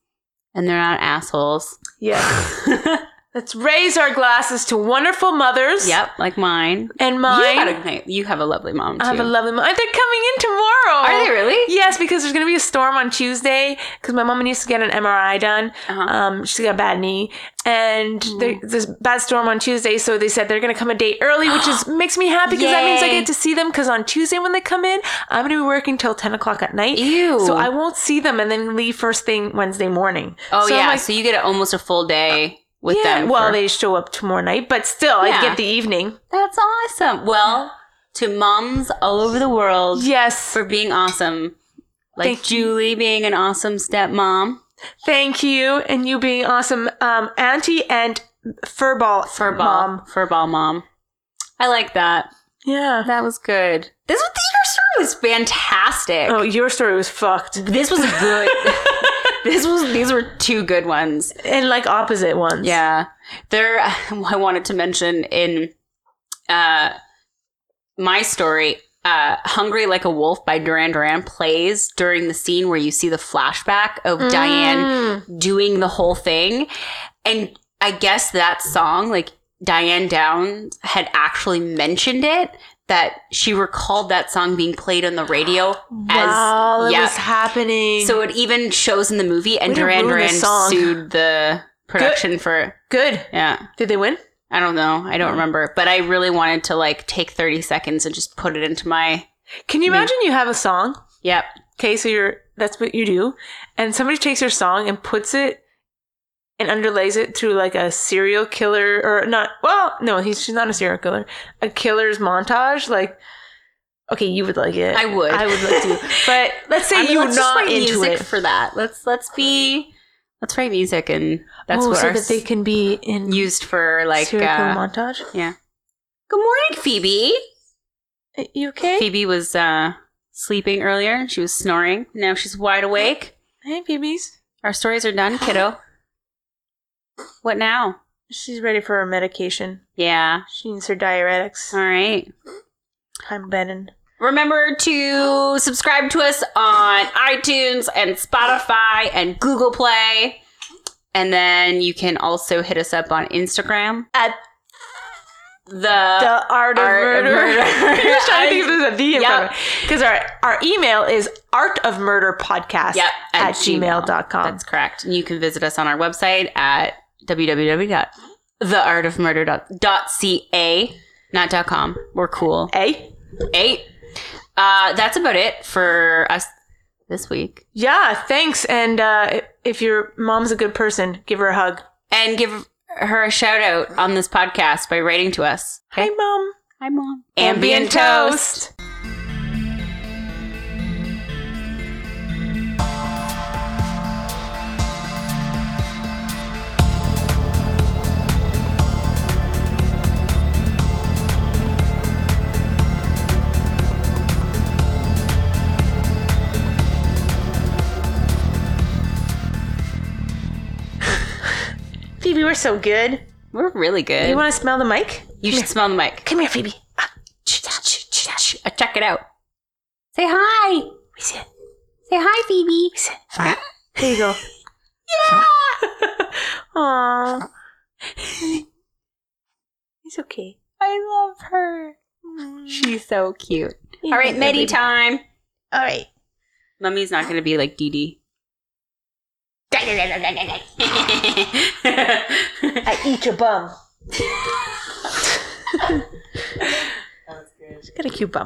[SPEAKER 2] and they're not assholes.
[SPEAKER 1] Yes.
[SPEAKER 2] [laughs]
[SPEAKER 1] Let's raise our glasses to wonderful mothers.
[SPEAKER 2] Yep, like mine.
[SPEAKER 1] And mine.
[SPEAKER 2] You, had a, nice- you have a lovely mom too.
[SPEAKER 1] I have a lovely mom. They're coming in tomorrow.
[SPEAKER 2] Are they really?
[SPEAKER 1] Yes, because there's going to be a storm on Tuesday because my mom needs to get an MRI done.
[SPEAKER 2] Uh-huh. Mm.
[SPEAKER 1] Um, she's got a bad knee, and there, there's a bad storm on Tuesday. So they said they're going to come a day early, which
[SPEAKER 2] [gasps]
[SPEAKER 1] is makes me happy because that means I
[SPEAKER 2] Yay.
[SPEAKER 1] get to see them. Because on Tuesday when they come in, I'm going to be working till 10 o'clock at night.
[SPEAKER 2] Ew.
[SPEAKER 1] So I won't see them and then leave first thing Wednesday morning.
[SPEAKER 2] oh
[SPEAKER 1] so I'm
[SPEAKER 2] yeah,
[SPEAKER 1] like,
[SPEAKER 2] so you get almost a full day with
[SPEAKER 1] yeah,
[SPEAKER 2] them.
[SPEAKER 1] well,
[SPEAKER 2] for-
[SPEAKER 1] they show up tomorrow night, but still,
[SPEAKER 2] Yeah.
[SPEAKER 1] I get the evening.
[SPEAKER 2] that's awesome. Well, to moms all over the world
[SPEAKER 1] Yes.
[SPEAKER 2] for being awesome, like
[SPEAKER 1] Thank you.
[SPEAKER 2] Julie being an awesome stepmom.
[SPEAKER 1] Thank you, and you being awesome, um, Auntie and Furball.
[SPEAKER 2] Furball.
[SPEAKER 1] Mom.
[SPEAKER 2] Furball mom. I like that.
[SPEAKER 1] Yeah.
[SPEAKER 2] That was good. This was your story was fantastic.
[SPEAKER 1] Oh, your story was fucked,
[SPEAKER 2] This was
[SPEAKER 1] [laughs]
[SPEAKER 2] a good. [laughs] this was these were two good ones.
[SPEAKER 1] and like opposite ones.
[SPEAKER 2] Yeah. There [laughs] I wanted to mention in uh my story uh, Hungry Like a Wolf by Duran Duran plays during the scene where you see the flashback of Diane
[SPEAKER 1] Mm.
[SPEAKER 2] doing the whole thing. And I guess that song, like Diane Downs had actually mentioned it, that she recalled that song being played on
[SPEAKER 1] [gasps]
[SPEAKER 2] the radio
[SPEAKER 1] While
[SPEAKER 2] as
[SPEAKER 1] it
[SPEAKER 2] yeah.
[SPEAKER 1] was happening.
[SPEAKER 2] So it even shows in the movie and
[SPEAKER 1] Way to ruin
[SPEAKER 2] Duran
[SPEAKER 1] the
[SPEAKER 2] Duran
[SPEAKER 1] song.
[SPEAKER 2] sued the production for
[SPEAKER 1] good.
[SPEAKER 2] yeah.
[SPEAKER 1] Did they win?
[SPEAKER 2] I don't know. I don't remember. But I really wanted to like take 30 seconds and just put it into my
[SPEAKER 1] Can you
[SPEAKER 2] Me.
[SPEAKER 1] imagine you have a song?
[SPEAKER 2] Yep.
[SPEAKER 1] Okay, so you're that's what you do, and somebody takes your song and puts it and underlays it through like a serial killer or not. Well, no, he's she's not a serial killer. A killer's montage, like. Okay, you would like it.
[SPEAKER 2] I would.
[SPEAKER 1] I would like
[SPEAKER 2] [laughs]
[SPEAKER 1] to. But let's say
[SPEAKER 2] I mean,
[SPEAKER 1] you're
[SPEAKER 2] let's just
[SPEAKER 1] not
[SPEAKER 2] write
[SPEAKER 1] into
[SPEAKER 2] music
[SPEAKER 1] it.
[SPEAKER 2] for that. Let's let's be let's write music and that's
[SPEAKER 1] oh,
[SPEAKER 2] what
[SPEAKER 1] so
[SPEAKER 2] our
[SPEAKER 1] that they
[SPEAKER 2] s-
[SPEAKER 1] can be in
[SPEAKER 2] used for like
[SPEAKER 1] serial killer
[SPEAKER 2] uh,
[SPEAKER 1] montage.
[SPEAKER 2] Good morning, Phoebe.
[SPEAKER 1] Uh, You okay?
[SPEAKER 2] Phoebe was uh sleeping earlier and she was snoring. Now she's wide awake.
[SPEAKER 1] Hey, babies.
[SPEAKER 2] Our stories are
[SPEAKER 1] [gasps]
[SPEAKER 2] done, kiddo. What now?
[SPEAKER 1] She's ready for her medication.
[SPEAKER 2] Yeah.
[SPEAKER 1] She needs her diuretics.
[SPEAKER 2] All right.
[SPEAKER 1] I'm betting.
[SPEAKER 2] Remember to subscribe to us on iTunes and Spotify and Google Play. And then you can also hit us up on Instagram
[SPEAKER 1] At
[SPEAKER 2] the,
[SPEAKER 1] the art of
[SPEAKER 2] Uh, Art of
[SPEAKER 1] murder. [laughs]
[SPEAKER 2] Murder.
[SPEAKER 1] I was trying to think if there's a
[SPEAKER 2] [laughs]
[SPEAKER 1] V in
[SPEAKER 2] Yep.
[SPEAKER 1] front Because our, our email is artofmurderpodcast
[SPEAKER 2] Yep,
[SPEAKER 1] at,
[SPEAKER 2] at
[SPEAKER 1] gmail. gmail.com.
[SPEAKER 2] That's correct. And you can visit us on our website at www.theartofmurder.ca, not dot .com. We're cool.
[SPEAKER 1] Eh?
[SPEAKER 2] Eight. Uh, that's about it for us this week.
[SPEAKER 1] Yeah, thanks. And uh, if your mom's a good person, give her a hug.
[SPEAKER 2] And give her a shout out on this podcast by writing to us.
[SPEAKER 1] Hi, Mom.
[SPEAKER 2] Hi, Mom.
[SPEAKER 1] Ambient
[SPEAKER 2] Ambient toast.
[SPEAKER 1] toast. Phoebe, we're so good.
[SPEAKER 2] We're really good.
[SPEAKER 1] You
[SPEAKER 2] You,
[SPEAKER 1] want to smell the mic?
[SPEAKER 2] should smell the mic.
[SPEAKER 1] Come here, Phoebe. Ah,
[SPEAKER 2] Uh, Check it out. Say hi.
[SPEAKER 1] we see it.
[SPEAKER 2] Say hi, Phoebe.
[SPEAKER 1] There you go. [laughs] yeah. Aww. [laughs] It's okay.
[SPEAKER 2] I love her. She's so cute. All right, Medi time.
[SPEAKER 1] All right.
[SPEAKER 2] Mummy's not going to be like Dee Dee.
[SPEAKER 1] [laughs] I eat your bum. She's got a cute bum.